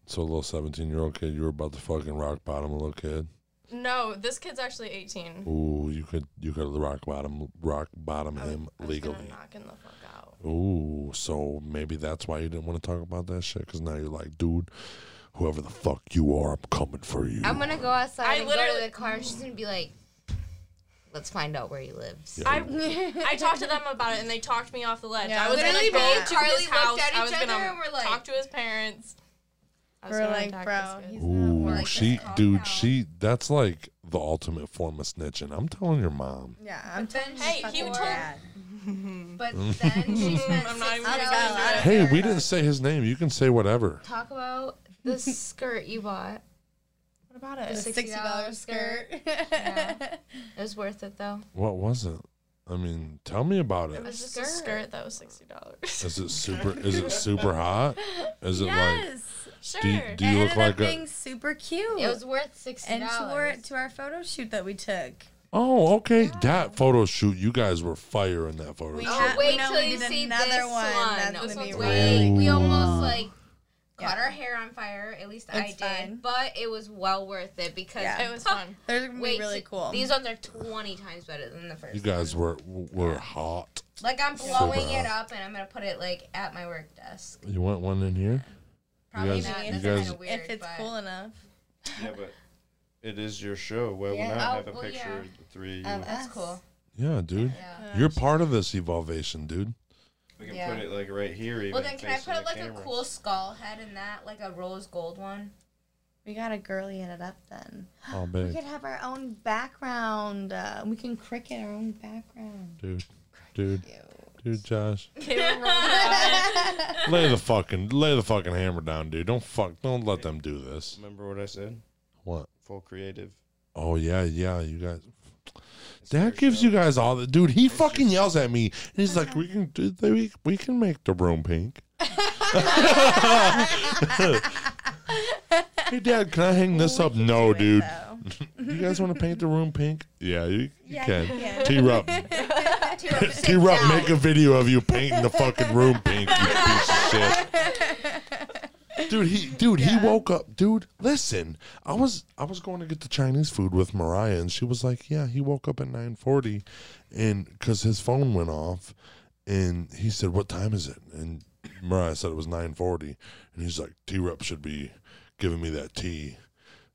[SPEAKER 1] So a little 17 year old kid, you were about to fucking rock bottom a little kid.
[SPEAKER 5] No, this kid's actually 18.
[SPEAKER 1] Ooh, you could you could rock bottom rock bottom
[SPEAKER 4] Oh,
[SPEAKER 1] him
[SPEAKER 5] I was
[SPEAKER 1] legally.
[SPEAKER 5] gonna knock him the fuck out.
[SPEAKER 1] Ooh, so maybe that's why you didn't want to talk about that shit. Because now you're like, dude, whoever the fuck you are, I'm coming for you.
[SPEAKER 3] I'm gonna go outside
[SPEAKER 5] I
[SPEAKER 3] and go to
[SPEAKER 5] literally-
[SPEAKER 3] the car. She's gonna be like, "Let's find out where he lives."
[SPEAKER 1] Yeah.
[SPEAKER 5] I, I talked to them about it and they talked me off the ledge.
[SPEAKER 4] Yeah,
[SPEAKER 5] I was
[SPEAKER 4] literally
[SPEAKER 5] gonna
[SPEAKER 4] me
[SPEAKER 5] go
[SPEAKER 4] and
[SPEAKER 5] to
[SPEAKER 3] Charlie
[SPEAKER 5] his
[SPEAKER 3] looked
[SPEAKER 5] house.
[SPEAKER 3] at
[SPEAKER 5] I was
[SPEAKER 3] each other
[SPEAKER 5] gonna
[SPEAKER 3] and we're like-
[SPEAKER 5] talk to his parents. I was
[SPEAKER 4] We're
[SPEAKER 5] gonna
[SPEAKER 4] like,
[SPEAKER 5] attack
[SPEAKER 4] bro,
[SPEAKER 5] this kid.
[SPEAKER 4] he's not
[SPEAKER 1] Ooh,
[SPEAKER 4] working.
[SPEAKER 1] she,
[SPEAKER 3] calm
[SPEAKER 1] dude,
[SPEAKER 3] down.
[SPEAKER 1] she, that's like the ultimate form of snitching. I'm telling your mom.
[SPEAKER 4] Yeah, I'm
[SPEAKER 3] But
[SPEAKER 4] telling
[SPEAKER 3] then
[SPEAKER 4] you,
[SPEAKER 5] Hey,
[SPEAKER 4] fucking
[SPEAKER 5] he told-
[SPEAKER 4] bad.
[SPEAKER 3] But then she spent
[SPEAKER 5] I'm not
[SPEAKER 3] six
[SPEAKER 5] even gonna
[SPEAKER 3] hours
[SPEAKER 4] say that.
[SPEAKER 1] Hey, we didn't say his name. You can say whatever.
[SPEAKER 3] talk about the skirt you bought.
[SPEAKER 5] What about
[SPEAKER 4] The
[SPEAKER 5] it?
[SPEAKER 3] Just-
[SPEAKER 4] sixty
[SPEAKER 3] $60
[SPEAKER 4] dollars skirt.
[SPEAKER 3] Yeah. It was worth it though.
[SPEAKER 1] What was it? I mean, tell me about
[SPEAKER 5] It
[SPEAKER 1] it.
[SPEAKER 5] was just a skirt that was sixty dollars.
[SPEAKER 1] Is it super? Is it super hot? Is it like?
[SPEAKER 4] yes,
[SPEAKER 5] sure.
[SPEAKER 1] Do you, do you
[SPEAKER 4] it
[SPEAKER 1] look
[SPEAKER 4] ended
[SPEAKER 1] like
[SPEAKER 4] up being
[SPEAKER 1] a?
[SPEAKER 4] super cute.
[SPEAKER 3] It was worth sixty
[SPEAKER 4] and she wore
[SPEAKER 3] dollars.
[SPEAKER 4] it to our photo shoot that we took.
[SPEAKER 1] Oh, okay. That photo shoot, you guys were fire in that photo.
[SPEAKER 4] We
[SPEAKER 1] shoot.
[SPEAKER 3] Oh,
[SPEAKER 4] ha-
[SPEAKER 3] wait
[SPEAKER 4] no,
[SPEAKER 3] till
[SPEAKER 4] we
[SPEAKER 3] you
[SPEAKER 4] did
[SPEAKER 3] see
[SPEAKER 4] another
[SPEAKER 3] this
[SPEAKER 4] one.
[SPEAKER 3] one.
[SPEAKER 4] That's
[SPEAKER 5] This
[SPEAKER 4] gonna be
[SPEAKER 5] one's
[SPEAKER 1] way
[SPEAKER 4] really
[SPEAKER 3] Wait, we almost
[SPEAKER 1] Ooh.
[SPEAKER 3] like caught
[SPEAKER 4] Yeah.
[SPEAKER 3] our hair on fire. At least I
[SPEAKER 4] It's
[SPEAKER 3] did,
[SPEAKER 4] fine.
[SPEAKER 3] but it was well worth it because
[SPEAKER 4] Yeah.
[SPEAKER 5] It was fun.
[SPEAKER 4] They're gonna
[SPEAKER 3] Wait,
[SPEAKER 4] be really
[SPEAKER 3] so
[SPEAKER 4] cool.
[SPEAKER 3] These ones are twenty times better than the first.
[SPEAKER 1] You guys were were hot.
[SPEAKER 3] Like I'm blowing
[SPEAKER 1] Super
[SPEAKER 3] it up and I'm gonna put it like at my work desk.
[SPEAKER 1] You want one in here?
[SPEAKER 3] Probably
[SPEAKER 1] guys-
[SPEAKER 3] not.
[SPEAKER 1] you
[SPEAKER 3] That's
[SPEAKER 1] guys-
[SPEAKER 3] kind of weird.
[SPEAKER 4] if it's
[SPEAKER 3] but
[SPEAKER 4] cool enough.
[SPEAKER 2] Yeah, but
[SPEAKER 6] It is your show. Why
[SPEAKER 3] Yeah.
[SPEAKER 6] would not
[SPEAKER 3] Oh,
[SPEAKER 6] have a
[SPEAKER 3] well,
[SPEAKER 6] picture
[SPEAKER 3] yeah.
[SPEAKER 6] of the three of you?
[SPEAKER 3] Um, that's cool.
[SPEAKER 1] Yeah, dude.
[SPEAKER 3] Yeah.
[SPEAKER 1] You're part of this evolvation, dude.
[SPEAKER 6] we can
[SPEAKER 3] yeah.
[SPEAKER 6] put it like right here. Even
[SPEAKER 3] Well, then can I
[SPEAKER 6] facing
[SPEAKER 3] put
[SPEAKER 6] the
[SPEAKER 3] like
[SPEAKER 6] camera.
[SPEAKER 3] a cool skull head in that, like a rose gold one?
[SPEAKER 4] We gotta girly it up then.
[SPEAKER 1] Oh,
[SPEAKER 4] We
[SPEAKER 1] big,
[SPEAKER 4] could have our own background. Uh, we can cricket our own background.
[SPEAKER 1] dude, dude, dude, Josh.
[SPEAKER 5] Caleb rolled her eyes.
[SPEAKER 1] lay the fucking, lay the fucking hammer down, dude. Don't fuck, don't let them do this.
[SPEAKER 6] Remember what I said?
[SPEAKER 1] What?
[SPEAKER 6] Full creative.
[SPEAKER 1] Oh yeah, yeah, you guys.
[SPEAKER 6] It's your
[SPEAKER 1] That gives
[SPEAKER 6] show.
[SPEAKER 1] you guys all the dude. He fucking yells at me. And he's like, "We can do. th- We we can make the room pink." hey, Dad, can I hang this up? No, dude. You guys want to paint the room pink? Yeah, you, you can. T Rup, T Rup, make a video of you painting the fucking room pink. You piece of shit. Dude, he dude, he woke up. Dude, listen, I was I was going to get the Chinese food with Mariah, and she was like, "Yeah, he woke up at nine forty, and because his phone went off, and he said, "What time is it?" And Mariah said it was nine forty, and he's like, "T Rup should be giving me that tea."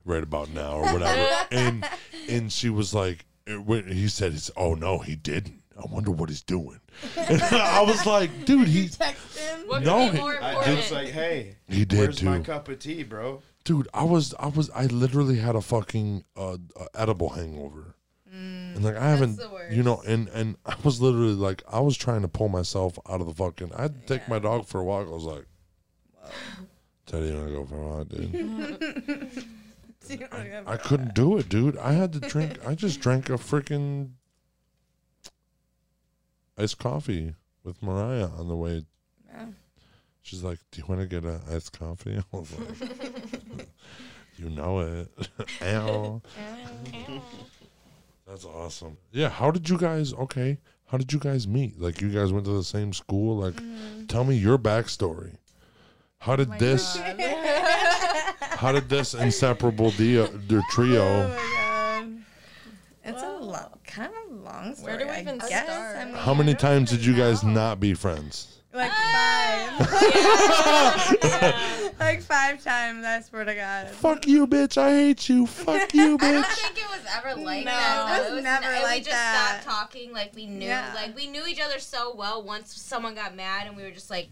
[SPEAKER 1] right about now or whatever. and and she was like, it went- he said, it's, oh no, he didn't. I wonder what he's doing. And I was like, dude, he
[SPEAKER 4] Text him.
[SPEAKER 5] What could
[SPEAKER 1] No,
[SPEAKER 5] be more
[SPEAKER 1] I-
[SPEAKER 6] I,
[SPEAKER 5] important?
[SPEAKER 6] I was like, hey,
[SPEAKER 1] he did
[SPEAKER 6] where's my
[SPEAKER 1] too,
[SPEAKER 6] cup of tea, bro?
[SPEAKER 1] dude. I was I was I literally had a fucking uh, uh, edible hangover. And like I haven't,
[SPEAKER 3] Mm, the worst.
[SPEAKER 1] you know, and and I was literally like, I was trying to pull myself out of the fucking. I had to take my dog for a walk. I was like, Teddy, you wanna go for a walk, dude? I couldn't do it, dude. I had to drink. I just drank a freaking iced coffee with Mariah on the way.
[SPEAKER 4] Yeah.
[SPEAKER 1] She's like, "Do you want to get an iced coffee?" I was like, "You know it." Ow. That's awesome. Yeah. How did you guys? Okay. How did you guys meet? Like, you guys went to the same school. Like, tell me your backstory. How did this? How did this inseparable deal, their trio?
[SPEAKER 4] Oh my god. It's a long, kind of long story.
[SPEAKER 5] do we
[SPEAKER 4] I
[SPEAKER 5] even
[SPEAKER 4] guess.
[SPEAKER 5] start?
[SPEAKER 4] I mean,
[SPEAKER 1] How many times did you guys not be friends?
[SPEAKER 4] like five,
[SPEAKER 5] Yeah.
[SPEAKER 4] like five times. I swear to God.
[SPEAKER 1] Fuck you, bitch. I hate you. Fuck you,
[SPEAKER 3] I don't
[SPEAKER 1] bitch.
[SPEAKER 3] think it was ever like
[SPEAKER 4] No,
[SPEAKER 3] that.
[SPEAKER 4] it
[SPEAKER 3] though.
[SPEAKER 4] was never
[SPEAKER 3] n-
[SPEAKER 4] like
[SPEAKER 3] we just
[SPEAKER 4] that.
[SPEAKER 3] stopped talking. Like we knew,
[SPEAKER 4] Yeah.
[SPEAKER 3] like we knew each other so well. Once someone got mad, and we were just like,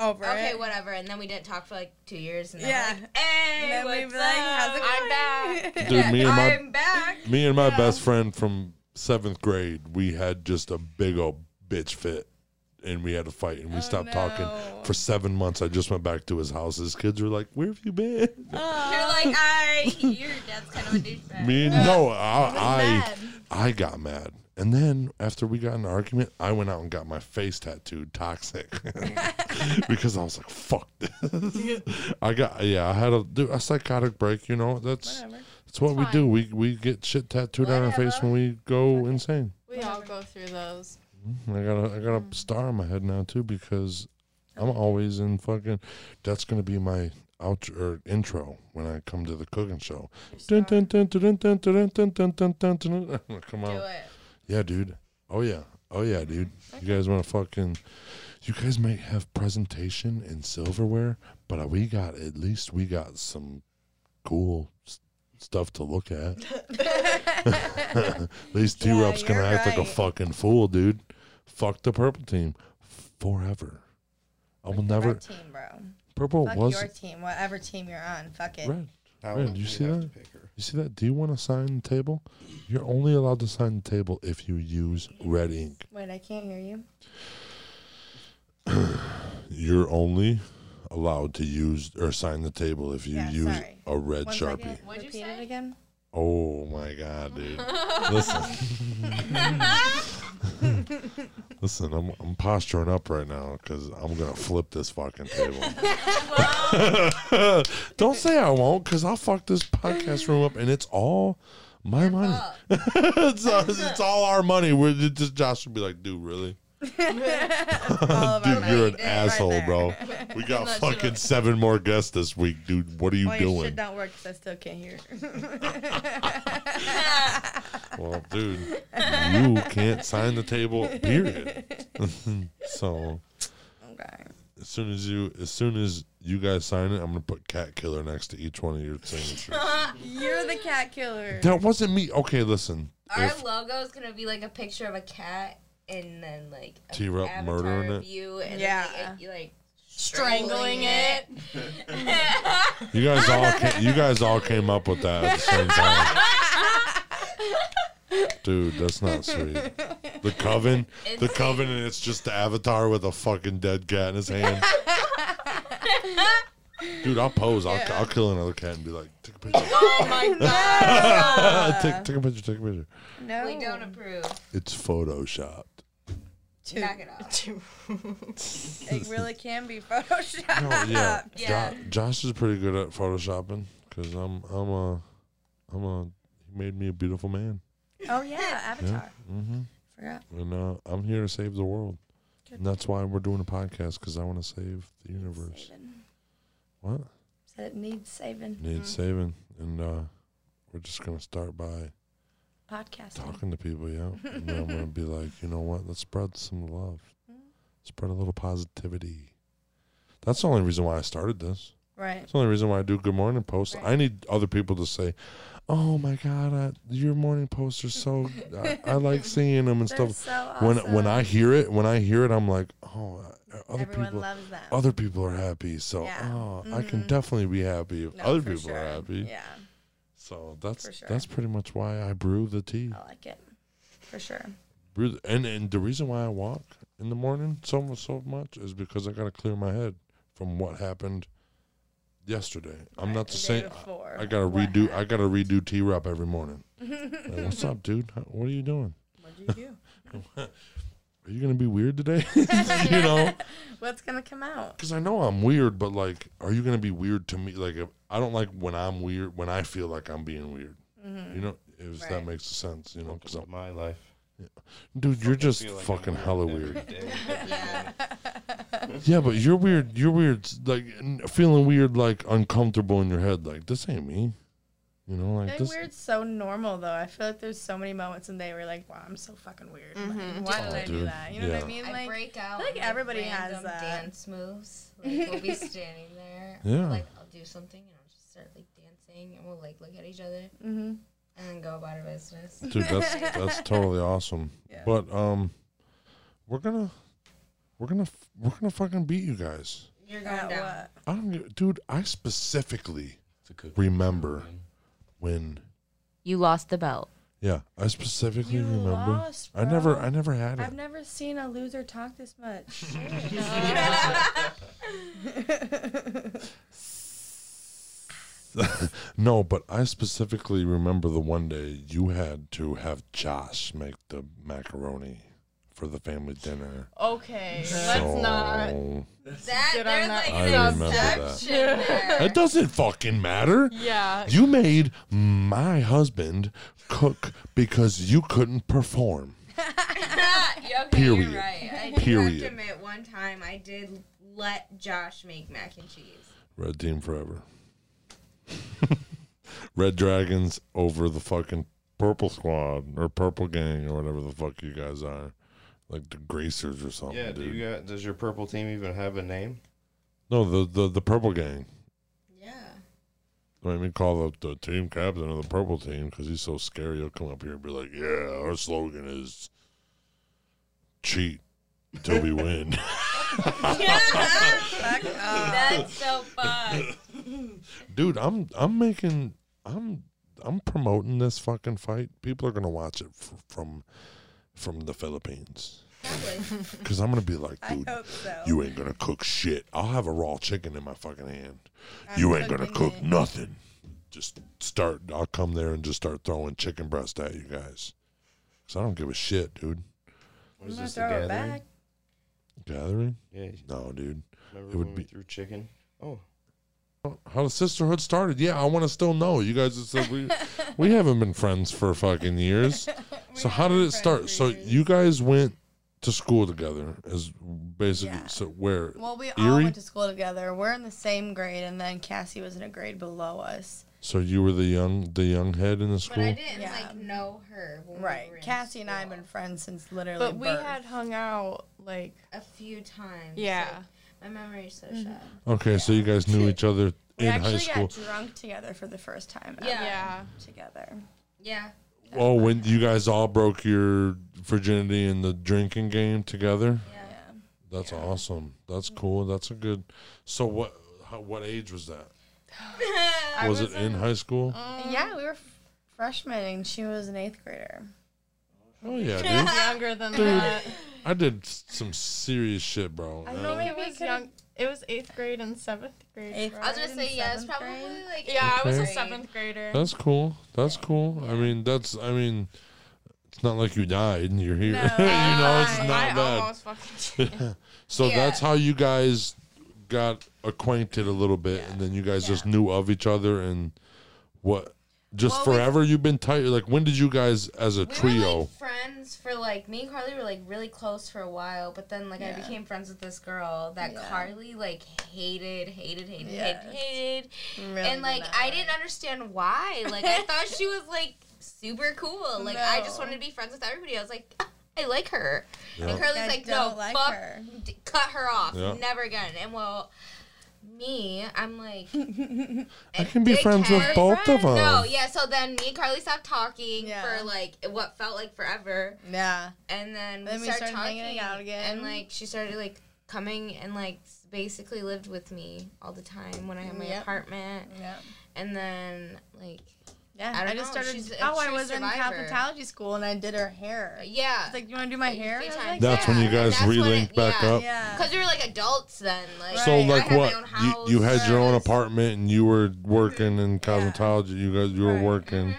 [SPEAKER 4] Over
[SPEAKER 3] okay,
[SPEAKER 4] it.
[SPEAKER 3] whatever. And then we didn't talk for like two years. And then
[SPEAKER 4] Yeah.
[SPEAKER 3] we're like, hey,
[SPEAKER 4] And then
[SPEAKER 3] what's
[SPEAKER 4] we'd be like, how's it
[SPEAKER 3] up? I'm back.
[SPEAKER 4] going?
[SPEAKER 1] Dude, me and my
[SPEAKER 3] I'm back.
[SPEAKER 1] me and my best friend from seventh grade, we had just a big old bitch fit, and we had a fight, and we stopped talking
[SPEAKER 4] Oh, no.
[SPEAKER 1] for seven months. I just went back to his house. His kids were like, "Where have you been?"
[SPEAKER 3] They're like, I, your dad's kind of a douchebag.
[SPEAKER 1] Me and no, I I, I got mad. And then after we got in an argument, I went out and got my face tattooed toxic because I was like, "Fuck this." I got yeah, I had a dude, a psychotic break. You know, that's
[SPEAKER 4] Whatever.
[SPEAKER 1] that's what we do. We we get shit tattooed on our face when we go insane.
[SPEAKER 5] we all go through those.
[SPEAKER 1] I got a, I got a star on my head now too because I'm always in fucking. That's gonna be my outro or intro when I come to the cooking show. Dun, dun, dun, dun, dun, dun, dun, dun, dun, dun, dun, dun. Come
[SPEAKER 3] Do
[SPEAKER 1] on,
[SPEAKER 3] it.
[SPEAKER 1] yeah, dude. Oh yeah, oh yeah, dude. You guys want to fucking? You guys might have presentation and silverware, but uh, we got at least we got some cool s- stuff to look at. at least T
[SPEAKER 4] Yeah,
[SPEAKER 1] Rup's gonna
[SPEAKER 4] you're
[SPEAKER 1] act like a
[SPEAKER 4] right.
[SPEAKER 1] fucking fool, dude. Fuck the purple team forever. I will never.
[SPEAKER 4] Red team, bro.
[SPEAKER 1] Purple
[SPEAKER 4] Fuck
[SPEAKER 1] Oh, was
[SPEAKER 4] your team, whatever team you're on. Fuck it.
[SPEAKER 1] red.
[SPEAKER 6] How
[SPEAKER 1] Ren,
[SPEAKER 6] would
[SPEAKER 1] you
[SPEAKER 6] we
[SPEAKER 1] see
[SPEAKER 6] have
[SPEAKER 1] that?
[SPEAKER 6] to pick her?
[SPEAKER 1] You see that? Do you want to sign the table? You're only allowed to sign the table if you use red ink.
[SPEAKER 4] Wait, I can't hear you.
[SPEAKER 1] You're only allowed to use or sign the table if you
[SPEAKER 4] Yeah,
[SPEAKER 1] use
[SPEAKER 4] sorry.
[SPEAKER 1] a red
[SPEAKER 4] One
[SPEAKER 1] sharpie.
[SPEAKER 4] second.
[SPEAKER 3] What'd you
[SPEAKER 4] Repeat
[SPEAKER 3] say?
[SPEAKER 4] it again.
[SPEAKER 1] Oh my god, dude! Listen, listen, I'm I'm posturing up right now because I'm gonna flip this fucking table. Don't say I won't, because I'll fuck this podcast room up, and it's all my money. it's, it's all our money. We're just Josh would be like, dude, really?
[SPEAKER 4] All of our
[SPEAKER 1] Dude, you're
[SPEAKER 4] money.
[SPEAKER 1] an asshole,
[SPEAKER 4] there.
[SPEAKER 1] bro. We got
[SPEAKER 5] That's
[SPEAKER 1] fucking
[SPEAKER 5] right.
[SPEAKER 1] seven more guests this week, dude. What are you
[SPEAKER 4] Well, your shit
[SPEAKER 1] doing?
[SPEAKER 4] don't work 'cause I still can't hear.
[SPEAKER 1] Well, dude, you can't sign the table, period. so,
[SPEAKER 4] okay.
[SPEAKER 1] As soon as you, as soon as you guys sign it, I'm gonna put cat killer next to each one of your signatures.
[SPEAKER 4] You're the cat killer.
[SPEAKER 1] that wasn't me. Okay, listen.
[SPEAKER 3] Our
[SPEAKER 1] If-
[SPEAKER 3] logo is gonna be like a picture of a cat and then like a
[SPEAKER 1] T-Rex
[SPEAKER 3] avatar
[SPEAKER 1] murdering
[SPEAKER 3] of
[SPEAKER 1] it?
[SPEAKER 3] You and yeah,
[SPEAKER 4] Yeah.
[SPEAKER 3] like, it- you, like
[SPEAKER 5] Strangling it.
[SPEAKER 1] you guys all, ca- you guys all came up with that at the same time. Dude, that's not sweet. The coven, the
[SPEAKER 3] It's-
[SPEAKER 1] coven, and it's just the avatar with a fucking dead cat in his hand. Dude, I'll pose. I'll, I'll kill another cat and be like, take a picture.
[SPEAKER 5] Oh my god.
[SPEAKER 1] take, take a picture. Take a picture.
[SPEAKER 4] No.
[SPEAKER 3] We don't approve.
[SPEAKER 1] It's photoshopped.
[SPEAKER 4] Two.
[SPEAKER 3] Knock it off.
[SPEAKER 4] It really can be photoshopped.
[SPEAKER 1] No, Oh, yeah.
[SPEAKER 3] Yeah.
[SPEAKER 1] Jo- Josh is pretty good at photoshopping because I'm I'm a I'm a he made me a beautiful man,
[SPEAKER 4] Oh yeah, Avatar.
[SPEAKER 1] Mm-hmm.
[SPEAKER 4] Forgot.
[SPEAKER 1] and uh, I'm here to save the world.
[SPEAKER 4] Good.
[SPEAKER 1] And that's why we're doing a podcast because I want to save the universe.
[SPEAKER 4] Saving.
[SPEAKER 1] What
[SPEAKER 4] Said it needs saving.
[SPEAKER 1] needs saving, and uh, we're just gonna start by
[SPEAKER 4] Podcasting.
[SPEAKER 1] talking to people, yeah. And then I'm gonna be like, you know what? Let's spread some love,
[SPEAKER 4] Hmm?
[SPEAKER 1] spread a little positivity. That's the only reason why I started this.
[SPEAKER 4] Right.
[SPEAKER 1] It's the only reason why I do good morning posts.
[SPEAKER 4] Right.
[SPEAKER 1] I need other people to say, "Oh my god, I, your morning posts are so I, I like seeing them and
[SPEAKER 4] That's
[SPEAKER 1] stuff."
[SPEAKER 4] so awesome.
[SPEAKER 1] When when I hear it, when I hear it, I'm like, "Oh, uh, other
[SPEAKER 4] everyone
[SPEAKER 1] people,
[SPEAKER 4] loves them.
[SPEAKER 1] other people are happy." So,
[SPEAKER 4] Yeah.
[SPEAKER 1] oh, I can
[SPEAKER 4] Mhm.
[SPEAKER 1] definitely be happy if
[SPEAKER 4] No,
[SPEAKER 1] other
[SPEAKER 4] for
[SPEAKER 1] people
[SPEAKER 4] sure.
[SPEAKER 1] are happy.
[SPEAKER 4] Yeah,
[SPEAKER 1] So that's
[SPEAKER 4] For sure. Oh.
[SPEAKER 1] that's pretty much why I brew the tea.
[SPEAKER 4] I like it for sure.
[SPEAKER 1] Brew the, and and the reason why I walk in the morning so so much is because I got to clear my head from what happened yesterday. I'm
[SPEAKER 4] Right,
[SPEAKER 1] not
[SPEAKER 4] the
[SPEAKER 1] the
[SPEAKER 4] day
[SPEAKER 1] same.
[SPEAKER 4] before,
[SPEAKER 1] I gotta
[SPEAKER 4] what
[SPEAKER 1] redo. I gotta redo T Rep every morning. Like, What's up, dude? How- What are you doing?
[SPEAKER 4] What do you do?
[SPEAKER 1] Are you gonna be weird today? you know,
[SPEAKER 4] What's gonna come out?
[SPEAKER 1] because I know I'm weird, but like, are you gonna be weird to me? Like, if, I don't like when I'm weird. When I feel like I'm being weird, you know, if that
[SPEAKER 4] Mm-hmm. Right.
[SPEAKER 1] makes sense, you know, because
[SPEAKER 6] Welcome to my life.
[SPEAKER 1] dude, you're just
[SPEAKER 6] Feel like I'm
[SPEAKER 1] fucking hella
[SPEAKER 6] every
[SPEAKER 1] weird.
[SPEAKER 6] day, every minute.
[SPEAKER 1] yeah, but you're weird. You're weird. s- Like n- feeling weird, like uncomfortable in your head. Like this ain't me. You know, like
[SPEAKER 4] Feeling
[SPEAKER 1] this.
[SPEAKER 4] weird's so normal though. I feel like there's so many moments in the day where you're like, wow, I'm so fucking weird. Like, why
[SPEAKER 1] Oh,
[SPEAKER 4] did I do
[SPEAKER 1] dude.
[SPEAKER 4] that? You know what
[SPEAKER 1] Yeah.
[SPEAKER 4] I mean?
[SPEAKER 3] I
[SPEAKER 4] Like,
[SPEAKER 3] break out.
[SPEAKER 4] I think
[SPEAKER 3] in,
[SPEAKER 4] everybody has
[SPEAKER 3] random
[SPEAKER 4] that.
[SPEAKER 3] dance moves. Like we'll be standing there.
[SPEAKER 1] Yeah.
[SPEAKER 3] Like I'll do something and I'll just start like dancing and we'll like look at each other
[SPEAKER 4] mm-hmm.
[SPEAKER 3] and then go about our business.
[SPEAKER 1] dude that's that's totally awesome
[SPEAKER 4] Yeah.
[SPEAKER 1] but um we're gonna we're gonna f- we're gonna fucking beat you guys
[SPEAKER 3] You're going down.
[SPEAKER 1] i don't give, dude i specifically
[SPEAKER 2] It's a cookie.
[SPEAKER 1] remember when
[SPEAKER 8] You lost the belt.
[SPEAKER 1] yeah i specifically
[SPEAKER 4] You
[SPEAKER 1] remember
[SPEAKER 4] lost,
[SPEAKER 1] i never
[SPEAKER 4] bro.
[SPEAKER 1] i never had it
[SPEAKER 4] I've never seen a loser talk this much.
[SPEAKER 1] no but i specifically remember the one day you had to have josh make the macaroni for the family dinner
[SPEAKER 4] Oh,
[SPEAKER 5] Okay,
[SPEAKER 1] so
[SPEAKER 5] let's not.
[SPEAKER 3] That
[SPEAKER 5] Get on
[SPEAKER 3] there's
[SPEAKER 5] that.
[SPEAKER 3] like
[SPEAKER 1] I
[SPEAKER 3] some
[SPEAKER 1] remember that.
[SPEAKER 3] shit there.
[SPEAKER 1] it doesn't fucking matter
[SPEAKER 5] Yeah.
[SPEAKER 1] You made my husband cook because you couldn't perform.
[SPEAKER 3] Yeah, okay,
[SPEAKER 1] Period.
[SPEAKER 3] You're right. I do have
[SPEAKER 1] Period.
[SPEAKER 3] to admit, one time I did let Josh make mac and cheese.
[SPEAKER 1] Red Team Forever. Red Dragons over the fucking Purple Squad or Purple Gang or whatever the fuck you guys are. Like the Gracers or something,
[SPEAKER 6] Yeah, do
[SPEAKER 1] dude.
[SPEAKER 6] you got, does your purple team even have a name?
[SPEAKER 1] no, the, the, the Purple Gang.
[SPEAKER 3] Yeah.
[SPEAKER 1] I mean, call the, the team captain of the Purple Team because he's so scary. He'll come up here and be like, yeah, our slogan is cheat till we win.
[SPEAKER 3] That's so fun.
[SPEAKER 1] dude i'm i'm making i'm i'm promoting this fucking fight people are gonna watch it f- from from the philippines because i'm gonna be like
[SPEAKER 4] I
[SPEAKER 1] dude
[SPEAKER 4] hope so.
[SPEAKER 1] you ain't gonna cook shit i'll have a raw chicken in my fucking hand you ain't gonna
[SPEAKER 4] cooking
[SPEAKER 1] cook
[SPEAKER 4] it.
[SPEAKER 1] nothing just start i'll come there and just start throwing chicken breast at you guys because i don't give a shit dude
[SPEAKER 6] What
[SPEAKER 4] I'm
[SPEAKER 6] is
[SPEAKER 4] gonna
[SPEAKER 6] this, the
[SPEAKER 4] throw it
[SPEAKER 6] gathering?
[SPEAKER 4] back.
[SPEAKER 1] gathering
[SPEAKER 6] Yeah,
[SPEAKER 1] no dude
[SPEAKER 6] remember
[SPEAKER 1] It would
[SPEAKER 6] when we
[SPEAKER 1] be-
[SPEAKER 6] threw chicken? Oh,
[SPEAKER 1] how the sisterhood started. Yeah, I want to still know. You guys just said we we haven't been friends for fucking years. so how did it start? So you guys went to school together as basically
[SPEAKER 4] Yeah.
[SPEAKER 1] so where
[SPEAKER 4] Well, we all
[SPEAKER 1] Erie?
[SPEAKER 4] went to school together. We're in the same grade, and then Cassie was in a grade below us.
[SPEAKER 1] so you were the young the young head in the
[SPEAKER 3] But I
[SPEAKER 1] school.
[SPEAKER 3] didn't
[SPEAKER 4] Yeah.
[SPEAKER 3] like know her. When
[SPEAKER 4] Right.
[SPEAKER 3] We were in
[SPEAKER 4] Cassie and I have
[SPEAKER 3] school.
[SPEAKER 4] been friends since literally.
[SPEAKER 5] But we
[SPEAKER 4] birth.
[SPEAKER 5] had hung out like
[SPEAKER 3] a few times.
[SPEAKER 5] Yeah.
[SPEAKER 3] like, My memory's so
[SPEAKER 4] Mm-hmm.
[SPEAKER 3] shot.
[SPEAKER 1] Okay, so you guys knew each other
[SPEAKER 4] We
[SPEAKER 1] in high
[SPEAKER 4] actually
[SPEAKER 1] school.
[SPEAKER 4] got drunk together for the first time ever
[SPEAKER 3] Yeah.
[SPEAKER 5] Yeah.
[SPEAKER 4] together.
[SPEAKER 3] Yeah.
[SPEAKER 1] Oh, when you guys all broke your virginity in the drinking game together.
[SPEAKER 3] Yeah.
[SPEAKER 4] Yeah. Mm-hmm.
[SPEAKER 1] That's awesome. That's cool. That's a good. So what? How, what age was that?
[SPEAKER 5] I
[SPEAKER 1] was, it in high school?
[SPEAKER 4] yeah, we were f- freshmen and she was an eighth grader.
[SPEAKER 1] oh yeah, dude.
[SPEAKER 9] Younger than that.
[SPEAKER 1] I did s- some serious shit, bro.
[SPEAKER 4] I
[SPEAKER 1] Uh,
[SPEAKER 4] know
[SPEAKER 9] It
[SPEAKER 4] maybe
[SPEAKER 9] was young. It was eighth grade and seventh grade.
[SPEAKER 4] Eighth-
[SPEAKER 9] bro.
[SPEAKER 3] I was gonna
[SPEAKER 4] In
[SPEAKER 3] say yeah. It's
[SPEAKER 4] seventh
[SPEAKER 3] probably
[SPEAKER 4] grade?
[SPEAKER 3] like
[SPEAKER 5] Yeah, I was a
[SPEAKER 1] Okay.
[SPEAKER 5] seventh grader.
[SPEAKER 1] That's cool. That's cool. I mean, that's. I mean, it's not like you died and you're here.
[SPEAKER 4] No.
[SPEAKER 1] you know, it's
[SPEAKER 5] I
[SPEAKER 1] not bad.
[SPEAKER 5] almost fucking
[SPEAKER 1] So
[SPEAKER 3] Yeah.
[SPEAKER 1] that's how you guys got acquainted a little bit, and then you guys just knew of each other and what. Just
[SPEAKER 3] Well, we-
[SPEAKER 1] forever you've been tight. Like when did you guys as a
[SPEAKER 3] we
[SPEAKER 1] trio?
[SPEAKER 3] were like friends for like me and Carly were like really close for a while, but then like I
[SPEAKER 4] Yeah.
[SPEAKER 3] became friends with this girl that
[SPEAKER 4] Yeah.
[SPEAKER 3] Carly like hated, hated, hated,
[SPEAKER 4] Yeah.
[SPEAKER 3] hated, hated,
[SPEAKER 4] Really
[SPEAKER 3] and like
[SPEAKER 4] did not
[SPEAKER 3] I didn't understand why. Like I thought she was like super cool. Like I just
[SPEAKER 4] No.
[SPEAKER 3] wanted to be friends with everybody. I was like. "Ah, I like her,
[SPEAKER 1] Yeah.
[SPEAKER 3] and Carly's
[SPEAKER 4] I
[SPEAKER 3] like,
[SPEAKER 4] don't
[SPEAKER 3] "No,
[SPEAKER 4] like
[SPEAKER 3] fuck,
[SPEAKER 4] her."
[SPEAKER 3] d- cut her off,
[SPEAKER 1] Yeah.
[SPEAKER 3] never again." And well, me, I'm like,
[SPEAKER 1] I can be
[SPEAKER 3] They
[SPEAKER 1] friends
[SPEAKER 3] can.
[SPEAKER 1] with both of them.
[SPEAKER 3] No, yeah. So then me and Carly stopped talking
[SPEAKER 4] Yeah.
[SPEAKER 3] for like what felt like forever,
[SPEAKER 4] Yeah.
[SPEAKER 3] and then we
[SPEAKER 4] Then we
[SPEAKER 3] started,
[SPEAKER 4] started
[SPEAKER 3] talking
[SPEAKER 4] hanging out again.
[SPEAKER 3] and like she started like coming and like s- basically lived with me all the time when I had my
[SPEAKER 4] Yep.
[SPEAKER 3] apartment,
[SPEAKER 4] Yeah.
[SPEAKER 3] and then like
[SPEAKER 4] Yeah.
[SPEAKER 3] I
[SPEAKER 4] I,
[SPEAKER 3] don't
[SPEAKER 4] just
[SPEAKER 3] know,
[SPEAKER 4] started
[SPEAKER 3] she's a
[SPEAKER 4] Oh, I
[SPEAKER 3] true
[SPEAKER 4] was in
[SPEAKER 3] survivor.
[SPEAKER 4] cosmetology school and I did her hair.
[SPEAKER 3] yeah,
[SPEAKER 4] It's like, "Do you want to do my hair?" I was like,
[SPEAKER 1] That's when you guys relinked back up.
[SPEAKER 4] Yeah.
[SPEAKER 3] because we were like adults then, like
[SPEAKER 1] So
[SPEAKER 3] I
[SPEAKER 1] like
[SPEAKER 3] had my
[SPEAKER 1] what?
[SPEAKER 3] own house.
[SPEAKER 1] You, you had your own
[SPEAKER 3] Yes.
[SPEAKER 1] apartment and you were working in cosmetology. You guys you were
[SPEAKER 4] Right.
[SPEAKER 1] working,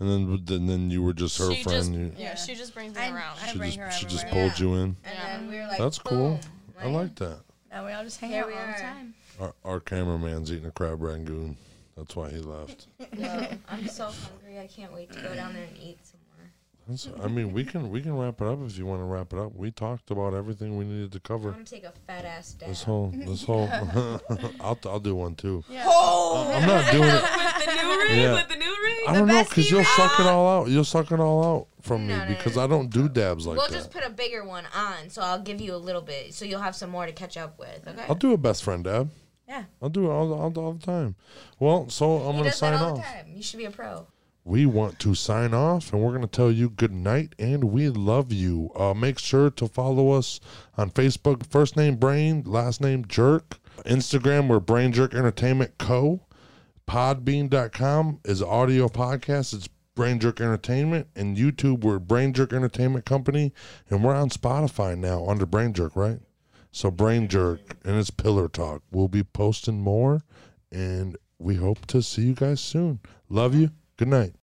[SPEAKER 1] and then and then you were just her
[SPEAKER 5] she just,
[SPEAKER 1] friend.
[SPEAKER 5] yeah.
[SPEAKER 4] Yeah.
[SPEAKER 5] she just brings
[SPEAKER 4] I-
[SPEAKER 5] them around.
[SPEAKER 4] I
[SPEAKER 1] you, she
[SPEAKER 4] bring
[SPEAKER 1] just
[SPEAKER 4] her
[SPEAKER 1] she just
[SPEAKER 4] everywhere.
[SPEAKER 1] pulled you in.
[SPEAKER 3] And
[SPEAKER 5] Yeah.
[SPEAKER 3] then we were like,
[SPEAKER 1] That's cool.
[SPEAKER 3] boom,
[SPEAKER 1] I like that.
[SPEAKER 4] And we all just hang out
[SPEAKER 3] Here
[SPEAKER 4] all
[SPEAKER 3] we
[SPEAKER 4] the
[SPEAKER 3] are.
[SPEAKER 4] time.
[SPEAKER 1] Our, our cameraman's eating a crab rangoon. That's why he left.
[SPEAKER 3] Yo, I'm so hungry. I can't wait to go down there and eat some more.
[SPEAKER 1] That's, I mean, we can we can wrap it up if you want to wrap it up. We talked about everything we needed to
[SPEAKER 3] I'm
[SPEAKER 1] cover.
[SPEAKER 3] gonna take a fat ass dab.
[SPEAKER 1] This whole this whole I'll I'll do one too.
[SPEAKER 4] Yeah.
[SPEAKER 1] I'm not doing it.
[SPEAKER 5] with the new ring,
[SPEAKER 1] Yeah.
[SPEAKER 5] with the new ring.
[SPEAKER 1] I don't know
[SPEAKER 4] best
[SPEAKER 1] because you'll
[SPEAKER 4] email.
[SPEAKER 1] suck it all out. You'll suck it all out from
[SPEAKER 3] No,
[SPEAKER 1] me
[SPEAKER 3] no, no,
[SPEAKER 1] because
[SPEAKER 3] no.
[SPEAKER 1] I don't do dabs like
[SPEAKER 3] we'll
[SPEAKER 1] that.
[SPEAKER 3] just put a bigger one on, so I'll give you a little bit, so you'll have some more to catch up with. Okay.
[SPEAKER 1] I'll do a best friend dab.
[SPEAKER 4] Yeah.
[SPEAKER 1] I'll do it all, all, all the time. Well, so I'm
[SPEAKER 3] he
[SPEAKER 1] going to
[SPEAKER 3] does
[SPEAKER 1] sign
[SPEAKER 3] that all the
[SPEAKER 1] off.
[SPEAKER 3] time. You should be a pro.
[SPEAKER 1] We want to sign off and we're going to tell you good night and we love you. Uh, make sure to follow us on Facebook, first name Brain, last name Jerk. Instagram, we're Brain Jerk Entertainment Co. Podbean.com is audio podcast. It's Brain Jerk Entertainment. And YouTube, we're Brain Jerk Entertainment Company. And we're on Spotify now under Brain Jerk, right? So Brain Jerk and it's Pillar Talk. We'll be posting more and we hope to see you guys soon. Love you. Good night.